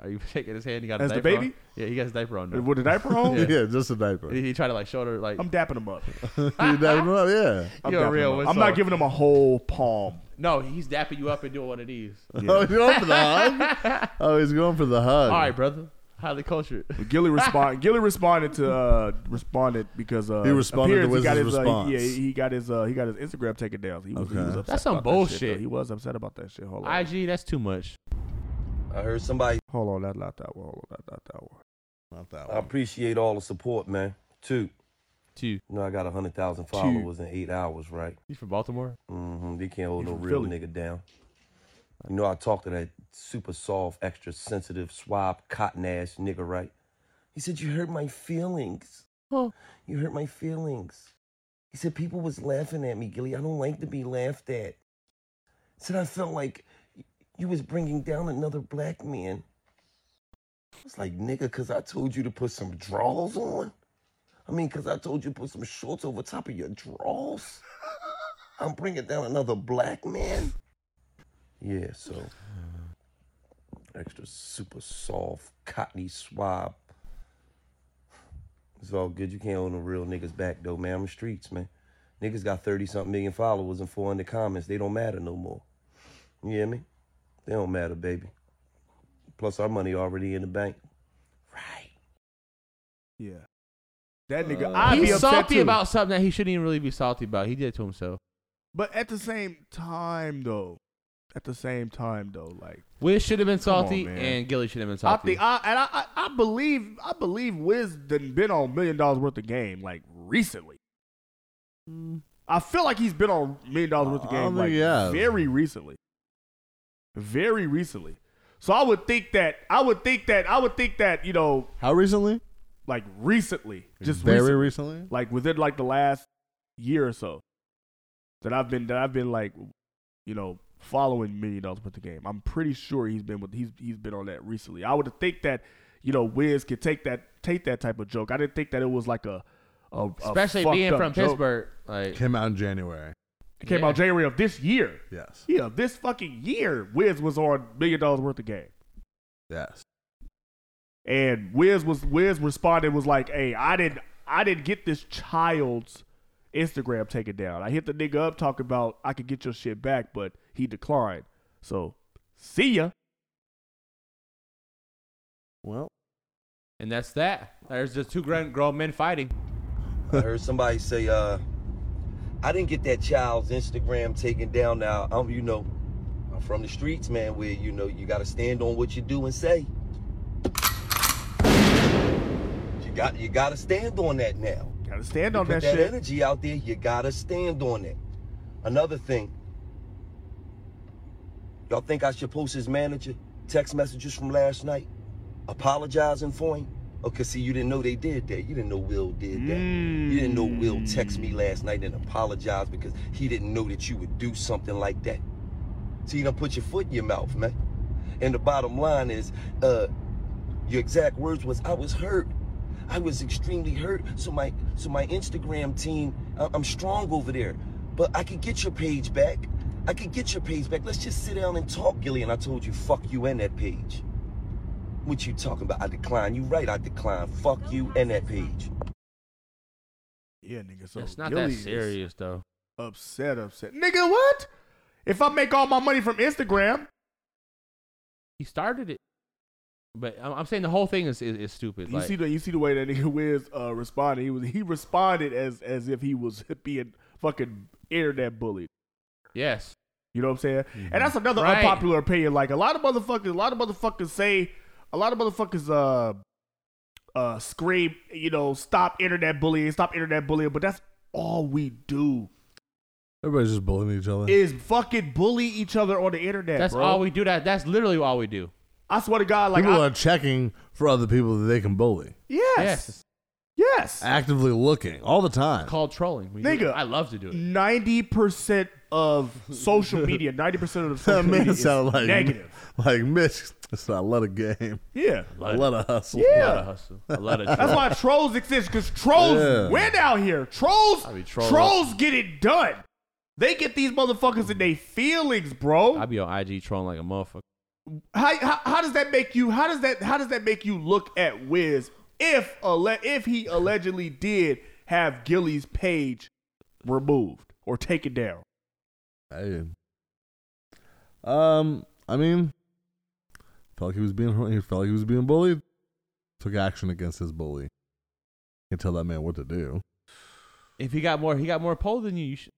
Speaker 4: Are you shaking his hand? He got a
Speaker 2: As the
Speaker 4: diaper on?
Speaker 2: baby?
Speaker 4: Yeah, he got his diaper on. Now.
Speaker 2: With a diaper on,
Speaker 3: Yeah, just a diaper.
Speaker 4: He, he tried to like shoulder like
Speaker 2: I'm dapping him up.
Speaker 3: You never know, yeah.
Speaker 2: I'm
Speaker 4: You're a
Speaker 2: dapping him
Speaker 4: real
Speaker 2: up.
Speaker 4: one,
Speaker 2: I'm
Speaker 4: so-
Speaker 2: not giving him a whole palm.
Speaker 4: no, he's dapping you up and doing one of these.
Speaker 3: Oh, he's going for the hug? Oh, he's going for the hug.
Speaker 4: All right, brother, Highly Cultured.
Speaker 2: Gilly respond. Gilly responded to uh, responded because uh,
Speaker 3: He responded to
Speaker 2: appears he got
Speaker 3: Wiz's
Speaker 2: his, uh,
Speaker 3: response.
Speaker 2: yeah, he got his uh, he got his Instagram taken down. So he, was, he was
Speaker 3: Okay.
Speaker 2: upset.
Speaker 4: That's some
Speaker 2: about that shit,
Speaker 4: bullshit.
Speaker 2: though. he was upset about that shit. Hold on,
Speaker 4: IG, that's too much.
Speaker 9: I heard somebody.
Speaker 2: hold on, not, not that one. Hold on, not, not that one.
Speaker 3: Not that
Speaker 9: I
Speaker 3: one.
Speaker 9: appreciate all the support, man. Two.
Speaker 4: Two.
Speaker 9: You know, I got 100,000 followers in eight hours, right?
Speaker 4: You from Baltimore?
Speaker 9: hmm They can't hold
Speaker 2: You
Speaker 9: no
Speaker 2: from
Speaker 9: real
Speaker 2: Philly.
Speaker 9: nigga down. You know, I talked to that super soft, extra sensitive, swab, cotton ass nigga, right? He said, You hurt my feelings.
Speaker 4: Oh.
Speaker 9: You hurt my feelings. He said, People was laughing at me, Gilly. I don't like to be laughed at. He said, I felt like y- you was bringing down another black man. I was like, Nigga, because I told you to put some drawers on. I mean, because I told you to put some shorts over top of your drawers. I'm bringing down another black man. Yeah, so extra super soft, cottony swab. It's all good. You can't own a real niggas back though, man. I'm the streets, man. Niggas got 30 something million followers and 400 comments. They don't matter no more. You hear me? They don't matter, baby. Plus, our money already in the bank. Right.
Speaker 2: Yeah, that nigga. I'd be
Speaker 4: he's
Speaker 2: upset
Speaker 4: salty
Speaker 2: too.
Speaker 4: about something that he shouldn't even really be salty about. He did it to himself.
Speaker 2: but at the same time though, at the same time though, like
Speaker 4: Wiz should have been
Speaker 2: Come on,
Speaker 4: salty,
Speaker 2: man.
Speaker 4: and Gilly should have been
Speaker 2: I
Speaker 4: salty.
Speaker 2: think I and I, I I believe I believe Wiz done been on million dollars worth of game like recently. I feel like he's been on million dollars worth of
Speaker 3: Mm. I
Speaker 2: game
Speaker 3: don't think
Speaker 2: like
Speaker 3: he has.
Speaker 2: very recently, very recently. So I would think that I would think that I would think that you know
Speaker 3: How recently?
Speaker 2: like recently, just
Speaker 3: Very
Speaker 2: recently,
Speaker 3: recently?
Speaker 2: like within like the last year or so that I've been that I've been like you know following million dollars worth of game. I'm pretty sure he's been with he's he's been on that recently. I would think that you know Wiz could take that take that type of joke. I didn't think that it was like a a
Speaker 3: a- a
Speaker 4: Especially
Speaker 3: fucked
Speaker 4: being
Speaker 3: up
Speaker 4: from
Speaker 3: joke.
Speaker 4: Pittsburgh, like-
Speaker 3: came out in January.
Speaker 2: It came out January of this year.
Speaker 3: Yes.
Speaker 2: Yeah, this fucking year, Wiz was on million dollars worth of game.
Speaker 3: Yes.
Speaker 2: And Wiz was Wiz responded was like, "Hey, I didn't I didn't get this child's Instagram taken down. I hit the nigga up talking about I could get your shit back, but he declined. So see ya.
Speaker 3: Well,
Speaker 4: and that's that. There's just two grown, grown men fighting.
Speaker 9: I heard somebody say, uh, I didn't get that child's Instagram taken down. Now, I'm, you know, I'm from the streets, man, where, you know, you got to stand on what you do and say. You got you got to stand on that now.
Speaker 2: Got to stand
Speaker 9: you
Speaker 2: on
Speaker 9: put
Speaker 2: that shit.
Speaker 9: energy out there, you got to stand on it. Another thing, y'all think I should post his manager text messages from last night apologizing for him? Okay, see, you didn't know they did that. You didn't know Will did that. You didn't know Will text
Speaker 2: Mm.
Speaker 9: me last night and apologized because he didn't know that you would do something like that. So you don't put your foot in your mouth, man. And the bottom line is, uh, your exact words was, "I was hurt. I was extremely hurt." So my so my Instagram team, I- I'm strong over there, but I could get your page back. I could get your page back. Let's just sit down and talk, Gillian. I told you, fuck you and that page. What you talking about? I decline. You right? I decline. Fuck you and that page.
Speaker 2: Yeah, nigga. So
Speaker 4: It's not
Speaker 2: Gilly
Speaker 4: that
Speaker 2: is
Speaker 4: serious though.
Speaker 2: Upset, upset. Nigga, what? If I make all my money from Instagram,
Speaker 4: He started it, but I'm, I'm saying the whole thing is is, is stupid.
Speaker 2: you
Speaker 4: like,
Speaker 2: see the you see the way that nigga Wiz uh, responded. He was he responded as as if he was being fucking internet bullied.
Speaker 4: yes,
Speaker 2: You know what I'm saying?
Speaker 3: Mm-hmm.
Speaker 2: And that's another
Speaker 4: Right.
Speaker 2: unpopular opinion. Like a lot of motherfuckers, a lot of motherfuckers say, a lot of motherfuckers uh uh scream, you know, stop internet bullying, stop internet bullying. But that's all we do
Speaker 3: Everybody's just bullying each other.
Speaker 2: is fucking bully each other on the internet.
Speaker 4: that's
Speaker 2: bro.
Speaker 4: all we do. That that's literally all we do.
Speaker 2: I swear to God, like
Speaker 3: people
Speaker 2: I,
Speaker 3: are checking for other people that they can bully,
Speaker 2: yes,
Speaker 4: Yes,
Speaker 2: yes,
Speaker 3: actively looking all the time.
Speaker 4: called trolling. We do
Speaker 2: Nigga.
Speaker 4: it. I love to do it.
Speaker 2: ninety percent of social media, ninety percent of the social
Speaker 3: That
Speaker 2: media
Speaker 3: man
Speaker 2: is
Speaker 3: sound like
Speaker 2: negative.
Speaker 3: Like Mitch, it's a lot of game,
Speaker 2: Yeah,
Speaker 3: a lot of hustle.
Speaker 4: I
Speaker 2: Yeah.
Speaker 4: love to hustle. I love to
Speaker 2: That's
Speaker 4: troll.
Speaker 2: why trolls exist because trolls
Speaker 3: Yeah.
Speaker 2: win out here. Trolls,
Speaker 4: I be trolling.
Speaker 2: trolls get it done. They get these motherfuckers in their feelings, bro.
Speaker 4: I be on IG trolling like a motherfucker.
Speaker 2: How, how, how does that make you? How does that? How does that make you look at Wiz if alle- if he allegedly did have Gilly's page removed or taken down?
Speaker 3: Hey. Um, I mean, felt like he was being he felt like he was being bullied. Took action against his bully. Can't tell that man what to do.
Speaker 4: If he got more, he got more pole than you. You should.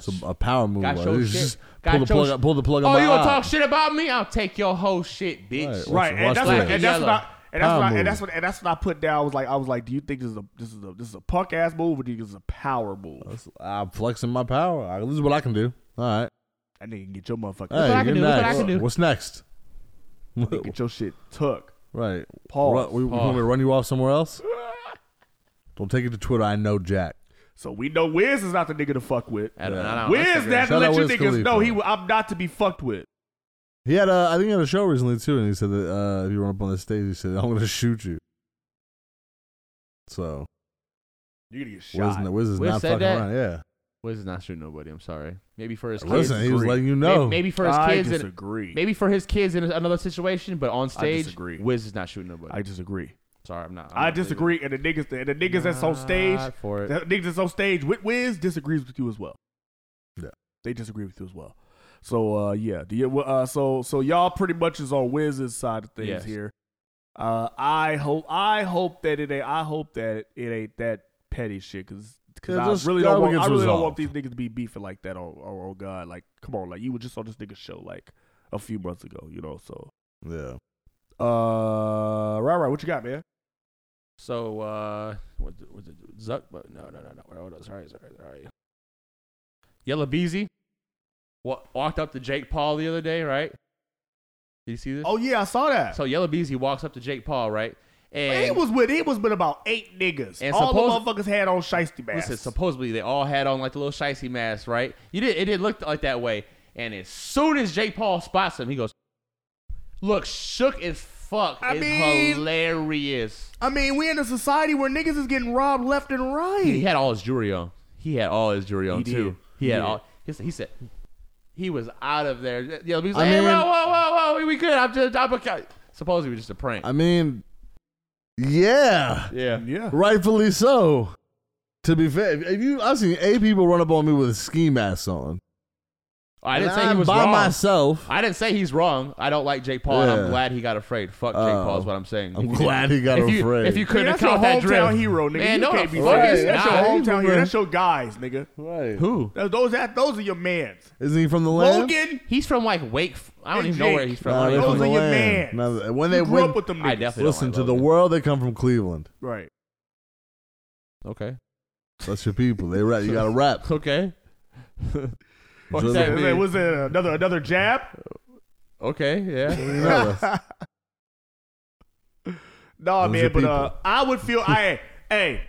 Speaker 3: It's a, a power move.
Speaker 4: Got
Speaker 3: like,
Speaker 4: your
Speaker 3: he
Speaker 4: shit.
Speaker 3: just
Speaker 4: Got
Speaker 3: pull the
Speaker 4: your
Speaker 3: plug.
Speaker 4: sh-
Speaker 3: pull the plug.
Speaker 4: Oh,
Speaker 3: on my
Speaker 4: you gonna
Speaker 3: eye.
Speaker 4: talk shit about me? I'll take your whole shit, bitch.
Speaker 3: Right.
Speaker 2: Right, and
Speaker 3: Watch
Speaker 2: that's,
Speaker 3: the
Speaker 2: what,
Speaker 3: video.
Speaker 2: and that's what I and that's
Speaker 3: Power
Speaker 2: what I,
Speaker 3: move.
Speaker 2: and that's what and that's what I put down. I was like, I was like, do you think this is a this is a this is a punk ass move or do you think this is a power move?
Speaker 3: That's- I'm flexing my power. I, this is what I can do. All right.
Speaker 2: I nigga can get your motherfucker.
Speaker 3: Hey,
Speaker 4: what I can
Speaker 3: you're
Speaker 4: do,
Speaker 3: Next.
Speaker 4: that's what I can do.
Speaker 3: What's next?
Speaker 2: Nigga, get your shit took.
Speaker 3: right.
Speaker 2: Pause.
Speaker 3: Run- we, we want me to run you off somewhere else? Don't take it to Twitter. I know Jack.
Speaker 2: So we know Wiz is not the nigga to fuck with.
Speaker 4: I don't, I don't-
Speaker 2: Wiz
Speaker 4: Instagram.
Speaker 2: that
Speaker 3: Shout
Speaker 2: let
Speaker 3: out
Speaker 2: you
Speaker 3: Wiz
Speaker 2: niggas
Speaker 3: Khalifa.
Speaker 2: know he I'm not to be fucked with.
Speaker 3: He had a, I think he had a show recently too, and he said that uh, if you run up on the stage, he said, "I'm going to shoot you." So
Speaker 2: You're gonna get
Speaker 3: Wiz,
Speaker 2: shot.
Speaker 3: Wiz is
Speaker 4: Wiz
Speaker 3: not
Speaker 4: said
Speaker 3: fucking
Speaker 4: that?
Speaker 3: around. Yeah,
Speaker 4: Wiz is not shooting nobody. I'm sorry. Maybe for his kids.
Speaker 3: listen, he was letting you know.
Speaker 4: Maybe, maybe for his
Speaker 2: I
Speaker 4: kids. In,
Speaker 2: disagree.
Speaker 4: maybe for his kids in another situation, but on stage,
Speaker 2: disagree.
Speaker 4: Wiz is not shooting nobody.
Speaker 2: I disagree.
Speaker 4: sorry, I'm not. I'm
Speaker 2: I
Speaker 4: not leaving.
Speaker 2: disagree, and the niggas and the niggas that's on stage,
Speaker 4: Not for it.
Speaker 2: the niggas that's on stage with Wiz disagrees with you as well.
Speaker 3: Yeah.
Speaker 2: they disagree with you as well. So uh, yeah, do you, uh, so so y'all pretty much is on Wiz's side of things
Speaker 4: Yes.
Speaker 2: here. Uh, I hope I hope that it ain't I hope that it ain't that petty shit because
Speaker 3: Yeah,
Speaker 2: I
Speaker 3: just
Speaker 2: really don't
Speaker 3: gotta
Speaker 2: want,
Speaker 3: get
Speaker 2: I really don't want
Speaker 3: resolved.
Speaker 2: these niggas to be beefing like that. Oh, oh, oh God, like come on, like you were just on this nigga show like a few months ago, you know. So
Speaker 3: yeah.
Speaker 2: uh, right, right, what you got, man?
Speaker 4: So, uh, what th- was it? Zuck? But no, no, no, no. Where was Sorry, sorry, sorry. Yellow Beezy wa- walked up to Jake Paul the other day, right? Did you see this?
Speaker 2: Oh yeah, I saw that.
Speaker 4: So Yellow Beezy walks up to Jake Paul, right? And
Speaker 2: He was with he was with about eight niggas.
Speaker 4: And
Speaker 2: all
Speaker 4: suppose-
Speaker 2: the motherfuckers had on shiesty masks.
Speaker 4: Listen, supposedly they all had on like the little shicey mask, right? You did it didn't look like that way. And as soon as Jake Paul spots him, he goes, "Look, shook as fuck.
Speaker 2: I
Speaker 4: it's
Speaker 2: mean-
Speaker 4: hilarious.
Speaker 2: I mean, we in a society where niggas is getting robbed left and right.
Speaker 4: He had all his jewelry on. He had all his jewelry on
Speaker 2: He
Speaker 4: too.
Speaker 2: did.
Speaker 4: He had
Speaker 2: He
Speaker 4: all. He said, he said he was out of there. Yo, he was
Speaker 3: I
Speaker 4: like, hey,
Speaker 3: mean-
Speaker 4: whoa, whoa, whoa, whoa, we- we good. I'm just, I'm okay. Supposedly, it was just a prank.
Speaker 3: I mean, yeah,
Speaker 4: yeah,
Speaker 2: yeah.
Speaker 3: rightfully so. To be fair, if you, I've seen eight people run up on me with a ski mask on.
Speaker 4: Oh, I didn't
Speaker 3: And
Speaker 4: say he
Speaker 3: I'm
Speaker 4: was
Speaker 3: by
Speaker 4: wrong.
Speaker 3: myself.
Speaker 4: I didn't say he's wrong. I don't like Jake Paul, and
Speaker 3: Yeah.
Speaker 4: I'm glad he got afraid. Fuck Jake
Speaker 3: Oh.
Speaker 4: Paul is what I'm saying.
Speaker 3: I'm
Speaker 4: If you
Speaker 3: glad
Speaker 4: didn't-
Speaker 3: he got
Speaker 4: if you-
Speaker 3: afraid.
Speaker 4: If you couldn't
Speaker 2: Nigga,
Speaker 4: have
Speaker 2: that's your
Speaker 4: caught that drill,
Speaker 2: hometown hero, nigga.
Speaker 4: Man,
Speaker 2: you
Speaker 4: no,
Speaker 2: can't be
Speaker 4: fuck
Speaker 2: fucking-
Speaker 4: it's
Speaker 2: That's your
Speaker 4: not.
Speaker 2: hometown hero.
Speaker 3: man.
Speaker 2: That's your guys, nigga.
Speaker 3: Right?
Speaker 4: Who?
Speaker 2: That's, those that those are your mans.
Speaker 3: Isn't he from the land?
Speaker 2: Logan,
Speaker 4: He's from like Wake. F- I don't
Speaker 2: And
Speaker 4: even know where
Speaker 2: Jake.
Speaker 4: he's from.
Speaker 3: Nah,
Speaker 4: I
Speaker 3: they're
Speaker 4: don't
Speaker 2: Those
Speaker 3: from
Speaker 4: even
Speaker 2: are
Speaker 3: the
Speaker 4: know.
Speaker 2: your
Speaker 3: land.
Speaker 2: mans.
Speaker 3: Nah, when they
Speaker 2: you grew
Speaker 3: went,
Speaker 2: up with them niggas.
Speaker 4: I definitely
Speaker 3: listen to
Speaker 4: don't
Speaker 3: the
Speaker 4: like
Speaker 3: world, they come from Cleveland.
Speaker 2: right.
Speaker 4: the Okay.
Speaker 3: That's your people. They rap. You got to rap.
Speaker 4: Okay. What
Speaker 3: So
Speaker 4: does
Speaker 3: the-
Speaker 4: that
Speaker 2: Was
Speaker 4: mean?
Speaker 2: that, was that another another jab?
Speaker 4: Okay. Yeah.
Speaker 3: You know, that's-
Speaker 2: No,
Speaker 3: Those are
Speaker 2: man, but uh,
Speaker 3: people.
Speaker 2: I would feel I hey,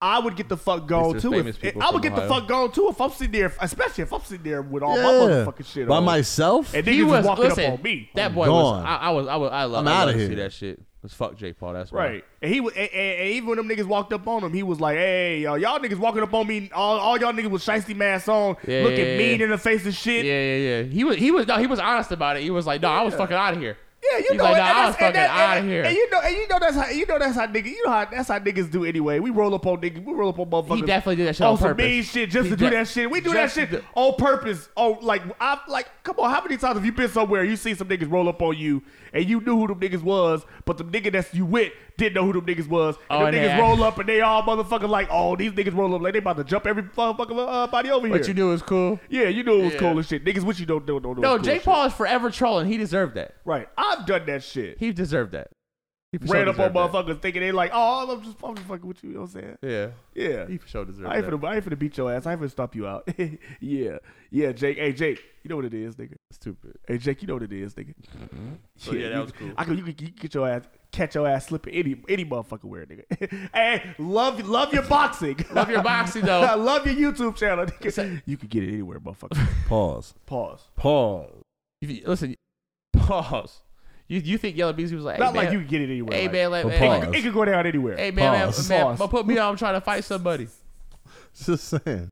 Speaker 2: I would get the fuck gone
Speaker 4: there's
Speaker 2: too.
Speaker 4: famous
Speaker 2: If,
Speaker 4: people
Speaker 2: I would
Speaker 4: from
Speaker 2: get the
Speaker 4: Ohio.
Speaker 2: fuck gone too if I'm sitting there, especially if I'm sitting there with all my
Speaker 3: yeah.
Speaker 2: motherfucking shit
Speaker 3: By
Speaker 2: on.
Speaker 3: myself.
Speaker 2: and niggas
Speaker 4: He was
Speaker 2: is walking
Speaker 4: listen,
Speaker 2: up on me.
Speaker 4: That
Speaker 3: I'm
Speaker 4: boy
Speaker 3: gone.
Speaker 4: was. I, I was. I was. I love.
Speaker 3: I'm
Speaker 4: I love
Speaker 3: outta
Speaker 4: to See
Speaker 3: here.
Speaker 4: that shit. Let's fuck Jake Paul. That's why.
Speaker 2: Right. And he was, and, and, and even when them niggas walked up on him, he was like, "Hey, y'all, y'all niggas walking up on me. All, all y'all niggas with shiesty masks on,
Speaker 4: Yeah,
Speaker 2: looking
Speaker 4: yeah,
Speaker 2: mean
Speaker 4: yeah.
Speaker 2: in the face and shit."
Speaker 4: Yeah, yeah, yeah. He was. He was. No, he was honest about it. He was like, no, I was fucking out of here.
Speaker 2: Yeah, you
Speaker 4: He's
Speaker 2: know,
Speaker 4: like,
Speaker 2: and
Speaker 4: nah, I
Speaker 2: that's-
Speaker 4: was
Speaker 2: and
Speaker 4: fucking
Speaker 2: that-
Speaker 4: out of
Speaker 2: and-
Speaker 4: here.
Speaker 2: And you know, and you know that's how you know that's how niggas, you know how that's how niggas do anyway. We roll up on niggas, we roll up on motherfuckers.
Speaker 4: He definitely did that shit
Speaker 2: on
Speaker 4: on
Speaker 2: some
Speaker 4: purpose.
Speaker 2: mean shit just
Speaker 4: He
Speaker 2: to do
Speaker 4: de-
Speaker 2: that shit. We do that
Speaker 4: just
Speaker 2: shit
Speaker 4: to-
Speaker 2: on purpose. Oh, like I like, come on, how many times have you been somewhere you see some niggas roll up on you and you knew who them niggas was, but the nigga that's you with didn't know who them niggas was. And
Speaker 4: Oh,
Speaker 2: them
Speaker 4: and
Speaker 2: niggas
Speaker 4: they-
Speaker 2: roll up and they all motherfucking like, oh, these niggas roll up like they about to jump every motherfucking uh, body over here.
Speaker 4: What you do is cool.
Speaker 2: Yeah, you knew it was
Speaker 4: Yeah.
Speaker 2: cool as shit. Niggas, what you don't do, don't know.
Speaker 4: No,
Speaker 2: is cool
Speaker 4: Jake
Speaker 2: as shit.
Speaker 4: Paul is forever trolling. He deserved that.
Speaker 2: Right, I've done that shit.
Speaker 4: He deserved that. He for sure
Speaker 2: ran up on
Speaker 4: deserved that.
Speaker 2: motherfuckers thinking they like, oh, I'm just, I'm just fucking with you. You know what I'm saying?
Speaker 4: Yeah.
Speaker 2: Yeah.
Speaker 4: He for sure deserved
Speaker 2: I ain't,
Speaker 4: that.
Speaker 2: finna, I ain't finna beat your ass. I ain't finna stop you out. yeah. Yeah, Jake. Hey, Jake. You know what it is, nigga.
Speaker 4: Stupid.
Speaker 2: Hey, Jake. You know what it is, nigga.
Speaker 4: So, Mm-hmm. Oh, yeah, that
Speaker 2: you-
Speaker 4: was cool.
Speaker 2: I could, you could you could get your ass, catch your ass slipping any any motherfucker where, nigga. hey, love love your boxing.
Speaker 4: Love your boxing, though.
Speaker 2: I love your YouTube channel, nigga. You could get it anywhere, motherfucker.
Speaker 3: Pause.
Speaker 2: Pause.
Speaker 3: Pause.
Speaker 4: If you- listen, pause. You you think Yellow Beezy was like, hey,
Speaker 2: Not
Speaker 4: man,
Speaker 2: like you could get it anywhere.
Speaker 4: Hey
Speaker 2: like-
Speaker 4: man, like,
Speaker 3: But
Speaker 4: hey,
Speaker 3: pause.
Speaker 4: man,
Speaker 2: It could go down anywhere.
Speaker 4: hey man, man,
Speaker 3: Pause.
Speaker 4: man,
Speaker 2: Pause.
Speaker 4: but put me on. I'm trying to fight somebody.
Speaker 3: Just saying.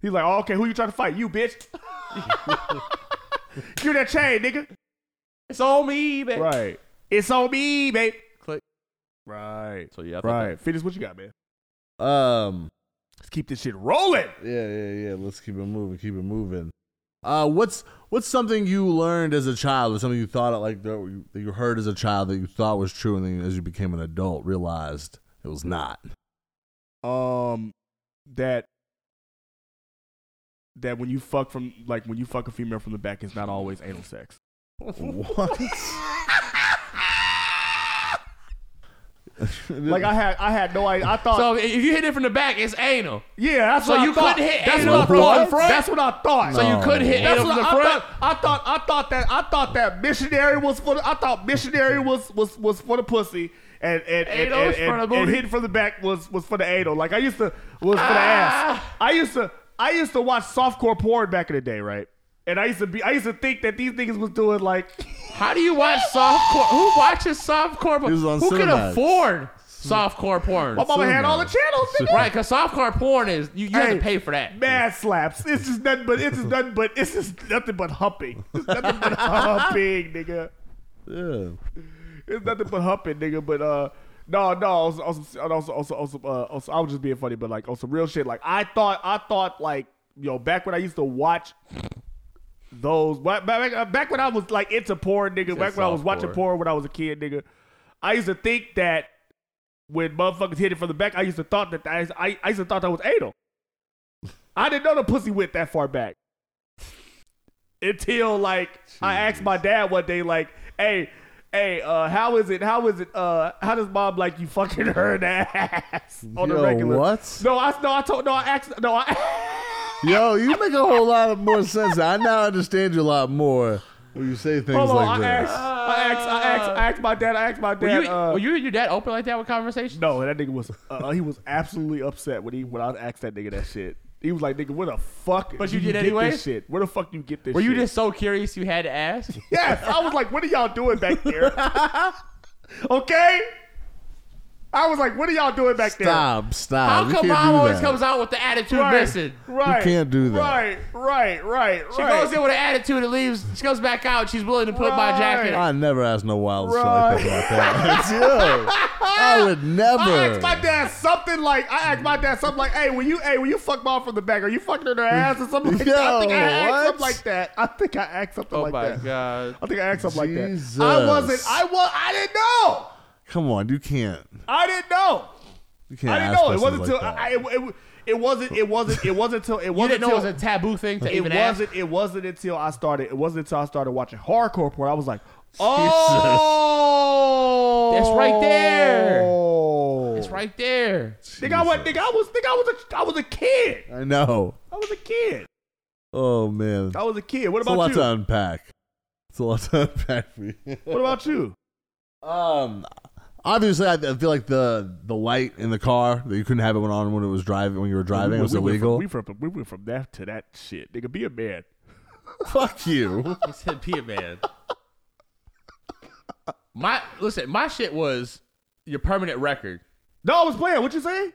Speaker 2: He's like, oh, okay, who you trying to fight? You, bitch. Give me that chain, nigga.
Speaker 4: It's on me, man.
Speaker 2: Right. It's on me, babe.
Speaker 4: Click.
Speaker 2: Right.
Speaker 4: So yeah, I thought
Speaker 2: Right. Finish what you got, man.
Speaker 3: Um.
Speaker 2: Let's keep this shit rolling.
Speaker 3: Yeah, yeah, yeah. Let's keep it moving. Keep it moving. Uh, what's what's something you learned as a child, or something you thought like that you, that you heard as a child that you thought was true, and then as you became an adult, realized it was not.
Speaker 2: Um, that that when you fuck from like when you fuck a female from the back, it's not always anal sex.
Speaker 3: What?
Speaker 2: Like I had, I had no idea. I thought,
Speaker 4: So if you hit it from the back, it's anal.
Speaker 2: yeah, that's
Speaker 4: So
Speaker 2: what I
Speaker 4: you
Speaker 2: thought.
Speaker 4: couldn't hit
Speaker 2: that's
Speaker 4: anal
Speaker 2: what I
Speaker 4: from
Speaker 2: thought.
Speaker 4: the front?
Speaker 2: That's what I thought.
Speaker 4: So
Speaker 3: No.
Speaker 4: you could hit
Speaker 2: That's
Speaker 4: anal
Speaker 2: what
Speaker 4: from the
Speaker 2: I,
Speaker 4: front.
Speaker 2: thought, I thought I thought that I thought that missionary was for the, I thought missionary was was was for the pussy and and and,
Speaker 4: Anal
Speaker 2: and,
Speaker 4: is for
Speaker 2: and-
Speaker 4: the
Speaker 2: and
Speaker 4: booty.
Speaker 2: hitting from the back was was for the anal. Like I used to was for the ass.
Speaker 4: Ah.
Speaker 2: I used to I used to watch softcore porn back in the day, right? And I used to be I used to think that these niggas was doing like
Speaker 4: How do you watch softcore? Who watches softcore?
Speaker 3: It
Speaker 4: porn?
Speaker 3: was on
Speaker 4: Who can
Speaker 3: Cinemax.
Speaker 4: afford softcore porn?
Speaker 2: my mama had all the channels. Nigga.
Speaker 4: Right, because softcore porn is you, you have
Speaker 2: Hey,
Speaker 4: to pay for that.
Speaker 2: Mad slaps. It's just nothing but it's just nothing but it's just nothing but humping. It's nothing but humping, nigga.
Speaker 3: yeah.
Speaker 2: It's nothing but humping, nigga. But uh, no, no, on some, on some, on some, on some, on some, uh, on some- I was just being funny, but like on some real shit. Like I thought, I thought like yo, back when I used to watch those, back back, back when I was like into porn, nigga. Back when I was
Speaker 4: soft
Speaker 2: watching
Speaker 4: porn.
Speaker 2: porn when I was a kid, nigga. I used to think that when motherfuckers hit it from the back, I used to thought that I, I, I used to thought that was anal. I didn't know the pussy went that far back until like I asked my dad one day, like, "Hey, hey, uh, how is it? How is it? Uh, how does mom like you fucking her in the ass on the
Speaker 3: Yo,
Speaker 2: regular?"
Speaker 3: what?
Speaker 2: No, I no, I told no, I asked no, I.
Speaker 3: Yo, you make a whole lot of more sense. I now understand you a lot more when you say things
Speaker 2: Hold on,
Speaker 3: like
Speaker 2: I
Speaker 3: this.
Speaker 2: asked, I asked, I asked, I asked my dad, I asked my dad.
Speaker 4: Were you,
Speaker 2: uh,
Speaker 4: were you and your dad open like that with conversations?
Speaker 2: no, that nigga was uh, he was absolutely upset when he when I asked that nigga that shit. He was like, nigga, where the fuck?
Speaker 4: But
Speaker 2: do
Speaker 4: you did
Speaker 2: get
Speaker 4: anyway?
Speaker 2: This shit? Where the fuck you get this?
Speaker 4: Were you
Speaker 2: shit?
Speaker 4: just so curious you had to ask?
Speaker 2: Yes, I was like, what are y'all doing back there? okay. I was like, what are y'all doing back there?
Speaker 3: Stop, stop.
Speaker 4: How
Speaker 3: You
Speaker 4: come
Speaker 3: can't
Speaker 4: mom
Speaker 3: do
Speaker 4: always
Speaker 3: that.
Speaker 4: comes out with the attitude
Speaker 2: Right,
Speaker 4: missing?
Speaker 2: Right.
Speaker 3: You can't do that.
Speaker 2: Right, right, right, right.
Speaker 4: She goes in with an attitude and leaves. She comes back out. She's willing to put up my jacket.
Speaker 3: I never asked no wild shit like that about that. Yo, I would
Speaker 2: I asked my
Speaker 3: never.
Speaker 2: dad something like I asked my dad something like, "Hey, when you hey when you fuck mom from the back, are you fucking in her ass or something like that?" I think I asked
Speaker 3: Yo,
Speaker 2: something
Speaker 3: what?
Speaker 2: like that. I think I asked something
Speaker 4: oh
Speaker 2: like
Speaker 4: my
Speaker 2: that.
Speaker 4: god!
Speaker 2: I think I asked something like
Speaker 3: Jesus.
Speaker 2: that. I wasn't. I was. I didn't know.
Speaker 3: Come on, you can't.
Speaker 2: I didn't know.
Speaker 3: You can't.
Speaker 2: I didn't
Speaker 3: ask
Speaker 2: know. It
Speaker 3: questions
Speaker 2: wasn't till
Speaker 3: like that.
Speaker 2: I. I- It, it, it wasn't. It wasn't. It wasn't till. It
Speaker 4: You
Speaker 2: wasn't
Speaker 4: didn't know
Speaker 2: till,
Speaker 4: it was a taboo thing to
Speaker 2: it
Speaker 4: even
Speaker 2: wasn't.
Speaker 4: ask.
Speaker 2: It wasn't until I started. It wasn't until I started watching hardcore porn. I was like, oh,
Speaker 4: That's right there.
Speaker 2: That's
Speaker 4: It's right there.
Speaker 2: Nigga, I was. Nigga, I was. Nigga, I was. A, I was a kid.
Speaker 3: I know.
Speaker 2: I was a kid.
Speaker 3: Oh man,
Speaker 2: I was a kid. What
Speaker 3: it's a lot
Speaker 2: about
Speaker 3: to
Speaker 2: you?
Speaker 3: unpack. It's a lot to unpack. For you.
Speaker 2: What about you?
Speaker 3: Um, obviously, I, I feel like the the light in the car that you couldn't have it when on when it was driving when you were driving it was
Speaker 2: went
Speaker 3: illegal.
Speaker 2: From, we, from, we went from that to that shit. Nigga, be a man.
Speaker 3: Fuck you.
Speaker 4: He said, "Be a man." my listen, my shit was your permanent record.
Speaker 2: No, I was playing. What you say?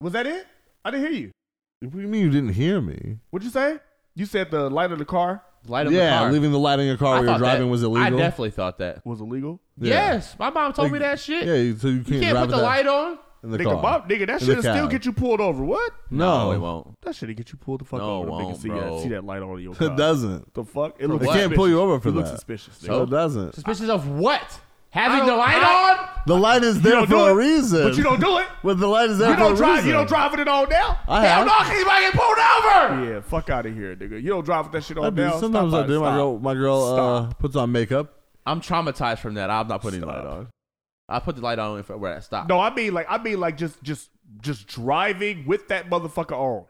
Speaker 2: Was that it? I didn't hear you.
Speaker 3: what do you mean you didn't hear me?
Speaker 2: What you say? You said the light of the car
Speaker 4: Light up
Speaker 3: Yeah,
Speaker 4: the car.
Speaker 3: leaving the light in your car
Speaker 4: I
Speaker 3: while you're
Speaker 4: thought that-
Speaker 3: driving was illegal.
Speaker 4: I definitely thought that.
Speaker 2: was illegal.
Speaker 3: Yeah.
Speaker 4: Yes, my mom told me
Speaker 3: Like,
Speaker 4: that shit.
Speaker 3: Yeah, you- so you can't,
Speaker 4: you can't
Speaker 3: drive
Speaker 4: put the
Speaker 3: that
Speaker 4: light on.
Speaker 3: in the
Speaker 2: Nigga,
Speaker 3: car.
Speaker 2: Bob, nigga, that
Speaker 3: In
Speaker 2: shit'll
Speaker 3: the
Speaker 2: still
Speaker 3: cab.
Speaker 2: get you pulled over. What?
Speaker 3: No,
Speaker 4: it won't.
Speaker 2: That shit'll get you pulled the fuck
Speaker 4: No,
Speaker 2: over.
Speaker 4: it
Speaker 2: Nigga,
Speaker 4: won't,
Speaker 2: see,
Speaker 4: bro.
Speaker 2: That, see that light on your car.
Speaker 3: It doesn't.
Speaker 2: The fuck? It,
Speaker 3: It can't pull you over for
Speaker 2: it looks
Speaker 3: that.
Speaker 2: suspicious. Nigga.
Speaker 3: So it doesn't.
Speaker 4: Suspicious of what? Having
Speaker 2: I
Speaker 4: the
Speaker 2: don't-
Speaker 4: light
Speaker 2: I-
Speaker 4: on?
Speaker 3: The light is
Speaker 2: You
Speaker 3: there
Speaker 2: don't
Speaker 3: for
Speaker 2: do
Speaker 3: a
Speaker 2: it,
Speaker 3: reason.
Speaker 2: But you don't do it.
Speaker 3: But the light is there
Speaker 2: You
Speaker 3: for
Speaker 2: don't
Speaker 3: a
Speaker 2: drive.
Speaker 3: reason.
Speaker 2: You don't drive it all now.
Speaker 3: I
Speaker 4: Hell
Speaker 3: have.
Speaker 4: no, 'cause you might get pulled over.
Speaker 2: Yeah, fuck out of here, nigga. You don't drive with that shit
Speaker 3: I
Speaker 2: on
Speaker 3: do.
Speaker 2: down.
Speaker 3: Sometimes
Speaker 2: Stop
Speaker 3: I
Speaker 2: it.
Speaker 3: do. My
Speaker 2: Stop.
Speaker 3: girl, my girl uh,
Speaker 2: Stop.
Speaker 3: puts on makeup.
Speaker 4: I'm traumatized from that. I'm not putting the light
Speaker 2: Stop.
Speaker 4: on. I put the light on if- where I stopped.
Speaker 2: No, I mean like I mean like just just just driving with that motherfucker on.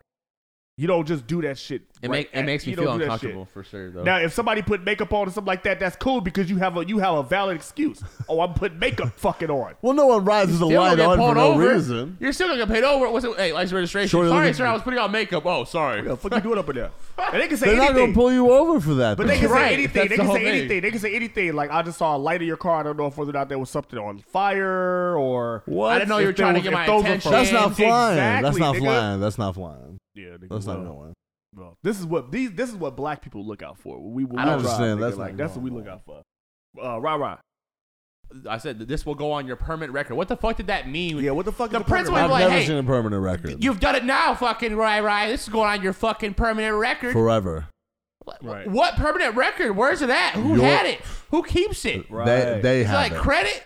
Speaker 2: You don't just do that shit.
Speaker 4: it,
Speaker 2: right
Speaker 4: make, it
Speaker 2: at-
Speaker 4: makes me
Speaker 2: you don't
Speaker 4: feel
Speaker 2: do that shit.
Speaker 4: uncomfortable for sure, though.
Speaker 2: Now, if somebody put makeup on or something like that, that's cool because you have a you have a valid excuse. Oh, I'm putting makeup fucking on.
Speaker 3: Well, no one rides with the
Speaker 4: Still gonna
Speaker 3: light
Speaker 4: get
Speaker 3: on for
Speaker 4: pulled
Speaker 3: no
Speaker 4: over.
Speaker 3: reason.
Speaker 4: You're still gonna get paid over. What's it? Hey, license registration.
Speaker 3: Shorty, look
Speaker 4: sorry,
Speaker 3: at
Speaker 4: sir.
Speaker 3: you.
Speaker 4: I was putting on makeup. Oh, sorry.
Speaker 2: What the fuck you doing up in there? And they can say
Speaker 3: They're not
Speaker 2: anything.
Speaker 3: gonna pull you over for that.
Speaker 2: but they
Speaker 3: though.
Speaker 2: can
Speaker 4: Right,
Speaker 2: say anything.
Speaker 4: that's
Speaker 2: They
Speaker 4: the
Speaker 2: can
Speaker 4: whole
Speaker 2: say
Speaker 4: thing.
Speaker 2: anything. They can say anything. Like I just saw a light in your car. I don't know if whether or not there was something on fire or
Speaker 3: What?
Speaker 4: I didn't know
Speaker 2: If
Speaker 4: you were trying to
Speaker 2: there
Speaker 4: get
Speaker 2: was-
Speaker 4: my
Speaker 2: if those are
Speaker 4: attention.
Speaker 2: for-
Speaker 3: That's not
Speaker 2: Exactly,
Speaker 3: flying. That's not
Speaker 2: nigga.
Speaker 3: flying. That's not flying.
Speaker 2: Yeah, nigga,
Speaker 3: That's not
Speaker 2: well,
Speaker 3: going.
Speaker 2: well, This is what these. This is what black people look out for. We, we
Speaker 4: I don't
Speaker 2: drive,
Speaker 3: understand.
Speaker 2: nigga.
Speaker 3: That's
Speaker 2: like
Speaker 3: not
Speaker 2: that's what we
Speaker 3: going
Speaker 2: look out for. Uh, rah rah.
Speaker 4: I said that this will go on your permanent record. What the fuck did that mean?
Speaker 2: Yeah, what the fuck?
Speaker 4: The
Speaker 2: is
Speaker 4: prince
Speaker 2: permanent record?
Speaker 4: went
Speaker 3: I've
Speaker 4: like,
Speaker 3: never
Speaker 4: hey,
Speaker 3: seen a permanent record.
Speaker 4: You've done it now, fucking right, right. This is going on your fucking permanent record.
Speaker 3: Forever.
Speaker 4: What-
Speaker 2: Right.
Speaker 4: What permanent record? Where's it at? Who
Speaker 3: Your-
Speaker 4: had it? Who keeps it?
Speaker 2: Right.
Speaker 3: They they
Speaker 4: Is it
Speaker 3: have
Speaker 4: like
Speaker 3: it.
Speaker 4: credit?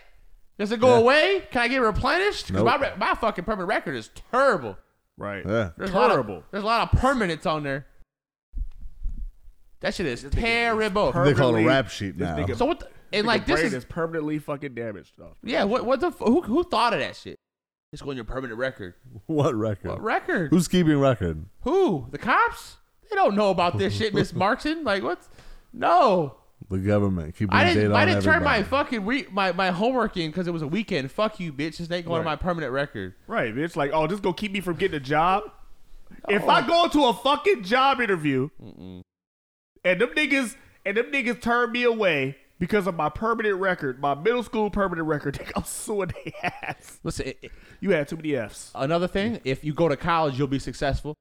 Speaker 4: Does it go
Speaker 3: Yeah.
Speaker 4: away? Can I get replenished? Because
Speaker 3: Nope.
Speaker 4: my, re- my fucking permanent record is terrible.
Speaker 2: Right.
Speaker 3: Yeah.
Speaker 4: There's A lot
Speaker 2: Terrible.
Speaker 4: of, there's a lot of permanents on there. That shit is terrible.
Speaker 3: They call it a
Speaker 2: Permanently-
Speaker 3: rap sheet
Speaker 2: this
Speaker 3: now.
Speaker 2: nigga-
Speaker 4: so what? The, and
Speaker 2: Nigga
Speaker 4: like this
Speaker 2: brain
Speaker 4: is,
Speaker 2: permanently fucking damaged. Though.
Speaker 4: yeah. What what the f- who who thought of that shit? It's going on your permanent record.
Speaker 3: What record?
Speaker 4: What record?
Speaker 3: Who's keeping record?
Speaker 4: Who? The cops? They don't know about this shit, Miss Markson. Like what's No,
Speaker 3: The government keeping
Speaker 4: I
Speaker 3: data
Speaker 4: didn't.
Speaker 3: on
Speaker 4: I didn't turn my
Speaker 3: everybody.
Speaker 4: fucking re- my my homework in because it was a weekend. Fuck you, bitch. This ain't going on my
Speaker 2: Right.
Speaker 4: permanent record.
Speaker 2: Right, bitch. Like, oh, this gonna keep me from getting a job. If I go into a fucking job interview and them niggas and them niggas turn me away because of my permanent record, my middle school permanent record, nigga, I'm suing their ass.
Speaker 4: Listen, it- it-
Speaker 2: You had too many Fs.
Speaker 4: another thing. If you go to college, you'll be successful.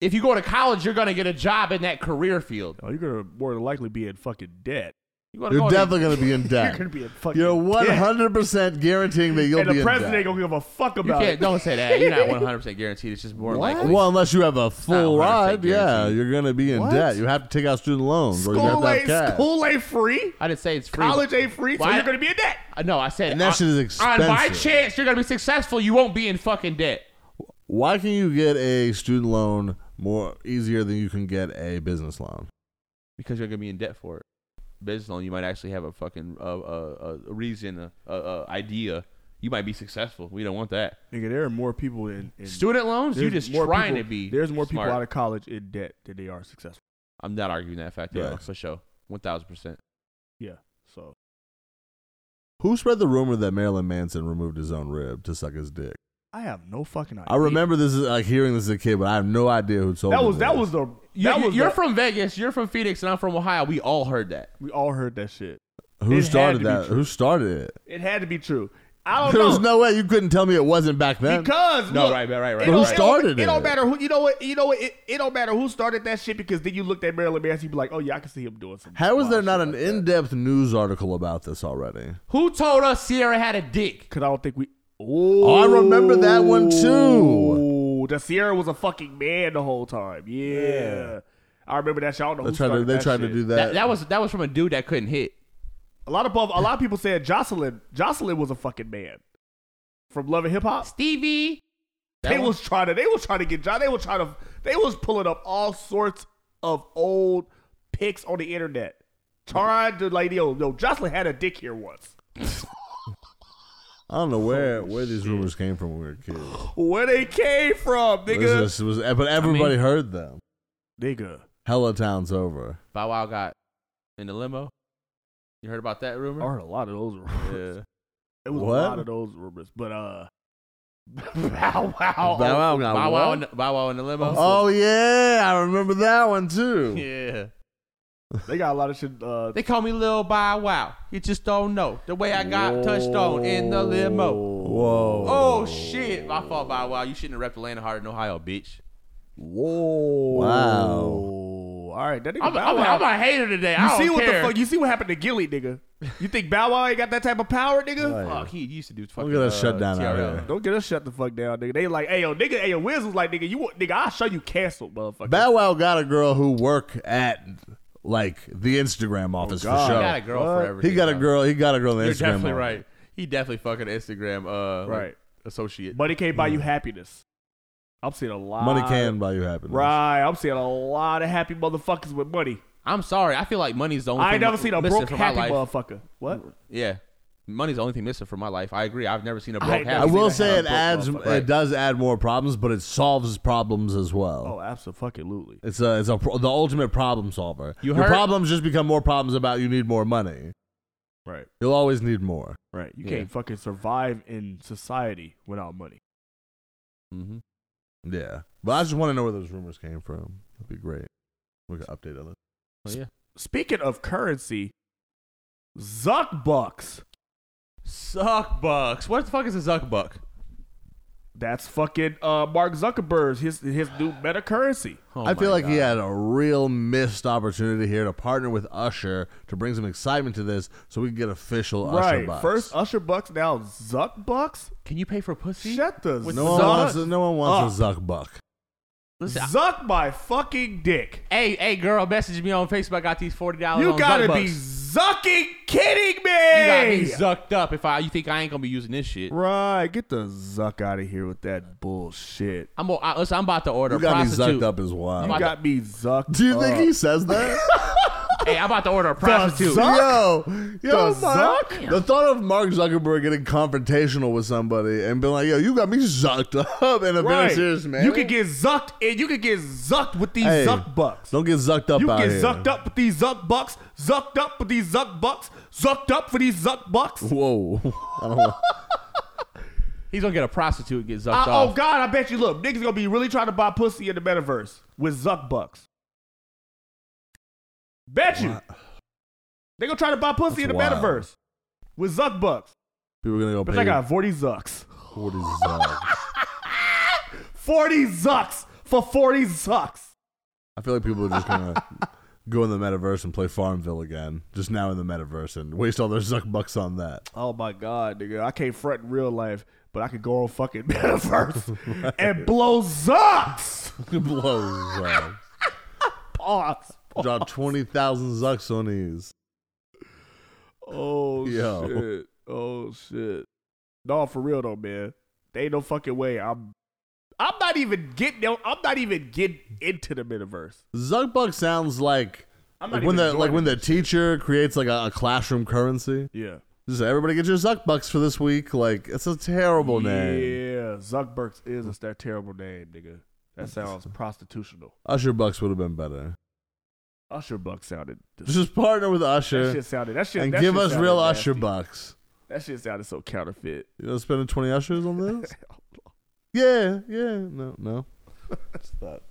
Speaker 4: If you go to college, you're gonna get a job in that career field.
Speaker 2: Oh, you're gonna more than likely be in fucking debt.
Speaker 4: You gonna
Speaker 3: You're
Speaker 4: go to-
Speaker 3: definitely gonna be in
Speaker 2: You're
Speaker 3: debt.
Speaker 2: gonna be in fucking
Speaker 3: You're
Speaker 2: debt.
Speaker 3: 100 percent guaranteeing that you'll
Speaker 2: And
Speaker 3: be
Speaker 2: the president
Speaker 3: in
Speaker 2: ain't
Speaker 3: debt.
Speaker 2: gonna give a fuck
Speaker 4: You
Speaker 2: about
Speaker 4: can't.
Speaker 2: it.
Speaker 4: Don't say that. You're not 100 percent guaranteed. It's just more likely.
Speaker 3: Well, unless you have a full
Speaker 4: 100%
Speaker 3: ride, yeah,
Speaker 4: guaranteed.
Speaker 3: you're gonna be in
Speaker 2: What?
Speaker 3: debt. You have to take out student loans, or you have
Speaker 2: School
Speaker 3: to have
Speaker 2: ain't,
Speaker 3: cash.
Speaker 2: school ain't free.
Speaker 4: I didn't say it's free.
Speaker 2: College ain't free, so
Speaker 4: Why-
Speaker 2: you're gonna be in debt.
Speaker 4: Uh, No, I said
Speaker 3: And that
Speaker 4: on-
Speaker 3: shit is
Speaker 4: On my
Speaker 3: expensive.
Speaker 4: chance, you're gonna be successful. You won't be in fucking debt.
Speaker 3: Why can you get a student loan more easier than you can get a business loan?
Speaker 4: because you're gonna be in debt for it. Business loan, you might actually have a fucking uh, uh, a reason, uh, uh, idea. You might be successful. We don't want that.
Speaker 2: Nigga, there are more people in, in
Speaker 4: Student loans, you
Speaker 2: There's
Speaker 4: just
Speaker 2: more
Speaker 4: trying
Speaker 2: people-
Speaker 4: to be.
Speaker 2: There's more
Speaker 4: smart.
Speaker 2: people out of college in debt than they are successful.
Speaker 4: I'm not arguing that fact at
Speaker 3: Yeah.
Speaker 4: all, for sure. One thousand percent.
Speaker 2: Yeah. So
Speaker 3: Who spread the rumor that Marilyn Manson removed his own rib to suck his dick?
Speaker 2: I have no fucking idea.
Speaker 3: I remember this is like hearing this as a kid, but I have no idea who told
Speaker 2: That
Speaker 3: me
Speaker 2: was that was the that
Speaker 4: you,
Speaker 2: was
Speaker 4: you're
Speaker 2: the-
Speaker 4: from Vegas. You're from Phoenix, and I'm from Ohio. We all heard that.
Speaker 2: We all heard that shit. It
Speaker 3: Who
Speaker 2: had to
Speaker 3: started
Speaker 2: be
Speaker 3: that?
Speaker 2: true.
Speaker 3: Who started it?
Speaker 2: It had to be true. I don't
Speaker 3: There
Speaker 2: know.
Speaker 3: was no way you couldn't tell me it wasn't back then.
Speaker 2: because
Speaker 4: Um, No,
Speaker 2: look,
Speaker 4: right, right, right,
Speaker 2: it
Speaker 4: right,
Speaker 2: don't-
Speaker 3: Who
Speaker 2: it don't-
Speaker 3: started
Speaker 2: It don't
Speaker 3: it?
Speaker 2: matter who you know what you know what it, it don't matter who started that shit because then you looked at Marilyn Manson, you'd be like, oh yeah, I can see him doing some.
Speaker 3: How is
Speaker 2: wild
Speaker 3: there
Speaker 2: shit
Speaker 3: not an
Speaker 2: like that.
Speaker 3: in-depth news article about this already?
Speaker 4: Who told us Sierra had a dick?
Speaker 2: Cause I don't think we.
Speaker 3: Oh, I remember that one too.
Speaker 2: Ooh, the Sierra was a fucking man the whole time. Yeah, I remember that. Y'all know
Speaker 3: They
Speaker 2: who
Speaker 3: tried to
Speaker 2: started
Speaker 3: they
Speaker 2: Oh, that
Speaker 3: tried to
Speaker 2: shit.
Speaker 3: do
Speaker 4: That,
Speaker 3: that.
Speaker 4: that was that was from a dude that couldn't hit.
Speaker 2: A lot of buff- a lot of people said Jocelyn. Jocelyn was a fucking man from Love and Hip Hop.
Speaker 4: Stevie. That
Speaker 2: They
Speaker 4: one-
Speaker 2: was trying to. They was trying to get John. They was trying to. They was pulling up all sorts of old pics on the internet, trying to like yo, yo, Jocelyn had a dick here once.
Speaker 3: I don't know where where these rumors came from when we were kids.
Speaker 2: Where they came from, nigga?
Speaker 3: This was- was- but everybody heard them.
Speaker 2: nigga.
Speaker 3: Hello, town's over.
Speaker 4: Bow Wow got in the limo. You heard about that rumor?
Speaker 3: Oh,
Speaker 2: I heard a lot of those rumors. It was
Speaker 3: What?
Speaker 2: a lot of those rumors, but uh, Bow
Speaker 3: Bow
Speaker 2: Oh, Wow.
Speaker 3: Wow got
Speaker 4: Bow
Speaker 3: what?
Speaker 4: Wow, in the, Bow Wow in the limo.
Speaker 3: Oh yeah, I remember that one too.
Speaker 4: yeah.
Speaker 2: They got a lot of shit. Uh,
Speaker 4: They call me Lil Bow Wow. You just don't know the way I got touched on in the limo.
Speaker 3: Whoa.
Speaker 4: Oh shit! My fault, Bow Wow. You shouldn't have repped Atlanta hard in Ohio, bitch.
Speaker 2: whoa.
Speaker 3: Wow.
Speaker 2: All right, that nigga
Speaker 4: I'm,
Speaker 2: Bow
Speaker 4: I'm,
Speaker 2: Wow.
Speaker 4: I'm a hater today.
Speaker 2: you
Speaker 4: I
Speaker 2: see
Speaker 4: don't
Speaker 2: what
Speaker 4: care.
Speaker 2: the fuck? You see what happened to Gilly, nigga? You think Bow Wow ain't got that type of power, nigga?
Speaker 3: Right.
Speaker 4: Fuck, he used to do fucking.
Speaker 3: Don't get us
Speaker 4: uh,
Speaker 3: shut down out
Speaker 4: TRL.
Speaker 3: here.
Speaker 2: Don't get us shut the fuck down, nigga. They like, hey yo, nigga, hey yo, Wiz was like, nigga, you want, nigga, I'll show you canceled, motherfucker.
Speaker 3: Bow Wow got a girl who work at like the Instagram office
Speaker 2: God.
Speaker 4: Oh, He
Speaker 3: for sure.
Speaker 4: got a girl for everything.
Speaker 3: He got a
Speaker 4: bro.
Speaker 3: girl. He got a girl. In the
Speaker 4: You're
Speaker 3: Instagram
Speaker 4: definitely
Speaker 3: office.
Speaker 4: right. He definitely fucking Instagram. Uh, right.
Speaker 2: Right.
Speaker 4: associate.
Speaker 2: Money can't buy you happiness. I'm seeing a lot.
Speaker 3: Money can buy you happiness.
Speaker 2: Right, I'm seeing a lot of happy motherfuckers with money.
Speaker 4: I'm sorry. I feel like money's the only.
Speaker 2: I
Speaker 4: thing
Speaker 2: ain't never
Speaker 4: mi-
Speaker 2: seen a
Speaker 4: missing
Speaker 2: broke
Speaker 4: from my
Speaker 2: happy
Speaker 4: life.
Speaker 2: motherfucker. What?
Speaker 4: Yeah, money's the only thing missing from my life. I agree. I've never seen a
Speaker 2: I
Speaker 4: broke
Speaker 2: ain't
Speaker 4: happy.
Speaker 3: I
Speaker 2: never
Speaker 3: will
Speaker 2: See,
Speaker 3: say
Speaker 2: that kind
Speaker 3: it
Speaker 2: of
Speaker 3: adds,
Speaker 2: book,
Speaker 3: it does add more problems, but it solves problems as well.
Speaker 2: Oh, absolutely.
Speaker 3: It's a, it's a, pro- the ultimate problem solver.
Speaker 4: You
Speaker 3: Your
Speaker 4: heard-
Speaker 3: problems just become more problems about you need more money.
Speaker 2: Right,
Speaker 3: You'll always need more.
Speaker 2: right. You
Speaker 4: Yeah.
Speaker 2: can't fucking survive in society without money.
Speaker 4: hmm
Speaker 3: Yeah, but I just want to know where those rumors came from. That'd be great. We can update on it.
Speaker 4: Oh, yeah.
Speaker 2: Speaking of currency, Zuck bucks.
Speaker 4: Suck bucks. What the fuck is a zuck buck?
Speaker 2: That's fucking uh, Mark Zuckerberg's his his new meta currency.
Speaker 4: Oh
Speaker 3: I feel
Speaker 4: my
Speaker 3: like he
Speaker 4: God.
Speaker 3: had a real missed opportunity here to partner with Usher to bring some excitement to this, so we can get official Usher
Speaker 2: Right.
Speaker 3: bucks.
Speaker 2: First Usher Bucks, now Zuck Bucks?
Speaker 4: Can you pay for pussy?
Speaker 2: Shut the
Speaker 4: With
Speaker 3: no
Speaker 4: the
Speaker 3: one
Speaker 4: Zuck?
Speaker 3: wants, a- no one wants a Zuck buck.
Speaker 4: Listen, I-
Speaker 2: Zuck my fucking dick.
Speaker 4: hey, hey, girl, message me on Facebook. I got these forty dollars.
Speaker 2: You gotta
Speaker 4: zuck
Speaker 2: be
Speaker 4: Bucks.
Speaker 2: zucking kidding
Speaker 4: You gotta
Speaker 2: me.
Speaker 4: be zucked up. If I, you think I ain't gonna be using this shit?
Speaker 2: Right, get the zuck out of here with that bullshit.
Speaker 4: I'm, gonna- I, listen, I'm about to order
Speaker 3: You
Speaker 4: a
Speaker 3: got me
Speaker 4: prostitute.
Speaker 3: zucked up as
Speaker 2: You
Speaker 3: wild.
Speaker 4: about
Speaker 2: got me zucked.
Speaker 3: Do you think
Speaker 2: up.
Speaker 3: he says that?
Speaker 4: Hey, I'm about to order a prostitute.
Speaker 2: zuck?
Speaker 3: Yo, yo,
Speaker 2: The
Speaker 3: Mark.
Speaker 2: Zuck?
Speaker 3: The thought of Mark Zuckerberg getting confrontational with somebody and being like, "Yo, you got me zucked up," in a very
Speaker 2: Right.
Speaker 3: serious man.
Speaker 2: You could get zucked and you could get zucked with these
Speaker 3: Hey,
Speaker 2: zuck bucks.
Speaker 3: Don't get zucked up
Speaker 2: You
Speaker 3: out
Speaker 2: get
Speaker 3: here.
Speaker 2: zucked up with these zuck bucks, zucked up with these zuck bucks, zucked up for these zuck bucks.
Speaker 3: Whoa. I don't want-
Speaker 4: He's gonna get a prostitute and get zucked
Speaker 2: I-
Speaker 3: Uh,
Speaker 4: off.
Speaker 2: oh God, I bet you. Look, niggas gonna be really trying to buy pussy in the metaverse with Zuck bucks. Bet you, they gonna try to buy pussy in
Speaker 3: That's
Speaker 2: the
Speaker 3: wild.
Speaker 2: metaverse with Zuck bucks.
Speaker 3: People are gonna go
Speaker 2: But
Speaker 3: pay
Speaker 2: I got forty Zucks,
Speaker 3: forty zucks.
Speaker 2: forty Zucks for forty Zucks.
Speaker 3: I feel like people are just gonna go in the metaverse and play Farmville again, just now in the metaverse, and waste all their zuck bucks on that.
Speaker 2: Oh my God, nigga, I can't front in real life, but I could go on fucking metaverse
Speaker 3: Right.
Speaker 2: and blow Zucks.
Speaker 3: Blow zucks.
Speaker 2: Pause.
Speaker 3: Draw twenty thousand zucks on these.
Speaker 2: Oh
Speaker 3: Yo.
Speaker 2: shit. Oh shit. No, for real though, man. There ain't no fucking way. I'm I'm not even getting no, I'm not even getting into the metaverse.
Speaker 3: Zuck buck sounds like.
Speaker 2: I'm not
Speaker 3: Like when
Speaker 2: even
Speaker 3: the like
Speaker 2: enjoying
Speaker 3: when
Speaker 2: it.
Speaker 3: the teacher creates like a, a classroom currency,
Speaker 2: Yeah.
Speaker 3: just say, everybody get your zuck bucks for this week. Like it's a terrible name. Mm.
Speaker 2: Yeah. Zuckbergs is a that terrible name, nigga. That sounds prostitutional.
Speaker 3: Usher bucks would have been better.
Speaker 2: Usher Buck sounded dis-
Speaker 3: Just partner with
Speaker 2: that
Speaker 3: Usher
Speaker 2: shit sounded that shit.
Speaker 3: and
Speaker 2: that
Speaker 3: give
Speaker 2: shit
Speaker 3: us
Speaker 2: sounded
Speaker 3: real
Speaker 2: nasty.
Speaker 3: Usher bucks.
Speaker 2: That shit sounded so counterfeit.
Speaker 3: You know, spending twenty ushers on this. Yeah, yeah, no, no. That's that.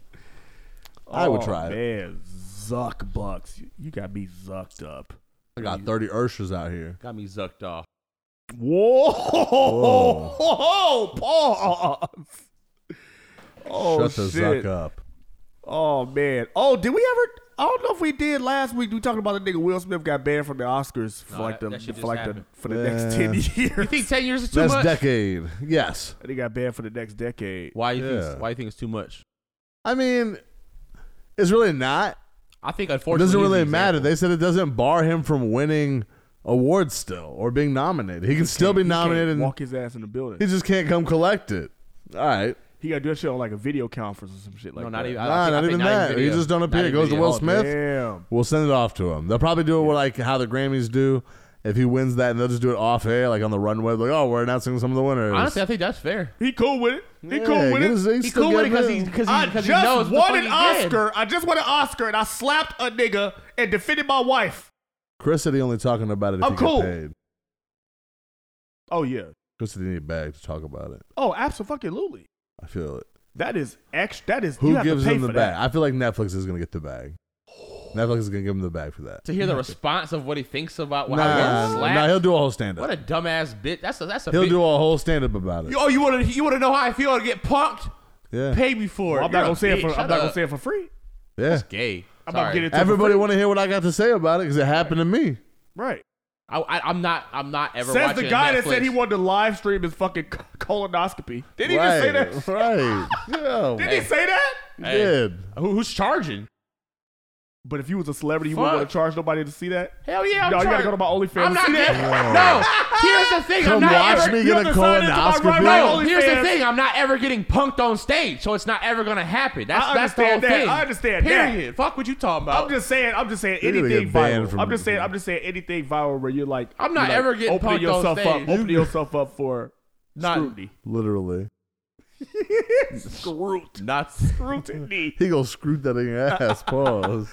Speaker 3: I would
Speaker 2: Oh,
Speaker 3: try it.
Speaker 2: Man, Zuck Bucks. You, you got me zucked up.
Speaker 3: I got 30 Urshas out here.
Speaker 4: Got me zucked off.
Speaker 2: Whoa!
Speaker 3: Oh,
Speaker 2: Pause. Oh,
Speaker 3: Shut the
Speaker 2: shit.
Speaker 3: Zuck up.
Speaker 2: Oh man. Oh, did we ever? I don't know if we did last week. We talking about the nigga Will Smith got banned from the Oscars for
Speaker 4: No,
Speaker 2: like
Speaker 4: that-
Speaker 2: the
Speaker 4: that shit
Speaker 2: for
Speaker 4: just
Speaker 2: like
Speaker 4: happened.
Speaker 2: the for the next
Speaker 3: Yeah.
Speaker 2: ten years.
Speaker 4: You think ten years is too
Speaker 3: That's
Speaker 4: much?
Speaker 3: decade. Yes.
Speaker 2: They got banned for the next decade.
Speaker 4: why you think?
Speaker 3: Yeah.
Speaker 4: Why you think it's too much?
Speaker 3: I mean, it's really not.
Speaker 4: I think
Speaker 3: It
Speaker 4: unfortunately
Speaker 3: doesn't
Speaker 4: he's an
Speaker 3: really
Speaker 4: example.
Speaker 3: matter. They said it doesn't bar him from winning awards still or being nominated. He can still be
Speaker 2: He can't
Speaker 3: nominated. and
Speaker 2: walk his ass in the building.
Speaker 3: He just can't come collect it. All right.
Speaker 2: He got to do that shit on like a video conference or some shit like
Speaker 4: No,
Speaker 2: that.
Speaker 4: not even. I- I
Speaker 3: Nah,
Speaker 4: think- I
Speaker 3: not
Speaker 4: think
Speaker 3: even that.
Speaker 4: video.
Speaker 3: he just don't
Speaker 4: Not
Speaker 3: appear. It
Speaker 4: even
Speaker 3: goes to
Speaker 4: video.
Speaker 3: Will
Speaker 4: Oh,
Speaker 3: Smith.
Speaker 2: Damn.
Speaker 3: We'll send it off to him. They'll probably do it with, like how the Grammys do. If he wins that, and they'll just do it off air, like on the runway, like oh, we're announcing some of the winners.
Speaker 4: Honestly, I think that's fair.
Speaker 2: He cool with it. He
Speaker 3: Yeah,
Speaker 2: cool with
Speaker 3: get
Speaker 2: it.
Speaker 3: his-
Speaker 4: He
Speaker 3: still
Speaker 4: cool with it
Speaker 3: getting
Speaker 4: because he
Speaker 3: paid.
Speaker 4: because
Speaker 2: I
Speaker 4: he, 'cause
Speaker 2: just
Speaker 4: he knows the
Speaker 2: won
Speaker 4: fuck
Speaker 2: an
Speaker 4: he did.
Speaker 2: Oscar. I just won an Oscar and I slapped a nigga and defended my wife.
Speaker 3: Chris said he only talking about it if
Speaker 2: I'm
Speaker 3: he
Speaker 2: cool.
Speaker 3: get paid.
Speaker 2: Oh yeah.
Speaker 3: Chris said he need a bag to talk about it.
Speaker 2: Oh, absolutely.
Speaker 3: I feel it.
Speaker 2: That is extra. That is. you
Speaker 3: Who
Speaker 2: have
Speaker 3: gives
Speaker 2: to pay
Speaker 3: him the
Speaker 2: for
Speaker 3: bag?
Speaker 2: that.
Speaker 3: I feel like Netflix is gonna get the bag. Netflix is gonna give him the bag for that.
Speaker 4: To hear the response of what he thinks about what how he
Speaker 3: Nah,
Speaker 4: slapped.
Speaker 3: nah, he'll do a whole stand
Speaker 4: what
Speaker 3: up.
Speaker 4: a dumbass bitch. That's a that's a.
Speaker 3: He'll
Speaker 4: big,
Speaker 3: do a whole stand up about it.
Speaker 4: You- Oh, you want to you want to know how I feel to get punked?
Speaker 3: yeah,
Speaker 4: Pay me for it.
Speaker 2: Well, I'm
Speaker 4: You're
Speaker 2: not
Speaker 4: a
Speaker 2: gonna say it
Speaker 4: bitch.
Speaker 2: for.
Speaker 4: Shut
Speaker 2: I'm not gonna
Speaker 4: up.
Speaker 2: say it for free.
Speaker 3: yeah.
Speaker 4: Gay.
Speaker 2: I'm not
Speaker 4: Sorry.
Speaker 2: getting it. To
Speaker 3: Everybody want to hear what I got to say about it because it happened to me.
Speaker 2: Right.
Speaker 4: I, I, I'm not. I'm not ever.
Speaker 2: Says
Speaker 4: watching
Speaker 2: the guy that
Speaker 4: Netflix.
Speaker 2: said he wanted to live stream his fucking c- colonoscopy. Did he just
Speaker 3: right,
Speaker 2: say that?
Speaker 3: Right. Yeah.
Speaker 2: Did
Speaker 4: Hey.
Speaker 2: he say that?
Speaker 3: he
Speaker 4: Hey.
Speaker 3: did.
Speaker 4: Who, who's charging?
Speaker 2: But if you was a celebrity, you wouldn't
Speaker 4: Fuck.
Speaker 2: want to charge nobody to see that.
Speaker 4: Hell yeah! I'm
Speaker 2: no, you gotta go
Speaker 4: charging.
Speaker 2: to my OnlyFans.
Speaker 4: I'm
Speaker 2: and
Speaker 4: not
Speaker 2: see
Speaker 4: getting.
Speaker 2: that.
Speaker 4: No. Here's the thing.
Speaker 3: Come
Speaker 4: I'm not
Speaker 3: watch
Speaker 4: ever.
Speaker 3: me
Speaker 2: you
Speaker 3: get a
Speaker 2: have to sign into my
Speaker 3: colonoscopy.
Speaker 2: right
Speaker 4: No,
Speaker 2: Only
Speaker 4: here's the
Speaker 2: fans.
Speaker 4: thing. I'm not ever getting punked on stage, so it's not ever gonna happen. That's
Speaker 2: I
Speaker 4: that's the whole
Speaker 2: understand that.
Speaker 4: thing.
Speaker 2: I understand that.
Speaker 4: Period. Fuck what you talking about.
Speaker 2: I'm just saying. I'm just saying
Speaker 3: You're gonna
Speaker 2: anything
Speaker 3: get banned
Speaker 2: viral.
Speaker 3: from-
Speaker 2: I'm just saying. I'm just saying anything viral where you're like.
Speaker 4: I'm
Speaker 2: you're
Speaker 4: not
Speaker 2: like
Speaker 4: ever getting punked
Speaker 2: opening
Speaker 4: on
Speaker 2: yourself up.
Speaker 4: stage.
Speaker 2: Opening yourself up for
Speaker 4: Not-
Speaker 2: scrutiny.
Speaker 3: Literally.
Speaker 2: Scrut.
Speaker 4: not.
Speaker 2: Scrutiny.
Speaker 3: He gonna screw that in your ass. Pause.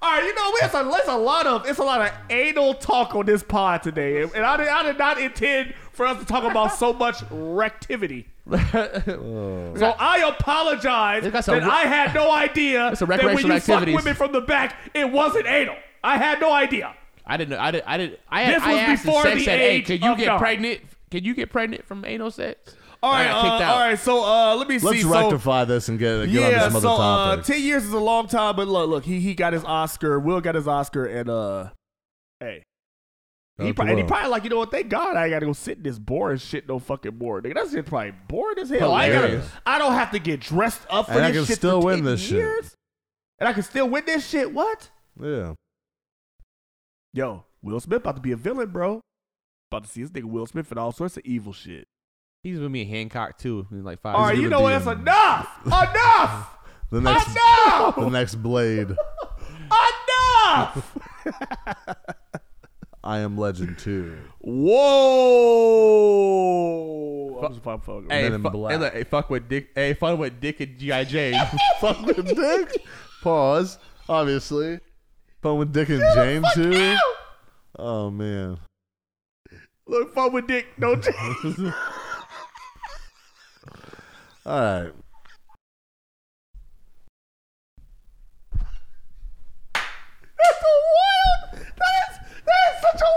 Speaker 2: All right, you know, it's a, it's a lot of it's a lot of anal talk on this pod today, and I did, I did not intend for us to talk about so much rectivity. So I apologize
Speaker 4: It's got
Speaker 2: that
Speaker 4: some re-
Speaker 2: I had no idea
Speaker 4: It's a
Speaker 2: that when
Speaker 4: recreational
Speaker 2: you
Speaker 4: activities.
Speaker 2: fuck women from the back, it wasn't anal. I had no idea.
Speaker 4: I didn't. know- I didn't. I didn't. I had.
Speaker 2: This
Speaker 4: I
Speaker 2: was
Speaker 4: asked
Speaker 2: before
Speaker 4: the sex
Speaker 2: the
Speaker 4: ed, hey,
Speaker 2: age
Speaker 4: can you
Speaker 2: of
Speaker 4: get
Speaker 2: God."
Speaker 4: pregnant? Can you get pregnant from anal sex?
Speaker 2: All
Speaker 4: I
Speaker 2: right,
Speaker 4: got kicked
Speaker 2: uh,
Speaker 4: out.
Speaker 2: all right. So uh, let me
Speaker 3: Let's
Speaker 2: see. So-
Speaker 3: rectify this and get, get on to
Speaker 2: yeah,
Speaker 3: some other
Speaker 2: so uh,
Speaker 3: topics.
Speaker 2: ten years is a long time, but look, look, he he got his Oscar. Will got his Oscar, and uh, hey,
Speaker 3: Shout
Speaker 2: he
Speaker 3: out
Speaker 2: probably, and
Speaker 3: to
Speaker 2: he
Speaker 3: Will.
Speaker 2: probably like you know what? Thank God I gotta go sit in this boring shit. No fucking boring, nigga. That's shit probably boring as hell. I ain't gotta,
Speaker 3: Hilarious.
Speaker 2: I don't have to get dressed up for
Speaker 3: And
Speaker 2: this
Speaker 3: I can
Speaker 2: shit
Speaker 3: still
Speaker 2: for
Speaker 3: win
Speaker 2: 10
Speaker 3: this shit.
Speaker 2: years? and I can still win this shit. What?
Speaker 3: yeah.
Speaker 2: Yo, Will Smith about to be a villain, bro. About to see this nigga Will Smith and all sorts of evil shit.
Speaker 4: He's with me in Hancock too in like five.
Speaker 2: All right,
Speaker 4: years.
Speaker 2: you
Speaker 3: gonna
Speaker 2: know what?
Speaker 3: be
Speaker 2: That's
Speaker 3: in-
Speaker 2: enough. Enough.
Speaker 3: The next,
Speaker 2: enough.
Speaker 3: the next blade.
Speaker 2: Enough.
Speaker 3: I am Legend Two.
Speaker 2: Whoa! I'm just fucking fucking-
Speaker 4: Hey,
Speaker 3: Men in
Speaker 4: fu-
Speaker 3: Black.
Speaker 4: hey, look, hey, fuck with Dick. Hey, fun with Dick and GI Jane.
Speaker 3: Fun with Dick. Pause. Obviously. Fun with Dick and Jane too. Oh man.
Speaker 2: Look, fun with dick, no dick.
Speaker 3: All right.
Speaker 2: That's a wild. That is that is such a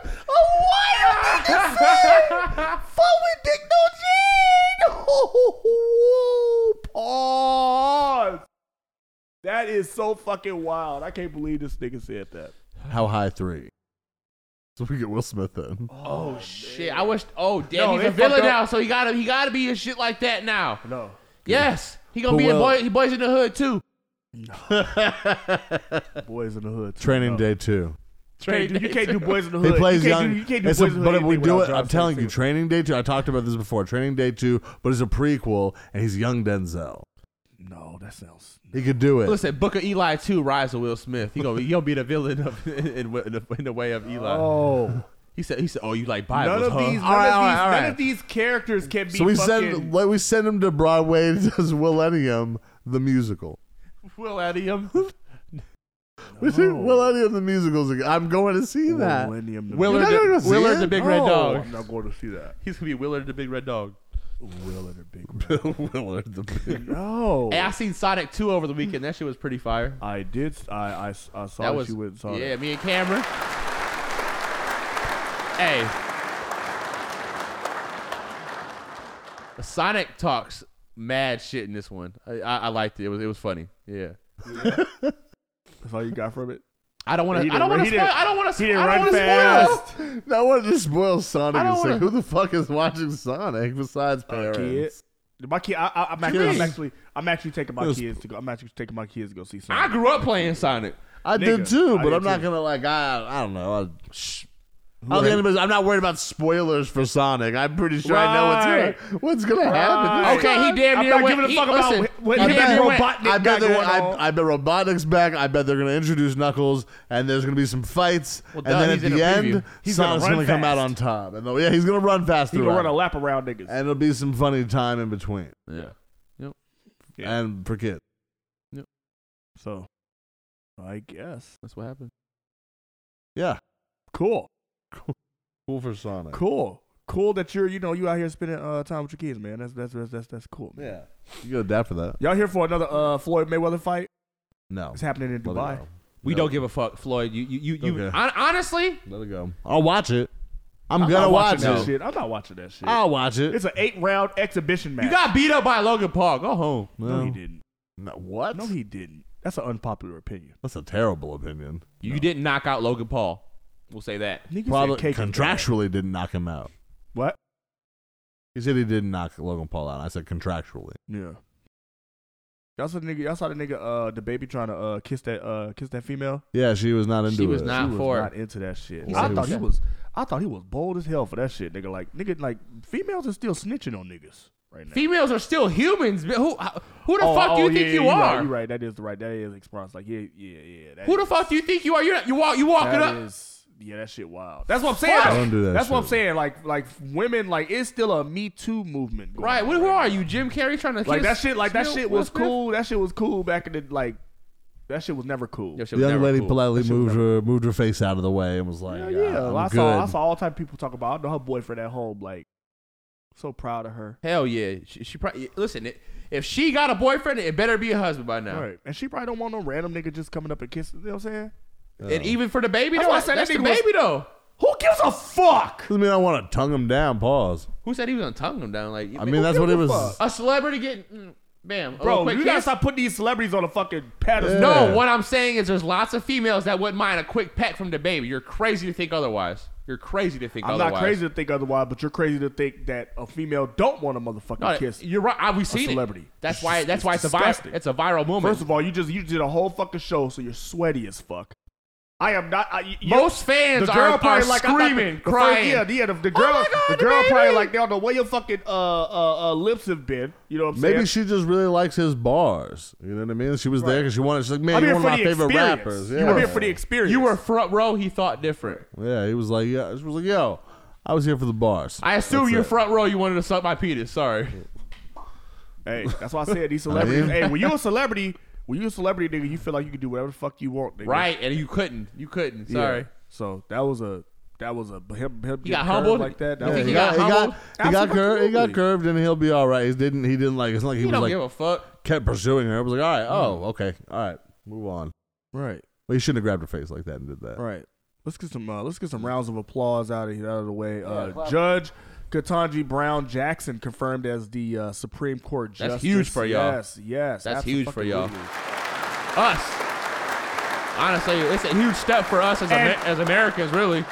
Speaker 2: wild, a wild nigga saying. Fun with dick, no jig. Whoa, pause. That is so fucking wild. I can't believe this nigga said that.
Speaker 3: How high three? So we get Will Smith then.
Speaker 4: oh shit! I wish. Oh damn,
Speaker 2: No,
Speaker 4: he's
Speaker 2: they
Speaker 4: a villain
Speaker 2: fucked up.
Speaker 4: now, so he gotta he gotta be in shit like that now.
Speaker 2: No.
Speaker 4: Yes, he gonna
Speaker 3: Who
Speaker 4: be in
Speaker 3: will?
Speaker 4: boy, he boys in the hood too.
Speaker 2: Boys in the hood.
Speaker 3: Training Day Two.
Speaker 2: Training. You can't do boys in the hood.
Speaker 3: He plays
Speaker 2: you can't
Speaker 3: young.
Speaker 2: Do, you can't do
Speaker 3: it's
Speaker 2: boys
Speaker 3: a-
Speaker 2: in the
Speaker 3: but
Speaker 2: hood.
Speaker 3: if we
Speaker 2: anything
Speaker 3: do
Speaker 2: without
Speaker 3: it, I'm
Speaker 2: John
Speaker 3: telling you,
Speaker 2: Cena.
Speaker 3: Training Day Two. I talked about this before. Training Day Two, but it's a prequel, and he's young Denzel.
Speaker 2: no, that sounds.
Speaker 3: He could do it.
Speaker 4: Listen, Booker Eli too. Rise of Will Smith. He gonna he gonna be the villain of in, in, the, in the way of Eli.
Speaker 2: Oh.
Speaker 4: He said he said, "Oh, you like
Speaker 2: None
Speaker 4: Bibles,
Speaker 2: of
Speaker 4: huh?"
Speaker 2: these, none,
Speaker 3: All right,
Speaker 2: of,
Speaker 3: all
Speaker 2: these
Speaker 3: right, all
Speaker 2: none
Speaker 3: right.
Speaker 2: of these characters can be
Speaker 3: so we
Speaker 2: fucking.
Speaker 3: send like, we send him to Broadway and does Millennium the musical.
Speaker 4: Will Adium.
Speaker 3: We see Millennium the musicals. again. I'm going to see that.
Speaker 2: Oh. Millennium.
Speaker 3: You're
Speaker 4: Willard,
Speaker 3: not gonna
Speaker 4: the,
Speaker 3: see
Speaker 4: Willard
Speaker 3: it?
Speaker 4: the big red
Speaker 3: No.
Speaker 4: dog.
Speaker 2: I'm not going to see that.
Speaker 4: He's gonna be Willard the big red dog.
Speaker 2: Willard or Big
Speaker 3: Willard the Big
Speaker 2: No.
Speaker 4: Hey, I seen Sonic 2 over the weekend. That shit was pretty fire.
Speaker 2: I did. I, I, I saw that,
Speaker 4: that was,
Speaker 2: you went and saw
Speaker 4: yeah,
Speaker 2: that.
Speaker 4: me and Cameron. hey. Sonic talks mad shit in this one. I, I, I liked it. It was it was funny. Yeah.
Speaker 2: That's all you got from it.
Speaker 4: I don't want
Speaker 2: He
Speaker 4: to. I
Speaker 2: didn't
Speaker 4: don't want
Speaker 2: re-
Speaker 4: to
Speaker 2: he
Speaker 4: spoil.
Speaker 2: didn't-
Speaker 4: I don't want to.
Speaker 2: he didn't
Speaker 4: I
Speaker 2: run
Speaker 4: don't wanna spoil.
Speaker 3: that one just spoils Sonic.
Speaker 4: I don't
Speaker 3: It's like,
Speaker 4: wanna-
Speaker 3: who the fuck is watching Sonic besides parents?
Speaker 2: Kid. My kid, I, I, I'm, actually, I'm actually, I'm actually taking my
Speaker 3: Yes.
Speaker 2: kids to go. I'm actually taking my kids to go see. Sonic.
Speaker 4: I grew up playing Sonic.
Speaker 3: I did
Speaker 2: Nigga,
Speaker 3: too,
Speaker 2: I
Speaker 3: but
Speaker 2: did
Speaker 3: I'm not
Speaker 2: too.
Speaker 3: gonna like. I, I don't know. I, shh. I don't think anybody's, I'm not worried about spoilers for Sonic. I'm pretty sure I know
Speaker 2: Right.
Speaker 3: what's gonna, what's gonna happen.
Speaker 4: Okay, he damn
Speaker 2: I'm
Speaker 4: near
Speaker 2: not
Speaker 4: went.
Speaker 2: giving a
Speaker 4: he-
Speaker 2: fuck about
Speaker 4: listen,
Speaker 2: what- what
Speaker 4: he
Speaker 2: him
Speaker 4: damn
Speaker 2: and
Speaker 4: near went-
Speaker 2: Robotnik
Speaker 3: I bet,
Speaker 2: got
Speaker 3: they,
Speaker 2: going on.
Speaker 3: I, I bet Robotnik's back. I bet they're going to introduce Knuckles, and there's going to be some fights.
Speaker 4: Well,
Speaker 3: and
Speaker 4: duh,
Speaker 3: then
Speaker 4: he's
Speaker 3: at
Speaker 4: in
Speaker 3: the
Speaker 4: a preview.
Speaker 3: end,
Speaker 2: He's gonna
Speaker 3: Sonic's
Speaker 2: run
Speaker 3: going to come out
Speaker 2: fast.
Speaker 3: on top. And though, yeah, he's going to run fast
Speaker 2: He can
Speaker 3: throughout.
Speaker 2: run a lap around niggas.
Speaker 3: and it'll be some funny time in between.
Speaker 4: Yeah.
Speaker 2: Yeah.
Speaker 3: And for kids,
Speaker 2: so, I guess
Speaker 4: That's what happened.
Speaker 3: yeah,
Speaker 2: cool,
Speaker 3: cool for Sonic.
Speaker 2: cool, cool that you're you know you out here spending uh, time with your kids, man. That's that's that's that's, that's cool. Man.
Speaker 3: Yeah, you got adapt for that.
Speaker 2: Y'all here for another uh, Floyd Mayweather fight?
Speaker 3: No,
Speaker 2: It's happening in
Speaker 3: Let it
Speaker 2: Dubai.
Speaker 3: go.
Speaker 4: We
Speaker 3: No.
Speaker 4: don't give a fuck, Floyd. You you you, you
Speaker 3: Okay.
Speaker 4: hon- honestly.
Speaker 3: Let it go. I'll watch it. I'm,
Speaker 2: I'm
Speaker 3: gonna
Speaker 2: not
Speaker 3: watch
Speaker 2: watching
Speaker 3: it.
Speaker 2: that shit. I'm not watching that shit.
Speaker 3: I'll watch it.
Speaker 2: It's an eight round exhibition match.
Speaker 4: You got beat up by Logan Paul. Go home.
Speaker 2: no, he didn't.
Speaker 3: No, what?
Speaker 2: No, he didn't. That's an unpopular opinion.
Speaker 3: That's a terrible opinion.
Speaker 4: You didn't knock out Logan Paul. We'll say that.
Speaker 2: Niggas
Speaker 3: Probably
Speaker 2: said cake and
Speaker 3: contractually didn't knock him out.
Speaker 2: cake. What?
Speaker 3: He said he didn't knock Logan Paul out. I said contractually.
Speaker 2: Yeah. Y'all saw the nigga. Y'all saw the nigga. Uh, the baby trying to uh kiss that uh kiss that female.
Speaker 3: Yeah, she was not into
Speaker 4: She
Speaker 3: it.
Speaker 4: was
Speaker 2: He
Speaker 4: not
Speaker 2: was
Speaker 4: for
Speaker 2: not
Speaker 4: it.
Speaker 2: into that shit.
Speaker 3: He
Speaker 2: I
Speaker 3: said he
Speaker 2: thought
Speaker 3: was-
Speaker 2: he was. I thought he was bold as hell for that shit, nigga. Like nigga, like females are still snitching on niggas right now.
Speaker 4: Females are still humans. but Who who the
Speaker 2: Oh,
Speaker 4: fuck do you
Speaker 2: oh,
Speaker 4: think
Speaker 2: yeah,
Speaker 4: you
Speaker 2: you're
Speaker 4: are?
Speaker 2: Right, you right. That is the right. That is response. Like yeah, yeah, yeah. that
Speaker 4: Who the
Speaker 2: is-
Speaker 4: fuck do you think you are? You're not, you walk you walking
Speaker 2: that
Speaker 4: up.
Speaker 2: is- yeah, that shit wild. That's what I'm saying.
Speaker 4: Fuck.
Speaker 2: though.
Speaker 3: Don't do that
Speaker 2: That's what
Speaker 3: shit.
Speaker 2: I'm saying. Like like women. Like it's still a Me Too movement. Going
Speaker 4: Right.
Speaker 2: on
Speaker 4: Who, who
Speaker 2: now.
Speaker 4: are you? Jim Carrey trying to
Speaker 2: Like
Speaker 4: kiss
Speaker 2: that shit. Like that
Speaker 4: Will-
Speaker 2: shit
Speaker 4: Will
Speaker 2: was
Speaker 4: Smith?
Speaker 2: cool. That shit was cool back in the like. That shit was never cool.
Speaker 4: That shit
Speaker 3: The
Speaker 4: was
Speaker 3: young
Speaker 4: never
Speaker 3: lady
Speaker 4: cool.
Speaker 3: politely moved her moved her face out of the way and was like,
Speaker 2: Hell
Speaker 3: "Ah,
Speaker 2: yeah,
Speaker 3: I'm
Speaker 2: I
Speaker 3: good."
Speaker 2: saw I saw all type of people talk about. I know her boyfriend at home. Like, so proud of her.
Speaker 4: Hell yeah. She, she probably listen. It, if she got a boyfriend, it better be a husband by now.
Speaker 2: Right, and she probably don't want no random nigga just coming up and kissing. You know what I'm saying?
Speaker 4: And even for the baby,
Speaker 2: That's
Speaker 4: though,
Speaker 2: why I said
Speaker 4: that's
Speaker 2: that
Speaker 4: the
Speaker 2: nigga was-
Speaker 4: baby though.
Speaker 2: Who gives a fuck?
Speaker 3: Doesn't mean I want to tongue him down. Pause.
Speaker 4: Who said he was gonna tongue him down? Like
Speaker 3: I mean, that's what it was.
Speaker 2: fuck?
Speaker 4: a celebrity getting mm, bam. a
Speaker 2: Bro,
Speaker 4: little quick
Speaker 2: you gotta
Speaker 4: kiss?
Speaker 2: stop putting these celebrities on a fucking pedestal.
Speaker 4: No,
Speaker 3: Yeah.
Speaker 4: what I'm saying is there's lots of females that wouldn't mind a quick peck from the baby. You're crazy to think otherwise. You're crazy to think
Speaker 2: I'm
Speaker 4: otherwise.
Speaker 2: not crazy to think otherwise, but you're crazy to think that a female don't want a motherfucking
Speaker 4: No,
Speaker 2: kiss.
Speaker 4: You're right. I- We've seen
Speaker 2: celebrity.
Speaker 4: it. That's why. That's why it's a
Speaker 2: disgusting.
Speaker 4: viral. It's a viral moment.
Speaker 2: First of all, you just you did a whole fucking show, so you're sweaty as fuck. I am not. I, you-
Speaker 4: Most fans
Speaker 2: the
Speaker 4: are,
Speaker 2: girl
Speaker 4: are
Speaker 2: probably like I thought the-
Speaker 4: screaming,
Speaker 2: the first-
Speaker 4: crying.
Speaker 2: yeah, yeah. The, the
Speaker 4: Oh
Speaker 2: girl,
Speaker 4: my God,
Speaker 2: the girl
Speaker 4: baby.
Speaker 2: probably like they don't know where your fucking uh, uh, uh, lips have been. You know what I'm
Speaker 3: Maybe
Speaker 2: saying?
Speaker 3: she just really likes his bars. You know what I mean? She was there because she wanted. She's like, man,
Speaker 2: I'm
Speaker 3: you're
Speaker 2: here
Speaker 3: one of
Speaker 2: for
Speaker 3: my
Speaker 2: the
Speaker 3: favorite
Speaker 2: experience.
Speaker 3: rappers.
Speaker 2: You
Speaker 3: Yeah.
Speaker 2: were here for the experience.
Speaker 4: You were front row. He thought different.
Speaker 3: Yeah, he was like, yeah. She was like, yo, I was here for the bars.
Speaker 4: I assume
Speaker 3: That's
Speaker 4: you're
Speaker 3: it.
Speaker 4: front row. You wanted to suck my penis. Sorry.
Speaker 2: Hey, that's why I said these celebrities.
Speaker 3: mean-
Speaker 2: hey, when you a celebrity, when you a celebrity, nigga, you feel like you can do whatever the fuck you want, nigga.
Speaker 4: Right, and you couldn't. You couldn't.
Speaker 2: Yeah.
Speaker 4: Sorry.
Speaker 2: So that was a that was a him him
Speaker 4: He got
Speaker 2: getting
Speaker 4: humbled?
Speaker 2: curved like that. that
Speaker 4: You
Speaker 2: was
Speaker 4: think
Speaker 3: he
Speaker 4: he
Speaker 3: got,
Speaker 4: got
Speaker 3: he got, he got,
Speaker 2: Absolutely.
Speaker 3: curved, he got curved, and he'll be all right. He didn't, he didn't like. It's not like he
Speaker 4: You
Speaker 3: was
Speaker 4: don't
Speaker 3: like
Speaker 4: give a fuck.
Speaker 3: kept pursuing her. It was like, all right, oh, okay, all right, move on.
Speaker 2: Mm. right,
Speaker 3: Well, he shouldn't have grabbed her face like that and did that.
Speaker 2: right. Let's get some uh, let's get some rounds of applause out of here, out of the way. Uh, Judge Katanji Brown Jackson confirmed as the uh, Supreme Court justice.
Speaker 4: That's huge for y'all.
Speaker 2: Yes, yes,
Speaker 4: That's huge for y'all.
Speaker 2: absolutely.
Speaker 4: Us. Honestly, it's a huge step for us as
Speaker 2: And-
Speaker 4: Amer- as Americans. Really.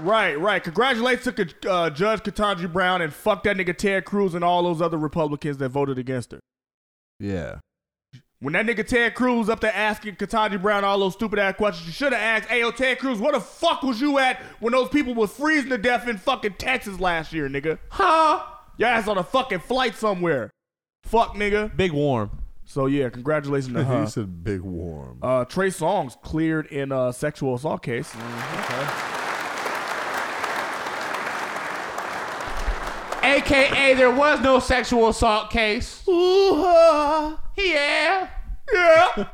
Speaker 2: Right, right. Congratulations to uh, Judge Katanji Brown and fuck that nigga Ted Cruz and all those other Republicans that voted against her.
Speaker 3: Yeah.
Speaker 2: When that nigga Ted Cruz up there asking Katanji Brown all those stupid ass questions, you should have asked, hey, yo, Ted Cruz, where the fuck was you at when those people was freezing to death in fucking Texas last year, nigga? Huh? Your ass on a fucking flight somewhere. Fuck, nigga.
Speaker 4: Big warm.
Speaker 2: So, yeah, congratulations to
Speaker 3: he
Speaker 2: her.
Speaker 3: said big warm.
Speaker 2: Uh, Trey Songz cleared in a sexual assault case.
Speaker 4: AKA, there was no sexual assault case.
Speaker 2: Ooh-ha.
Speaker 4: Yeah.
Speaker 2: Yeah.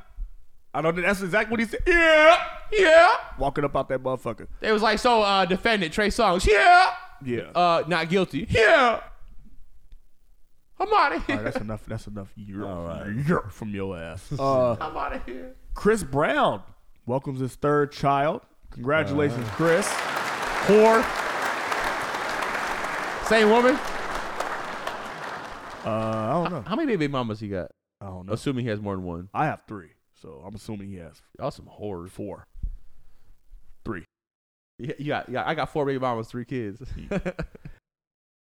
Speaker 2: I know that's exactly what he said. Yeah.
Speaker 4: Yeah.
Speaker 2: Walking up out that motherfucker.
Speaker 4: It was like, so, uh, defendant Trey Songz. Yeah.
Speaker 2: Yeah.
Speaker 4: Uh, not guilty.
Speaker 2: yeah.
Speaker 4: I'm out of
Speaker 2: All
Speaker 4: here.
Speaker 2: right, that's enough. That's enough. You're, from your ass.
Speaker 4: I'm out of here.
Speaker 2: Chris Brown welcomes his third child. Congratulations,
Speaker 3: Uh.
Speaker 2: Chris. Whore.
Speaker 4: Same woman.
Speaker 2: Uh, I don't know.
Speaker 4: How many baby mamas he got?
Speaker 2: I don't know.
Speaker 4: Assuming he has more than one.
Speaker 2: I have three, so I'm assuming he has
Speaker 4: Y'all some horrors.
Speaker 2: four.
Speaker 4: Yeah, yeah, yeah. I got four baby mamas, three kids.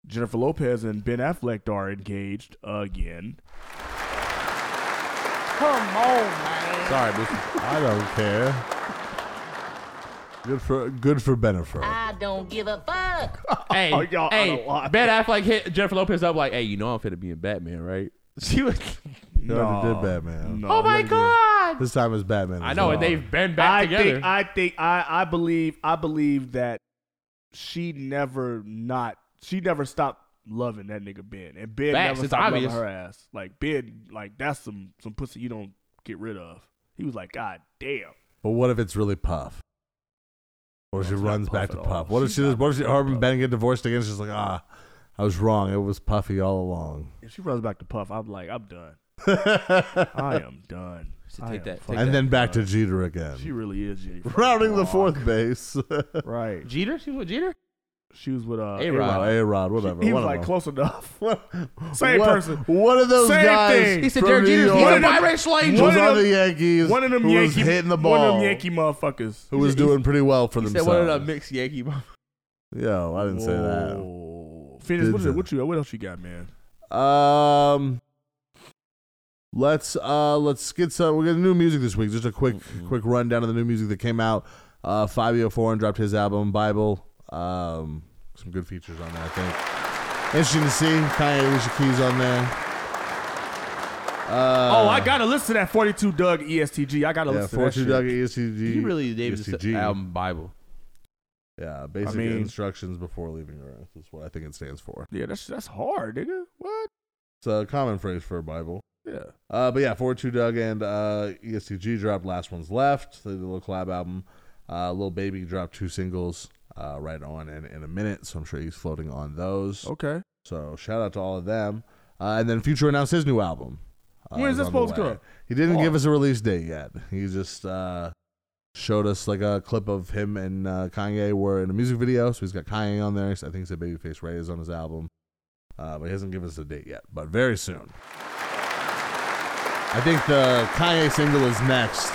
Speaker 2: Jennifer Lopez and Ben Affleck are engaged again.
Speaker 4: Sorry, Boosie.
Speaker 3: I don't care. Good for good for Benifer.
Speaker 11: Ah.
Speaker 12: I don't give a fuck.
Speaker 4: hey,
Speaker 2: Oh, y'all out
Speaker 4: hey,
Speaker 2: of line.
Speaker 4: Ben Affleck hit Jennifer Lopez up like, hey, you know I'm finna be in Batman, right? She was.
Speaker 3: You already did Batman.
Speaker 2: No,
Speaker 4: Oh my
Speaker 2: yeah, yeah.
Speaker 4: god.
Speaker 3: This time it's Batman.
Speaker 4: I know, and
Speaker 3: It's
Speaker 4: they've been back
Speaker 2: I
Speaker 4: together.
Speaker 2: think I think I I believe I believe that she never not she never stopped loving that nigga Ben, and Ben
Speaker 4: Facts,
Speaker 2: never
Speaker 4: it's
Speaker 2: stopped
Speaker 4: obvious.
Speaker 2: loving her ass. Like Ben, like that's some some pussy you don't get rid of. He was like, God damn.
Speaker 3: But what if it's really Puff? Or she
Speaker 2: it's not
Speaker 3: runs
Speaker 2: Puff
Speaker 3: back to
Speaker 2: at all.
Speaker 3: Puff. What if
Speaker 2: She's
Speaker 3: she does?
Speaker 2: not
Speaker 3: What if she,
Speaker 2: Puff at
Speaker 3: her and
Speaker 2: all.
Speaker 3: Ben get divorced again? She's like, ah, I was wrong. It was Puffy all along.
Speaker 2: If she runs back to Puff, I'm like, I'm done. I am done.
Speaker 4: So
Speaker 2: I
Speaker 4: take
Speaker 2: am
Speaker 4: that- take
Speaker 2: fucking
Speaker 3: and then back to
Speaker 2: done.
Speaker 3: Jeter
Speaker 2: She
Speaker 3: again.
Speaker 2: really is Jenny. fucking
Speaker 3: Rounding the
Speaker 2: Rock.
Speaker 3: fourth base.
Speaker 2: Right.
Speaker 4: Jeter? She was with Jeter?
Speaker 2: She was with uh,
Speaker 4: A-Rod.
Speaker 2: A-Rod.
Speaker 3: wow, A Rod, whatever.
Speaker 2: He was
Speaker 3: one of
Speaker 2: like
Speaker 3: them.
Speaker 2: close enough.
Speaker 3: What,
Speaker 2: Same
Speaker 3: what-
Speaker 2: person.
Speaker 3: One of those
Speaker 2: Same
Speaker 3: guys.
Speaker 2: thing.
Speaker 4: He said
Speaker 3: from
Speaker 4: Derek
Speaker 3: New
Speaker 4: Jeter's
Speaker 3: York
Speaker 4: one
Speaker 2: of them-
Speaker 4: biracial
Speaker 3: was
Speaker 4: angel.
Speaker 2: one of
Speaker 3: on the
Speaker 2: them-
Speaker 3: Yankees.
Speaker 2: One of them
Speaker 3: who
Speaker 2: Yankee
Speaker 3: was hitting the ball.
Speaker 2: One of them Yankee motherfuckers.
Speaker 3: Who was doing pretty well for
Speaker 4: He said
Speaker 3: themselves.
Speaker 4: one of the mixed Yankee mamas.
Speaker 3: Yo, I didn't say that.
Speaker 2: Whoa. Phoenix, what, is
Speaker 3: Did
Speaker 2: it, what you what else you got, man?
Speaker 3: Um, let's uh let's get some. We got new music this week. Just a quick
Speaker 4: Mm-hmm.
Speaker 3: quick rundown of the new music that came out. Uh, Fabio Foreign dropped his album Bible. Um, some good features on that. I think interesting to see Kanye Alicia Keys on there. Uh,
Speaker 2: oh, I gotta listen to that 42 Doug E ESTG. I gotta
Speaker 3: yeah,
Speaker 2: listen to that
Speaker 3: Fortune E
Speaker 2: shit.
Speaker 3: Doug ESTG.
Speaker 4: He really Davis
Speaker 3: ESTG.
Speaker 4: album Bible.
Speaker 3: Yeah, basic
Speaker 2: I mean-
Speaker 3: instructions before leaving Earth is what I think it stands for.
Speaker 2: Yeah, that's that's hard, nigga. What?
Speaker 3: It's a common phrase for a Bible.
Speaker 2: Yeah.
Speaker 3: Uh, but yeah, 42 Doug and uh, ESTG dropped Last One's Left, the little collab album. Uh, Lil Baby dropped two singles uh, right on in, in a minute, so I'm sure he's floating on those.
Speaker 2: Okay.
Speaker 3: So shout out to all of them. Uh, and then Future announced his new album. Uh,
Speaker 2: When is
Speaker 3: is
Speaker 2: this
Speaker 3: on the
Speaker 2: supposed to
Speaker 3: way.
Speaker 2: come?
Speaker 3: He didn't
Speaker 2: Oh.
Speaker 3: give us a release date yet. He just uh, showed us like a clip of him and uh, Kanye were in a music video, so he's got Kanye on there. I think he said Babyface Ray is on his album. Uh, but he hasn't given us a date yet, but very soon. I think the Kanye single is next,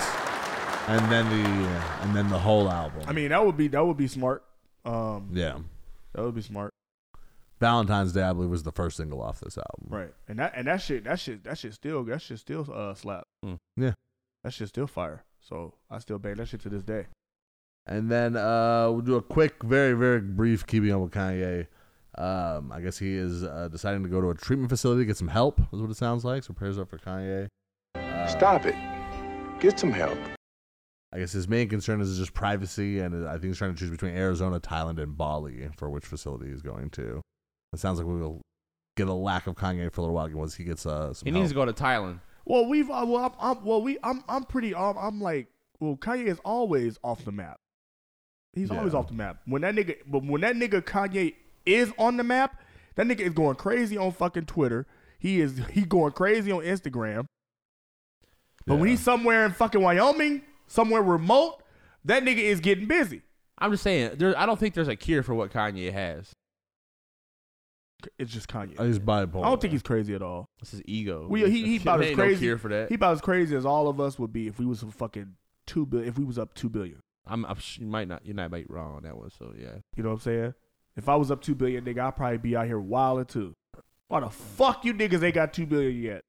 Speaker 3: and then the uh, and then the whole album.
Speaker 2: I mean, that would be that would be smart. Um,
Speaker 3: yeah,
Speaker 2: that would be smart.
Speaker 3: Valentine's Day I believe was the first single off this album.
Speaker 2: Right. And that and that shit that shit that shit still that shit still uh slap.
Speaker 4: Mm.
Speaker 3: Yeah.
Speaker 2: That shit still fire. So I still bang that shit to this day.
Speaker 3: And then uh, we'll do a quick, very, very brief keeping up with Kanye. Um, I guess he is uh, deciding to go to a treatment facility to get some help, is what it sounds like. So prayers up for Kanye. Uh,
Speaker 13: Stop it. Get some help.
Speaker 3: I guess his main concern is just privacy, and I think he's trying to choose between Arizona, Thailand, and Bali for which facility he's going to. It sounds like we will get a lack of Kanye for a little while once he gets uh, some
Speaker 4: He
Speaker 3: help.
Speaker 4: needs to go to Thailand.
Speaker 2: Well, we've uh, well, I'm, I'm well, we I'm I'm pretty um, I'm like well, Kanye is always off the map. He's always
Speaker 3: Yeah.
Speaker 2: off the map. When that nigga, but when that nigga Kanye is on the map, that nigga is going crazy on fucking Twitter. He is he going crazy on Instagram. But when
Speaker 3: Yeah.
Speaker 2: he's somewhere in fucking Wyoming, somewhere remote, that nigga is getting busy.
Speaker 4: I'm just saying, there, I don't think there's a cure for what Kanye has.
Speaker 2: It's just Kanye.
Speaker 3: Uh, he's bipolar.
Speaker 2: I don't think he's crazy at all.
Speaker 4: It's his
Speaker 3: Oh,
Speaker 4: ego.
Speaker 2: We, he he about
Speaker 4: There
Speaker 2: as
Speaker 4: ain't
Speaker 2: crazy.
Speaker 4: No cure for that.
Speaker 2: He about as crazy as all of us would be if we was fucking two billion. If we was up two billion.
Speaker 4: I'm, I'm sh- you might not. You might be wrong on that one. So yeah.
Speaker 2: You know what I'm saying? If I was up two billion, nigga, I'd probably be out here wilding too. Why the fuck you niggas ain't got two billion yet?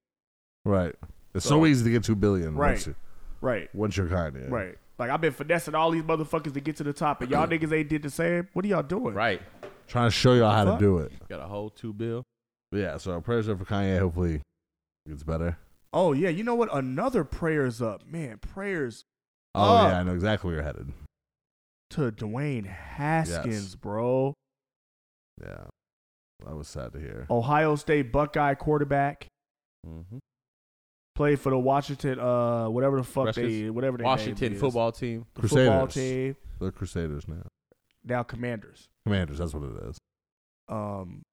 Speaker 3: Right. It's so, easy to get two billion.
Speaker 2: Right.
Speaker 3: Once, you,
Speaker 2: Right,
Speaker 3: once you're Kanye.
Speaker 2: right. Like I've been finessing all these motherfuckers to get to the top, and y'all niggas ain't did the same. What are y'all doing?
Speaker 4: Right.
Speaker 3: Trying to show y'all how to
Speaker 2: Fuck.
Speaker 3: do it.
Speaker 4: Got a whole two bill.
Speaker 3: But yeah. So prayers up for Kanye. Hopefully, it gets better.
Speaker 2: Oh yeah, you know what? Another prayers up, man. Prayers
Speaker 3: Oh
Speaker 2: up.
Speaker 3: yeah, I know exactly where you're headed.
Speaker 2: to Dwayne Haskins, bro.
Speaker 3: Yeah, that was sad to hear.
Speaker 2: Ohio State Buckeye quarterback.
Speaker 4: Mm-hmm.
Speaker 2: Played for the Washington, uh, whatever the fuck they,
Speaker 4: Redskins?
Speaker 2: whatever they
Speaker 4: Washington football team.
Speaker 2: football
Speaker 3: Crusaders.
Speaker 2: team.
Speaker 3: They're Crusaders now.
Speaker 2: Now Commanders.
Speaker 3: Commanders. That's what it is.
Speaker 2: um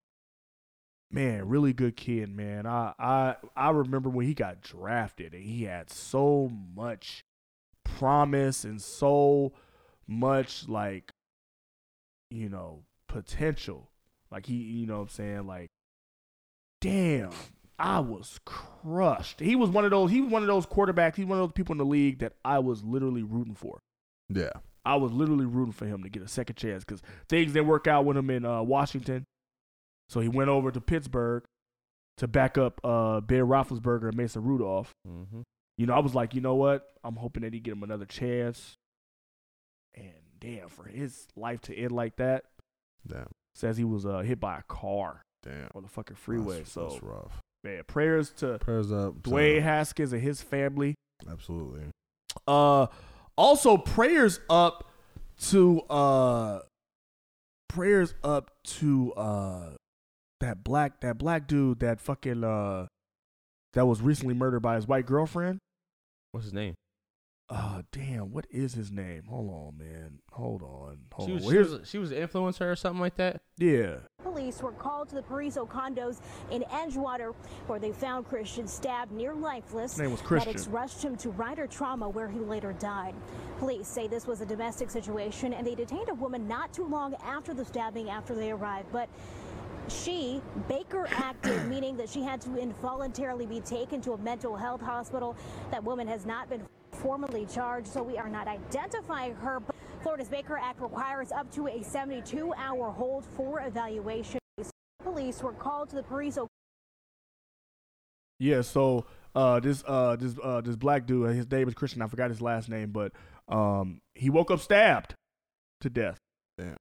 Speaker 2: man, really good kid, man. I I I remember when he got drafted and he had so much promise and so much like you know, potential. Like he, you know what I'm saying? Like damn, I was crushed. He was one of those he was one of those quarterbacks, he's one of those people in the league that I was literally rooting for.
Speaker 3: Yeah.
Speaker 2: I was literally rooting for him to get a second chance because things didn't work out with him in uh, Washington. So he went over to Pittsburgh to back up uh, Ben Roethlisberger and Mason Rudolph.
Speaker 4: Mm-hmm.
Speaker 2: You know, I was like, you know what? I'm hoping that he get him another chance. And damn, for his life to end like that,
Speaker 3: Damn.
Speaker 2: says he was uh, hit by a car
Speaker 3: Damn.
Speaker 2: on the fucking freeway.
Speaker 3: That's-
Speaker 2: so
Speaker 3: that's rough.
Speaker 2: man, prayers to
Speaker 3: Prayers up.
Speaker 2: Dwayne Haskins and his family.
Speaker 3: Absolutely.
Speaker 2: Uh, also prayers up to uh, prayers up to uh, that black that black dude that fucking uh, that was recently murdered by his white girlfriend.
Speaker 4: What's his name?
Speaker 2: Uh, damn, what is his name? Hold on, man. Hold on. Hold
Speaker 4: She
Speaker 2: on.
Speaker 4: was, she
Speaker 2: Where's-
Speaker 4: was she was an influencer or something like that.
Speaker 2: yeah.
Speaker 11: Police were called to the Parizo condos in Edgewater, where they found Christian stabbed near lifeless.
Speaker 2: His name was Christian.
Speaker 11: Medics rushed him to Rider Trauma, where he later died. Police say this was a domestic situation, and they detained a woman not too long after the stabbing after they arrived. But she, Baker acted, meaning that she had to involuntarily be taken to a mental health hospital. That woman has not been formally charged, so we are not identifying her. But Florida's Baker Act requires up to a 72 hour hold for evaluation. Police were called to the Parizo
Speaker 2: Yeah, so uh, this uh, this uh, this black dude, uh, his name is Christian. I forgot his last name, but um, he woke up stabbed to death.
Speaker 3: Damn.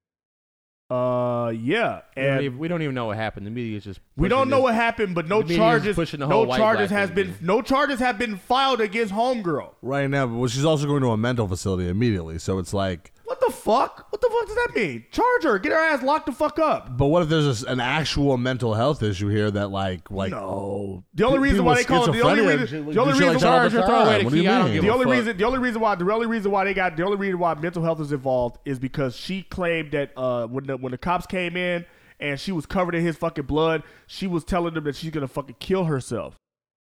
Speaker 2: Uh, yeah,
Speaker 4: We don't
Speaker 2: and
Speaker 4: even- we don't even know what happened. The media is just
Speaker 2: we don't
Speaker 4: pushing
Speaker 2: know
Speaker 4: this-
Speaker 2: what happened, but no
Speaker 4: the media is
Speaker 2: charges,
Speaker 4: pushing the whole
Speaker 2: no
Speaker 4: white
Speaker 2: charges
Speaker 4: black
Speaker 2: has
Speaker 4: thing.
Speaker 2: been no charges have been filed against homegirl.
Speaker 3: Right now, but she's also going to a mental facility immediately. So it's like,
Speaker 2: What the fuck? What the fuck does that mean? Charge her, get her ass locked the fuck up.
Speaker 3: but what if there's this- an actual mental health issue here that like, like
Speaker 2: No. The only
Speaker 3: Pe-
Speaker 2: reason
Speaker 3: people
Speaker 2: why they
Speaker 3: with
Speaker 2: call it the only
Speaker 3: schizophrenia and
Speaker 2: reason
Speaker 3: shit
Speaker 2: the only
Speaker 3: do
Speaker 2: reason
Speaker 3: shit like that all
Speaker 2: why
Speaker 3: the time.
Speaker 4: away the
Speaker 3: What do you
Speaker 4: key, I don't
Speaker 3: mean?
Speaker 4: give
Speaker 2: the
Speaker 4: a
Speaker 2: only
Speaker 4: fuck.
Speaker 2: reason the only reason why the only reason why they got the only reason why mental health is involved is because she claimed that uh when the when the cops came in and she was covered in his fucking blood, she was telling them that she's gonna fucking kill herself.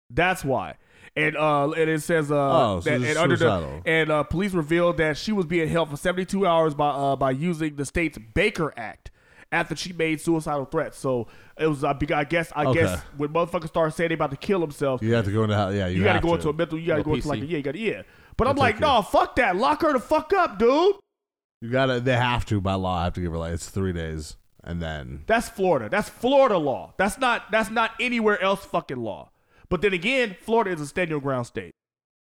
Speaker 2: That's why. And uh and it says uh
Speaker 3: Oh, so
Speaker 2: that,
Speaker 3: it's
Speaker 2: and under the,
Speaker 3: suicidal.
Speaker 2: and uh, police revealed that she was being held for 72 hours by uh, by using the state's Baker Act after she made suicidal threats. So it was I, be- I guess I
Speaker 3: Okay.
Speaker 2: guess when motherfuckers start saying they about to kill themselves,
Speaker 3: You have to go into hell. Yeah, you,
Speaker 2: you, gotta
Speaker 3: have
Speaker 2: go
Speaker 3: to.
Speaker 2: into a mental. You gotta
Speaker 4: Little
Speaker 2: go into like a,
Speaker 4: PC.
Speaker 2: yeah, you gotta yeah. But I'm
Speaker 3: That's
Speaker 2: like,
Speaker 3: okay.
Speaker 2: no, fuck that. Lock her the fuck up, dude.
Speaker 3: You gotta. They have to by law. Have to give her like it's three days, and then
Speaker 2: That's Florida. That's Florida law. That's not that's not anywhere else fucking law. But then again, Florida is a stand your ground state,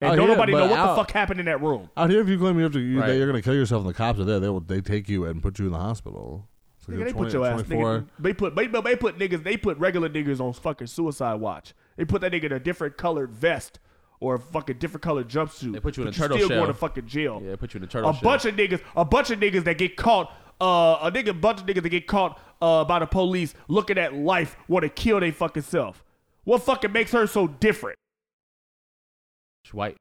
Speaker 2: and
Speaker 3: Oh,
Speaker 2: don't
Speaker 3: yeah,
Speaker 2: nobody know
Speaker 3: but
Speaker 2: what the
Speaker 3: out-
Speaker 2: fuck happened in that room.
Speaker 3: out here if you claim you have to, you,
Speaker 4: Right.
Speaker 3: that you're gonna kill yourself, and the cops are there. They will. They take you and put you in the hospital. It's like
Speaker 2: Nigga,
Speaker 3: a
Speaker 2: they
Speaker 3: 20
Speaker 2: put your ass.
Speaker 3: 24
Speaker 2: Nigga, they put they, they put niggas. They put regular niggas on fucking suicide watch. They put that nigga in a different colored vest or a fucking different colored jumpsuit.
Speaker 4: They put you in
Speaker 2: but
Speaker 4: a turtle
Speaker 2: still
Speaker 4: shell.
Speaker 2: going to fucking jail.
Speaker 4: Yeah, they put you in a turtle
Speaker 2: a
Speaker 4: shell.
Speaker 2: bunch of niggas. A bunch of niggas that get caught. Uh, a nigga, bunch of niggas that get caught uh, by the police looking at life, want to kill they fucking self. What fucking makes her so different?
Speaker 4: She's white.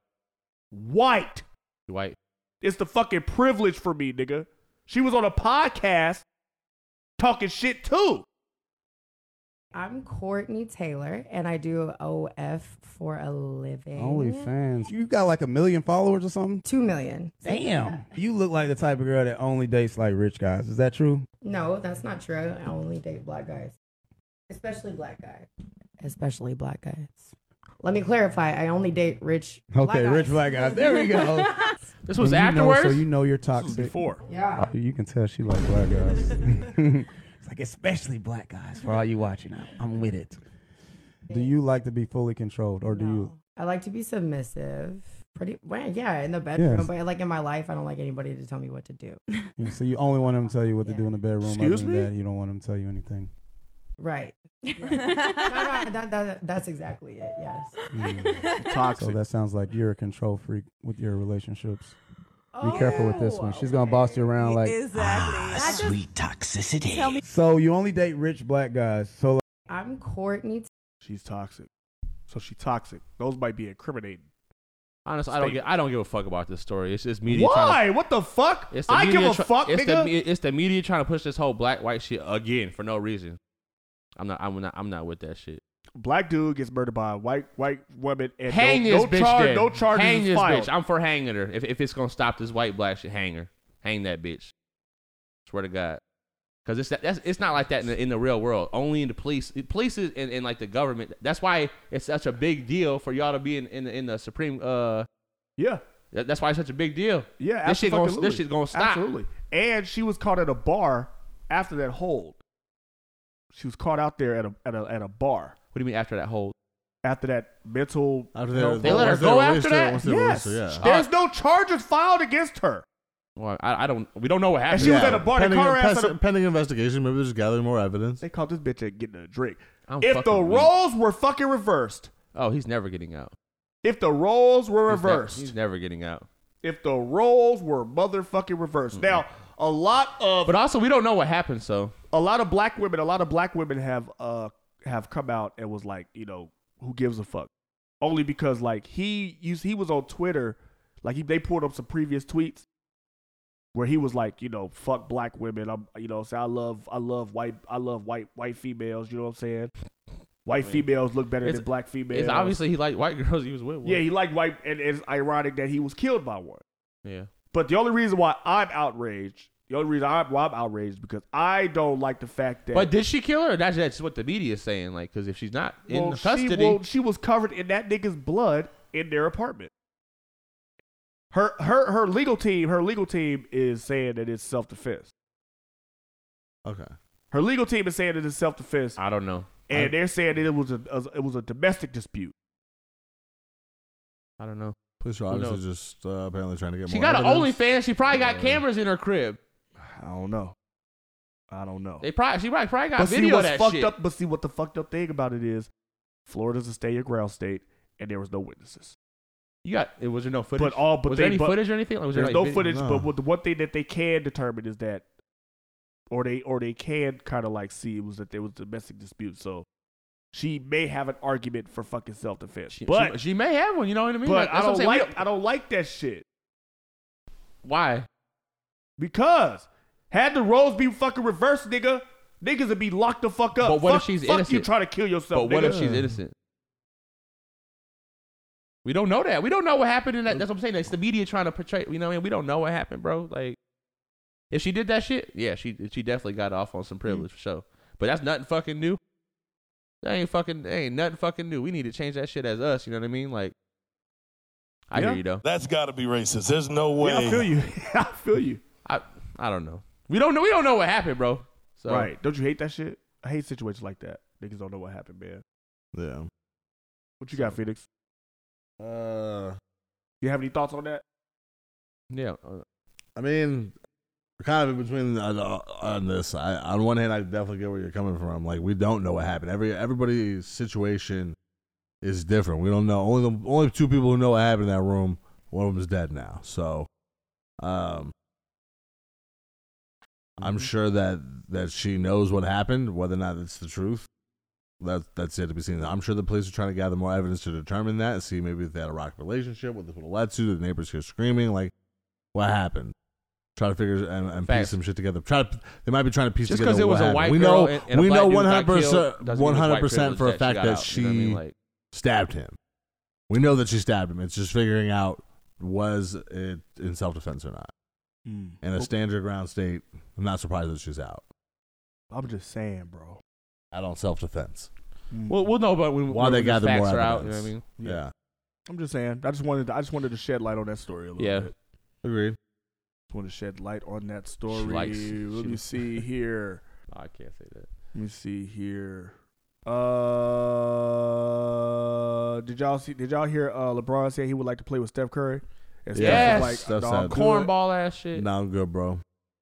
Speaker 2: White.
Speaker 4: She's white.
Speaker 2: It's the fucking privilege for me, nigga. She was on a podcast talking shit too.
Speaker 14: I'm Courtney Taylor, and I do OF for a living.
Speaker 15: fans. You got like a million followers or something?
Speaker 14: Two million.
Speaker 15: Damn. You look like the type of girl that only dates like rich guys. Is that true?
Speaker 14: No, that's not true. I only date black guys, especially black guys. Especially black guys. Let me clarify. I only date rich. black
Speaker 15: Okay,
Speaker 14: guys.
Speaker 15: rich black
Speaker 2: uh,
Speaker 15: guys. There we go.
Speaker 4: This
Speaker 15: Well,
Speaker 4: was
Speaker 15: you know-
Speaker 4: afterwards.
Speaker 15: so you know you're toxic.
Speaker 2: before.
Speaker 14: Yeah.
Speaker 15: Oh, you can tell she like black guys. it's like especially black guys. For all you watching, I'm, I'm with it. Do you like to be fully controlled, or do you?
Speaker 14: I like to be submissive. Pretty well, yeah, in the bedroom,
Speaker 15: Yes.
Speaker 14: but like in my life, I don't like anybody to tell me what to do.
Speaker 15: Yeah, so you only want them to tell you what to do in the bedroom.
Speaker 14: Excuse
Speaker 15: other than
Speaker 14: me?
Speaker 15: That, you don't want them to tell you anything.
Speaker 14: Right. Right. No, no, that, that, that's exactly it. Yes.
Speaker 15: So that sounds like you're a control freak with your relationships.
Speaker 14: Oh,
Speaker 15: Be careful with this one. She's gonna boss you around like
Speaker 14: Exactly.
Speaker 15: sweet toxicity.
Speaker 14: Tell me-
Speaker 15: So you only date rich black guys. So like,
Speaker 14: I'm Courtney.
Speaker 2: She's toxic. So she toxic. Those might be incriminating.
Speaker 4: Honestly, I don't get. I don't give a fuck about this story. It's just media.
Speaker 2: Why?
Speaker 4: Trying to,
Speaker 2: what the fuck?
Speaker 4: it's the
Speaker 2: I
Speaker 4: media
Speaker 2: give a
Speaker 4: try-
Speaker 2: fuck,
Speaker 4: it's
Speaker 2: nigga.
Speaker 4: The, me- it's the media trying to push this whole black white shit again for no reason. I'm not. I'm not. I'm not with that shit.
Speaker 2: Black dude gets murdered by a white white woman and
Speaker 4: Hang
Speaker 2: no,
Speaker 4: this
Speaker 2: no
Speaker 4: bitch.
Speaker 2: charge,
Speaker 4: then.
Speaker 2: no charges
Speaker 4: hang
Speaker 2: is
Speaker 4: this
Speaker 2: filed.
Speaker 4: bitch. I'm for hanging her. If, if it's gonna stop this white black shit, hang her. Hang that bitch. Swear to God. Cause it's that, that's it's not like that in the, in the real world. Only in the police, the police is, and, and like the government. That's why it's such a big deal for y'all to be in in, the- in the Supreme. Uh,
Speaker 2: yeah.
Speaker 4: That's why it's such a big deal.
Speaker 2: Yeah,
Speaker 4: this shit gonna
Speaker 2: absolutely.
Speaker 4: this shit gonna stop.
Speaker 2: Absolutely. And she was caught at a bar after that hold. She was caught out there at a at a at a bar.
Speaker 4: What do you mean after that hold?
Speaker 2: After that mental.
Speaker 3: After
Speaker 4: they- They let her once they go released after her- that? once they
Speaker 2: Yes.
Speaker 4: released her, yeah.
Speaker 2: There's no charges filed against her.
Speaker 4: Well, I, I don't. We don't know what happened.
Speaker 3: pending, pes- pending investigation. Maybe they're just gathering more evidence. They
Speaker 2: caught this bitch at getting a drink.
Speaker 4: I'm
Speaker 2: if
Speaker 4: fucking
Speaker 2: the
Speaker 4: weak.
Speaker 2: roles were fucking reversed,
Speaker 4: Oh, he's never getting out.
Speaker 2: if the roles were
Speaker 4: He's ne-
Speaker 2: reversed,
Speaker 4: he's never getting out.
Speaker 2: if the roles were motherfucking reversed. Now, a lot of
Speaker 4: But also, we don't know what happened. So
Speaker 2: a lot of black women, a lot of black women have uh have come out and was like, you know, who gives a fuck? Only because like he used he was on Twitter, like he, they pulled up some previous tweets where he was like, you know, fuck black women. I'm you know, say I love I love white I love white white females, you know what I'm saying? White
Speaker 4: I mean,
Speaker 2: females look better
Speaker 4: it's-
Speaker 2: than black females.
Speaker 4: it's obviously he liked white girls. He was with.
Speaker 2: Yeah, he liked white and it's ironic that he was killed by one.
Speaker 4: yeah.
Speaker 2: But the only reason why I'm outraged, the only reason I'm, why I'm outraged is because I don't like the fact that.
Speaker 4: But did she kill her? Or That's that's what the media is saying. Like, because if she's not
Speaker 2: Well,
Speaker 4: in custody,
Speaker 2: She, well, she was covered in that nigga's blood in their apartment. Her her her legal team, her legal team is saying that it's self defense.
Speaker 3: Okay.
Speaker 2: Her legal team is saying that it's self defense,
Speaker 4: I don't know.
Speaker 2: and they're saying that it was a, a it was a domestic dispute.
Speaker 4: I don't know.
Speaker 3: Police are
Speaker 2: Who
Speaker 3: obviously
Speaker 2: knows?
Speaker 3: just uh, apparently trying to get
Speaker 4: she
Speaker 3: more.
Speaker 4: got an
Speaker 3: evidence.
Speaker 4: OnlyFans. She probably got
Speaker 3: Yeah.
Speaker 4: cameras in her crib.
Speaker 2: I don't know. I don't know.
Speaker 4: They probably she probably, probably got
Speaker 2: but see
Speaker 4: video of
Speaker 2: what's
Speaker 4: that
Speaker 2: fucked
Speaker 4: shit.
Speaker 2: up. But see what the fucked up thing about it is, Florida's a stay your ground state, and there was no witnesses.
Speaker 4: You got it? Was there no footage?
Speaker 2: But all, but
Speaker 4: was
Speaker 2: they,
Speaker 4: there any
Speaker 2: but-
Speaker 4: footage or anything? Like, was there
Speaker 2: there's
Speaker 4: like
Speaker 2: no
Speaker 4: video-
Speaker 2: footage. But what the one thing that they can determine is that, or they or they can kind of like see was that there was domestic dispute. So she may have an argument for fucking self defense.
Speaker 4: She-
Speaker 2: but
Speaker 4: she, she may have one. You know what I mean?
Speaker 2: but
Speaker 4: Like,
Speaker 2: I
Speaker 4: that's what I'm
Speaker 2: don't
Speaker 4: saying. We
Speaker 2: like I don't like that shit
Speaker 4: why
Speaker 2: because had the roles be fucking reversed, nigga, niggas would be locked the fuck up.
Speaker 4: But what if
Speaker 2: Fuck-
Speaker 4: she's
Speaker 2: fuck You
Speaker 4: innocent?
Speaker 2: try to kill yourself.
Speaker 4: But what if
Speaker 2: nigga.
Speaker 4: she's innocent? We don't know that. We don't know what happened. In that. That's what I'm saying. It's the media trying to portray. You know what I mean? We don't know what happened, bro. Like, if she did that shit, yeah, she she definitely got off on some privilege for sure. But that's nothing fucking new. That ain't fucking. That ain't nothing fucking new. We need to change that shit as us. You know what I mean? Like, I hear you though.
Speaker 16: That's got to be racist. There's no way.
Speaker 2: Yeah, I feel you. I feel you.
Speaker 4: I I don't know. We don't know. We don't know what happened, bro. So
Speaker 2: Right? Don't you hate that shit? I hate situations like that. Niggas don't know what happened, man.
Speaker 3: Yeah.
Speaker 2: What you got, Phoenix?
Speaker 3: Uh,
Speaker 2: you have any thoughts on that?
Speaker 4: Yeah.
Speaker 3: I mean, we're kind of in between on, on this. I, on one hand, I definitely get where you're coming from. Like, we don't know what happened. Every everybody's situation is different. We don't know. Only the only two people who know what happened in that room. One of them is dead now. So, um,
Speaker 4: Mm-hmm.
Speaker 3: I'm sure that that she knows what happened, whether or not it's the truth. That that's yet to be seen. I'm sure the police are trying to gather more evidence to determine that and see maybe if they had a rock relationship, what this would have led to. The neighbors hear screaming, like, what happened? Try to figure and, and piece
Speaker 4: Facts.
Speaker 3: some shit together. Try to, they might be trying to piece
Speaker 4: Just
Speaker 3: together.
Speaker 4: 'cause it
Speaker 3: what
Speaker 4: was a
Speaker 3: happened.
Speaker 4: white
Speaker 3: we
Speaker 4: girl
Speaker 3: know
Speaker 4: and- and a
Speaker 3: we
Speaker 4: black
Speaker 3: know
Speaker 4: dude got killed
Speaker 3: 100 percent
Speaker 4: doesn't mean it's white
Speaker 3: 100 percent for a
Speaker 4: privilege that she got
Speaker 3: fact that
Speaker 4: out,
Speaker 3: she
Speaker 4: you know what I mean? Like-
Speaker 3: stabbed him. We know that she stabbed him. It's just figuring out was it in self defense or not.
Speaker 2: Mm.
Speaker 3: In a stand your ground state, I'm not surprised that she's out.
Speaker 2: I'm just saying, bro. Mm.
Speaker 3: Out on self defense.
Speaker 4: We'll we'll know about when
Speaker 3: While
Speaker 4: when
Speaker 3: they
Speaker 4: the
Speaker 3: gather
Speaker 4: facts
Speaker 3: more
Speaker 4: are out. You know
Speaker 3: evidence.
Speaker 4: what I mean?
Speaker 3: Yeah.
Speaker 2: I'm just saying. I just wanted. To, I just wanted to shed light on that story a little
Speaker 4: Yeah.
Speaker 2: bit.
Speaker 3: Agreed.
Speaker 2: Just want to shed light on that story.
Speaker 4: likes-
Speaker 2: Let
Speaker 4: she-
Speaker 2: me see here.
Speaker 4: Oh, I can't say that.
Speaker 2: Let me see here. Uh, did y'all see? Did y'all hear? Uh, LeBron say he would like to play with Steph Curry. And Steph was
Speaker 3: That's
Speaker 2: "Nah,
Speaker 3: sad.
Speaker 2: I'm good."
Speaker 4: ass shit.
Speaker 3: Nah, I'm good, bro.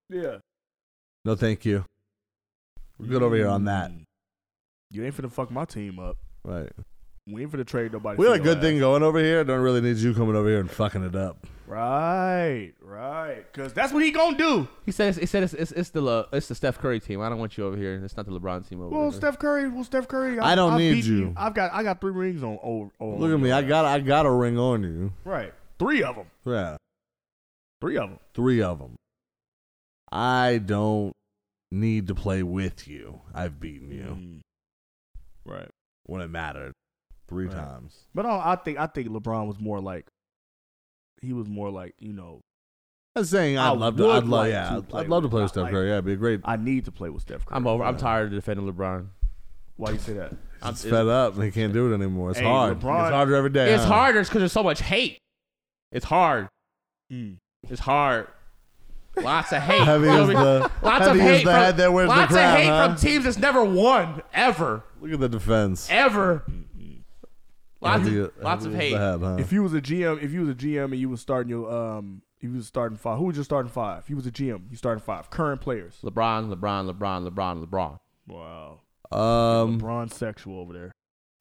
Speaker 2: Yeah.
Speaker 3: No, thank you. We're good over here on that.
Speaker 2: Mm. You ain't finna fuck my team up.
Speaker 3: Right.
Speaker 2: We ain't finna trade nobody.
Speaker 3: We
Speaker 2: for
Speaker 3: had a
Speaker 2: your
Speaker 3: good
Speaker 2: ass.
Speaker 3: thing going over here. Don't really need you coming over here and fucking it up.
Speaker 2: Right, right. Cause that's what he gonna do.
Speaker 4: He said he said it's, it's, it's the Le, it's the Steph Curry team. I don't want you over here. It's not the LeBron team over
Speaker 2: Well,
Speaker 4: there.
Speaker 2: Steph Curry. Well, Steph Curry.
Speaker 3: I don't need
Speaker 2: beaten
Speaker 3: you.
Speaker 2: I've got. I got three rings on. Oh, oh
Speaker 3: Look at me. I got I got a ring on you.
Speaker 2: Right. Three of them.
Speaker 3: Yeah.
Speaker 2: Three of them.
Speaker 3: Three of them. Mm-hmm. I don't need to play with you. I've beaten you.
Speaker 2: Mm-hmm. Right.
Speaker 3: When it mattered. Three
Speaker 2: Right.
Speaker 3: times.
Speaker 2: But I, I think I think LeBron was more like he was more like you know.
Speaker 3: I was saying I'd
Speaker 2: I
Speaker 3: love to.
Speaker 2: would
Speaker 3: I'd love.
Speaker 2: like
Speaker 3: Yeah,
Speaker 2: to
Speaker 3: I'd-
Speaker 2: play
Speaker 3: I'd love to
Speaker 2: with
Speaker 3: play
Speaker 2: him.
Speaker 3: with Steph
Speaker 2: Like,
Speaker 3: Curry. Yeah, it'd be great.
Speaker 2: I need to play with Steph Curry.
Speaker 4: I'm over. I'm
Speaker 2: Yeah.
Speaker 4: tired of defending LeBron.
Speaker 2: Why you say that?
Speaker 4: I'm
Speaker 3: It's fed up. They can't do it anymore. It's hard.
Speaker 4: LeBron-
Speaker 3: it's harder every day.
Speaker 4: It's
Speaker 3: huh?
Speaker 4: harder because there's so much hate. It's hard.
Speaker 2: Mm.
Speaker 4: It's hard. Lots of hate.
Speaker 3: Heavy
Speaker 4: Feel
Speaker 3: is
Speaker 4: me?
Speaker 3: the-
Speaker 4: lots
Speaker 3: heavy
Speaker 4: of
Speaker 3: is
Speaker 4: hate
Speaker 3: the
Speaker 4: from,
Speaker 3: head that wears the
Speaker 4: lots
Speaker 3: crown,
Speaker 4: of hate
Speaker 3: huh?
Speaker 4: from teams that's never won ever,
Speaker 3: Look at the defense.
Speaker 4: ever. Lots
Speaker 3: Heavy-
Speaker 4: of lots of
Speaker 3: heavy is
Speaker 4: hate.
Speaker 3: the head, huh?
Speaker 2: Mm-hmm. If you was a GM, if you was a GM and you was starting your um, if you was starting five, who was your starting five? If you was a GM, you starting five current players.
Speaker 4: LeBron, LeBron, LeBron, LeBron, LeBron.
Speaker 2: Wow.
Speaker 3: Um,
Speaker 2: LeBron sexual over there.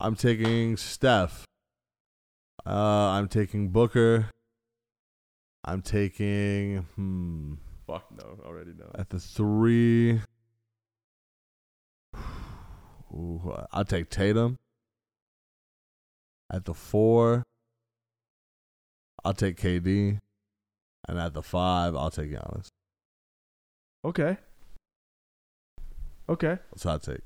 Speaker 3: I'm taking Steph. Uh, I'm taking Booker. I'm taking hmm
Speaker 4: Fuck no, already no.
Speaker 3: at the three. Ooh, I'll take Tatum. At the four, I'll take KD, and at the five, I'll take Giannis.
Speaker 2: Okay. Okay.
Speaker 3: That's how I take.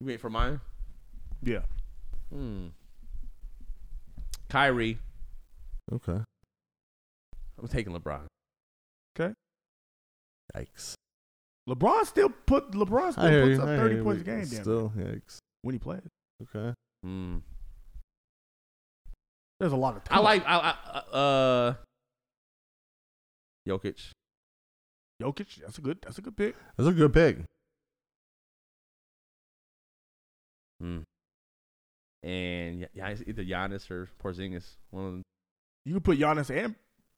Speaker 4: You wait for mine.
Speaker 2: Yeah.
Speaker 4: Hmm. Kyrie.
Speaker 3: Okay.
Speaker 4: I'm taking LeBron.
Speaker 3: Yikes.
Speaker 2: LeBron still put LeBron
Speaker 3: I hear
Speaker 2: still puts
Speaker 3: you,
Speaker 2: up
Speaker 3: I hear
Speaker 2: thirty
Speaker 3: you,
Speaker 2: points a
Speaker 3: but
Speaker 2: game. Damn.
Speaker 3: Still, yikes.
Speaker 2: When he plays,
Speaker 3: Okay.
Speaker 4: Hmm.
Speaker 2: there's a lot of.
Speaker 4: I
Speaker 2: Talent.
Speaker 4: like I, I uh Jokic.
Speaker 2: Jokic. That's a good. That's a good pick.
Speaker 3: That's a good pick.
Speaker 4: And Y- Giannis, either Giannis or Porzingis. One of them.
Speaker 2: You could put Giannis and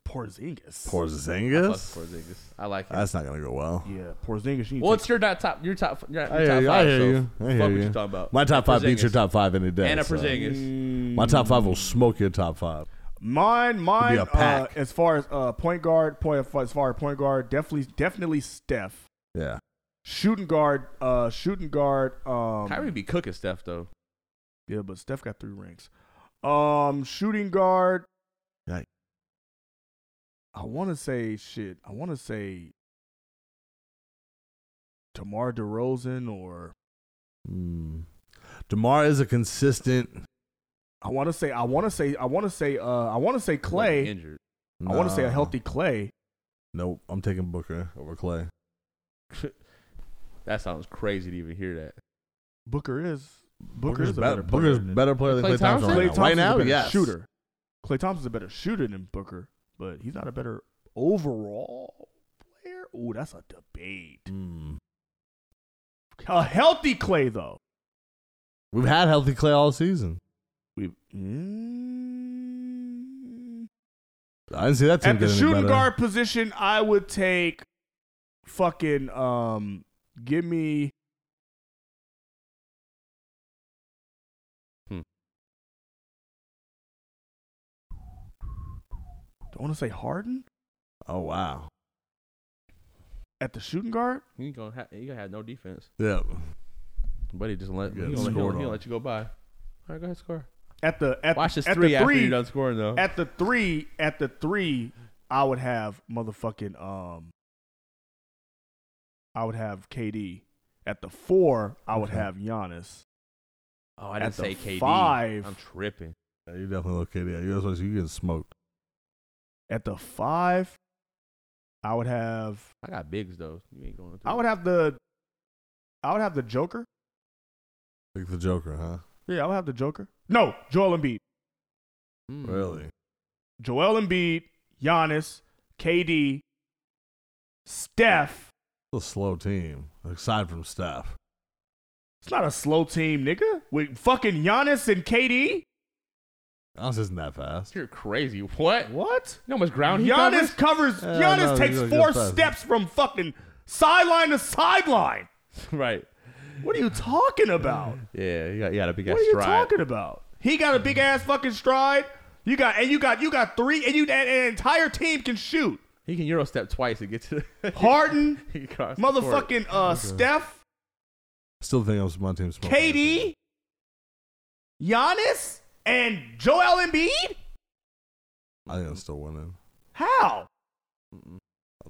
Speaker 2: Porzingis.
Speaker 4: I fuck
Speaker 3: Porzingis.
Speaker 4: with Porzingis. I like him.
Speaker 3: That's not gonna go well.
Speaker 2: Yeah, Porzingis. You need
Speaker 4: Well, it's your not top. Your top. Your, your
Speaker 3: I hear
Speaker 4: top
Speaker 3: you. I
Speaker 4: five.
Speaker 3: hear
Speaker 4: so
Speaker 3: you. I hear
Speaker 4: fuck
Speaker 3: you.
Speaker 4: what you talking about.
Speaker 3: My top five beats your
Speaker 4: Porzingis.
Speaker 3: top five any day.
Speaker 4: And a
Speaker 3: so.
Speaker 4: Porzingis.
Speaker 3: My top five will smoke your top five.
Speaker 2: Mine, mine.
Speaker 3: a
Speaker 2: Uh,
Speaker 3: pack.
Speaker 2: as far as uh, point guard, point as far as point guard, definitely, definitely Steph.
Speaker 3: Yeah.
Speaker 2: Shooting guard, uh, shooting guard. Um,
Speaker 4: Kyrie be cooking stuff though.
Speaker 2: yeah, but Steph got three rings. Um, shooting guard.
Speaker 3: Yikes.
Speaker 2: I want to say shit. I want to say Tamar DeRozan or
Speaker 3: Mm. Demar is a consistent.
Speaker 2: I want to say I want to say I want to say uh I want to say
Speaker 4: Like,
Speaker 2: Clay.
Speaker 4: injured.
Speaker 2: I want to say a
Speaker 3: Nah.
Speaker 2: healthy Clay.
Speaker 3: Nope, I'm taking Booker over Clay.
Speaker 4: That sounds crazy to even hear that.
Speaker 2: Booker is Booker
Speaker 3: Booker's,
Speaker 2: is a
Speaker 3: better,
Speaker 2: better player
Speaker 3: Booker's
Speaker 2: than-
Speaker 3: better player than
Speaker 4: Klay
Speaker 3: Clay Thompson,
Speaker 4: Thompson?
Speaker 3: right
Speaker 2: Clay Thompson
Speaker 3: now. right now,
Speaker 2: a better
Speaker 3: yes.
Speaker 2: shooter. Clay Thompson's a better shooter than Booker, but he's not a better overall player. Ooh, that's a debate.
Speaker 3: Mm.
Speaker 2: A healthy Clay though.
Speaker 3: We've had healthy Clay all season.
Speaker 2: We mm,
Speaker 3: I didn't see that team
Speaker 2: at the
Speaker 3: get any
Speaker 2: shooting
Speaker 3: better.
Speaker 2: guard position, I would take fucking um give me
Speaker 4: Hmm.
Speaker 2: I want to say Harden
Speaker 3: Oh wow.
Speaker 2: at the shooting guard.
Speaker 4: You gonna have you gonna have no defense,
Speaker 3: Yeah.
Speaker 4: but he just let he
Speaker 3: Yeah,
Speaker 4: gonna let, he'll,
Speaker 3: scored
Speaker 4: he'll
Speaker 3: on.
Speaker 4: let you go by. All right, go ahead score.
Speaker 2: At the at
Speaker 4: Watch this
Speaker 2: at
Speaker 4: three
Speaker 2: the
Speaker 4: after
Speaker 2: three
Speaker 4: you're done scoring though.
Speaker 2: at the three at the three I would have motherfucking um I would have KD at the four I would
Speaker 3: Okay.
Speaker 2: have Giannis
Speaker 4: oh, I
Speaker 2: at
Speaker 4: didn't
Speaker 2: the
Speaker 4: say KD.
Speaker 2: five-
Speaker 4: I'm tripping.
Speaker 3: Yeah, you definitely look KD. You guys, you getting smoked.
Speaker 2: at the five I would have
Speaker 4: I got bigs though. You ain't going. Through.
Speaker 2: I would have the I would have the Joker
Speaker 3: Like the Joker, huh?
Speaker 2: yeah I would have the Joker no Joel Embiid Hmm.
Speaker 4: Mm.
Speaker 3: Really?
Speaker 2: Joel Embiid Giannis KD Steph
Speaker 3: It's a slow team, aside from Steph.
Speaker 2: it's not a slow team nigga with fucking Giannis and KD
Speaker 3: Giannis isn't that fast.
Speaker 4: You're crazy. What? You
Speaker 2: what
Speaker 4: know how much ground he covers?
Speaker 2: Giannis covers.
Speaker 3: Yeah, I know,
Speaker 2: Giannis
Speaker 3: Uh, he's
Speaker 2: takes
Speaker 3: gonna get
Speaker 2: four
Speaker 3: fast.
Speaker 2: steps from fucking sideline to sideline.
Speaker 4: right.
Speaker 2: What are you talking about?
Speaker 4: Yeah, you got, you got a big
Speaker 2: what
Speaker 4: ass
Speaker 2: are you
Speaker 4: stride.
Speaker 2: talking about? He got a big ass fucking stride. You got and you got you got three and you and an entire team can shoot.
Speaker 4: He can euro step twice and get to the
Speaker 2: Harden,
Speaker 4: he can cross the court.
Speaker 2: motherfucking uh, Steph,
Speaker 3: Still think I'm my team smoked.
Speaker 2: KD, Giannis, and Joel Embiid.
Speaker 3: I think I'm still winning.
Speaker 2: How?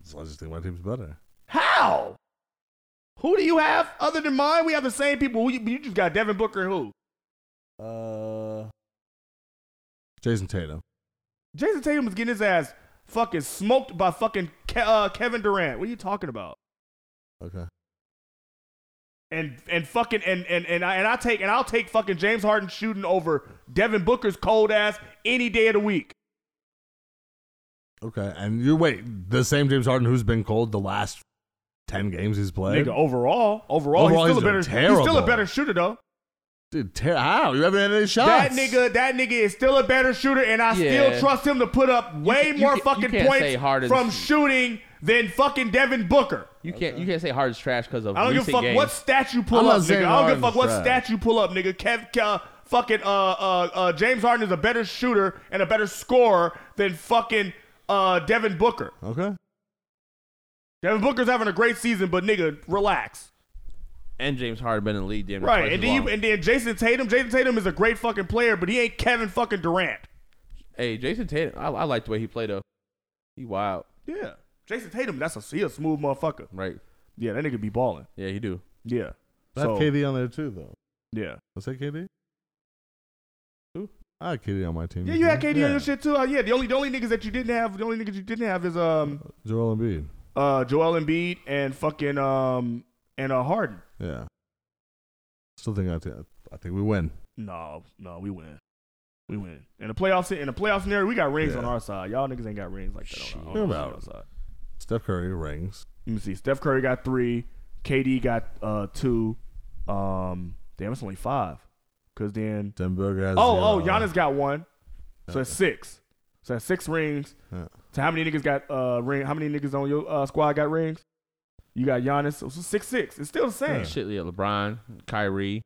Speaker 3: So I just think my team's better.
Speaker 2: How? Who do you have other than mine? We have the same people. Who you, you just got Devin Booker and who?
Speaker 3: Uh, Jason Tatum.
Speaker 2: Jason Tatum is getting his ass fucking smoked by fucking Ke- uh, Kevin Durant. What are you talking about?
Speaker 3: Okay.
Speaker 2: And and fucking and and and I, and I take and I'll take fucking James Harden shooting over Devin Booker's cold ass any day of the week.
Speaker 3: Okay, and you wait. The same James Harden who's been cold the last ten games he's played.
Speaker 2: Nigga, oh. overall, overall,
Speaker 3: Overall,
Speaker 2: he's still
Speaker 3: he's
Speaker 2: a better.
Speaker 3: doing
Speaker 2: He's still a
Speaker 3: terrible.
Speaker 2: better shooter though.
Speaker 3: Dude, ter- how you haven't had any shots?
Speaker 2: That nigga, that nigga is still a better shooter, and I
Speaker 3: Yeah.
Speaker 2: still trust him to put up way
Speaker 4: ca- you
Speaker 2: more
Speaker 4: ca- you
Speaker 2: fucking
Speaker 4: can't say
Speaker 2: points
Speaker 4: Harden's-
Speaker 2: from shooting than fucking Devin Booker.
Speaker 4: You can't you can't say Harden's trash because of
Speaker 2: I don't give a
Speaker 4: recent
Speaker 2: fuck
Speaker 4: games.
Speaker 2: what stat you
Speaker 4: I'm
Speaker 2: pull
Speaker 4: not
Speaker 2: up,
Speaker 4: saying
Speaker 2: nigga. I don't give a
Speaker 4: Harden's
Speaker 2: fuck what
Speaker 4: trash.
Speaker 2: stat you pull up, nigga. Kev, Kev fucking uh, uh, uh, James Harden is a better shooter and a better scorer than fucking uh, Devin Booker.
Speaker 3: Okay.
Speaker 2: Devin Booker's having a great season, but nigga, relax.
Speaker 4: And James Harden been in the league damn near
Speaker 2: Right,
Speaker 4: twice
Speaker 2: and
Speaker 4: as
Speaker 2: then you,
Speaker 4: long.
Speaker 2: and then Jason Tatum. Jason Tatum is a great fucking player, but he ain't Kevin fucking Durant.
Speaker 4: Hey, Jason Tatum, I, I like the way he played though. He wild.
Speaker 2: Yeah, Jason Tatum. That's a he a smooth motherfucker.
Speaker 4: Right.
Speaker 2: Yeah, that nigga be balling.
Speaker 4: Yeah, he do.
Speaker 2: Yeah.
Speaker 3: That KD on there too, though.
Speaker 2: Yeah.
Speaker 3: Was that KD? Who? I had KD on my team.
Speaker 2: Yeah, you had KD
Speaker 3: Yeah.
Speaker 2: on your shit too. Uh, yeah, the only the only niggas that you didn't have, the only niggas you didn't have is um
Speaker 3: Joel Embiid.
Speaker 2: uh Joel Embiid and fucking um and uh Harden.
Speaker 3: Yeah. Still think I, t- I think we win.
Speaker 2: No, no, we win. We win. In the playoffs, in the playoff scenario, we got rings
Speaker 3: Yeah.
Speaker 2: on our side. Y'all niggas ain't got rings like that on, our-
Speaker 3: What
Speaker 2: on our
Speaker 3: about
Speaker 2: side.
Speaker 3: Steph Curry rings?
Speaker 2: Let me see. Steph Curry got three. KD got uh two. Um, damn, it's only five. Cause then
Speaker 3: Denberger has. uh,
Speaker 2: Oh, oh,
Speaker 3: zero.
Speaker 2: Giannis got one. So that's six. So that's six rings.
Speaker 3: Yeah.
Speaker 2: So how many niggas got uh ring? How many niggas on your uh, squad got rings? You got Giannis. So, so six six. It's still the same.
Speaker 4: Shit, yeah. LeBron, Kyrie.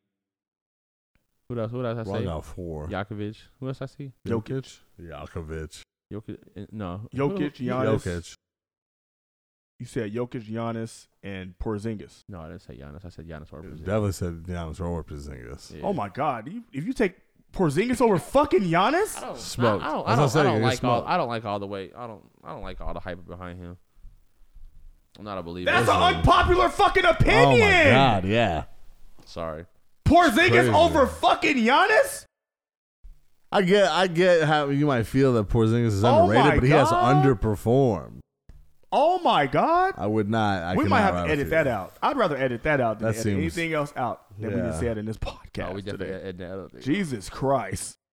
Speaker 4: Who else? What else I
Speaker 3: Ron
Speaker 4: say?
Speaker 3: got four.
Speaker 4: Djokovic. Who else I see?
Speaker 3: Jokic. Jokovic.
Speaker 4: Jokic. eh, No.
Speaker 2: Jokic,
Speaker 4: Who-
Speaker 2: Giannis.
Speaker 3: Jokic.
Speaker 2: You said Jokic, Giannis, and Porzingis.
Speaker 4: No, I didn't say Giannis. I said Giannis or Porzingis.
Speaker 3: Definitely said Giannis or Porzingis.
Speaker 2: Oh my God! You, if you take Porzingis over fucking Giannis,
Speaker 4: I don't,
Speaker 3: Smoked.
Speaker 4: Oh, I, I don't, I
Speaker 3: That's what I'm
Speaker 4: don't, I
Speaker 3: saying,
Speaker 4: don't
Speaker 3: he
Speaker 4: like all.
Speaker 3: smoked.
Speaker 4: I don't like all the way. I don't. I don't like all the hype behind him. I'm not a believer.
Speaker 2: that's an unpopular fucking opinion.
Speaker 3: Oh my God! Yeah.
Speaker 4: Sorry.
Speaker 3: Crazy.
Speaker 2: Porzingis over fucking Giannis.
Speaker 3: I get, I get how you might feel that Porzingis is
Speaker 2: Oh my
Speaker 3: underrated, but he has
Speaker 2: God.
Speaker 3: underperformed.
Speaker 2: Oh my God!
Speaker 3: I would not. I
Speaker 2: we might
Speaker 3: cannot
Speaker 2: have
Speaker 3: ride
Speaker 2: to
Speaker 3: with
Speaker 2: edit
Speaker 3: you.
Speaker 2: that out. I'd rather edit that out than
Speaker 3: That
Speaker 2: edit
Speaker 3: seems-
Speaker 2: anything else out that we
Speaker 3: Yeah.
Speaker 2: just said in this podcast.
Speaker 4: No, we definitely
Speaker 2: today.
Speaker 4: had that other thing.
Speaker 2: Jesus Christ!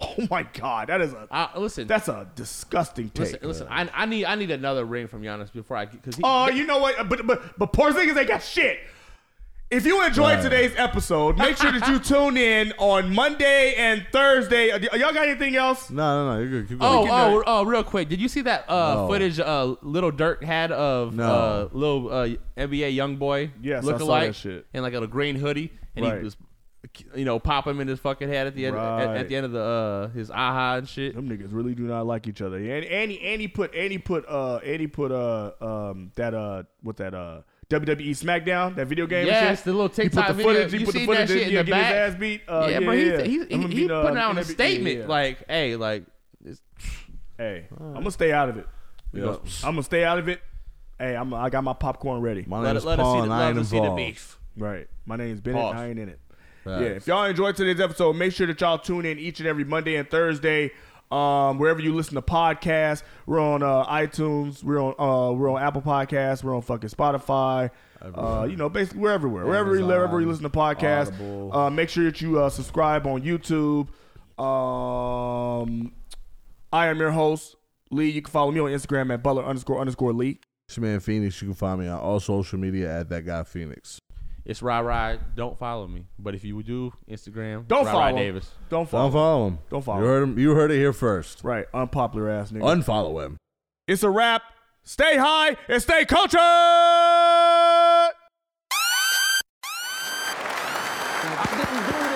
Speaker 2: Oh my God! That is a
Speaker 4: I, listen.
Speaker 2: That's a disgusting take.
Speaker 4: Listen, listen. I, I need. I need another ring from Giannis before I because he.
Speaker 2: Oh, you know what? But but but Porzingis ain't got shit. If you enjoyed
Speaker 4: Right.
Speaker 2: today's episode, make sure that you tune in on Monday and Thursday. Uh, Y'all got anything else?
Speaker 3: No, no, no. You're good. Keep
Speaker 4: Oh,
Speaker 3: going.
Speaker 4: oh, oh, real quick. Did you see that uh,
Speaker 3: No.
Speaker 4: footage uh, Little Dirk had of
Speaker 3: No.
Speaker 4: uh, little uh, NBA young boy
Speaker 2: Yes, I saw that
Speaker 4: lookalike
Speaker 2: shit.
Speaker 4: in like a little green hoodie, and
Speaker 2: Right.
Speaker 4: he was, you know, pop him in his fucking head at the end at,
Speaker 2: Right.
Speaker 4: at the end of the uh, his aha and shit.
Speaker 2: Them niggas really do not like each other. And and he, and he put and he put uh and he put uh um that uh what that uh WWE SmackDown that video game. and
Speaker 4: Yes,
Speaker 2: shit.
Speaker 4: the little TikTok
Speaker 2: he put the
Speaker 4: video.
Speaker 2: Footage, he
Speaker 4: you
Speaker 2: put the
Speaker 4: seen
Speaker 2: footage
Speaker 4: that shit
Speaker 2: yeah,
Speaker 4: in the
Speaker 2: getting
Speaker 4: back?
Speaker 2: His ass beat. Uh,
Speaker 4: yeah,
Speaker 2: yeah,
Speaker 4: bro,
Speaker 2: yeah.
Speaker 4: he, he, he,
Speaker 2: I'm gonna
Speaker 4: he
Speaker 2: beat, uh,
Speaker 4: putting out a
Speaker 2: NBA,
Speaker 4: statement
Speaker 2: yeah.
Speaker 4: like, "Hey, like, it's,
Speaker 2: hey, I'm gonna stay out of it. You know,
Speaker 4: Yep.
Speaker 2: I'm gonna stay out of it. Hey, I'm I got my popcorn ready.
Speaker 3: My Let name it- is let us Paul see the- and I let ain't us see the involved. beef.
Speaker 2: Right. My name's Bennett.
Speaker 3: Pause.
Speaker 2: I ain't in it.
Speaker 3: Facts.
Speaker 2: Yeah. If y'all enjoyed today's episode, make sure that y'all tune in each and every Monday and Thursday. Um, wherever you listen to podcasts, we're on uh, iTunes, we're on uh, we're on Apple Podcasts, we're on fucking Spotify. Uh, you know, basically we're everywhere. Wherever you, wherever you listen to podcasts,
Speaker 3: Audible.
Speaker 2: uh, make sure that you uh, subscribe on YouTube. Um, I am your host, Lee. You can follow me on Instagram at Butler underscore underscore Lee.
Speaker 3: It's your man Phoenix. You can find me on all social media at that guy Phoenix.
Speaker 4: it's Rye Rye. Don't follow me, but if you do, Instagram.
Speaker 2: Don't
Speaker 4: Rye
Speaker 2: follow
Speaker 4: Rye
Speaker 2: him.
Speaker 4: Davis.
Speaker 2: Don't follow.
Speaker 3: Don't follow him.
Speaker 2: Don't follow
Speaker 3: You heard him. You heard it here first.
Speaker 2: Right. Unpopular ass nigga.
Speaker 3: Unfollow him.
Speaker 2: It's a wrap. Stay high and stay cultured.
Speaker 7: I didn't do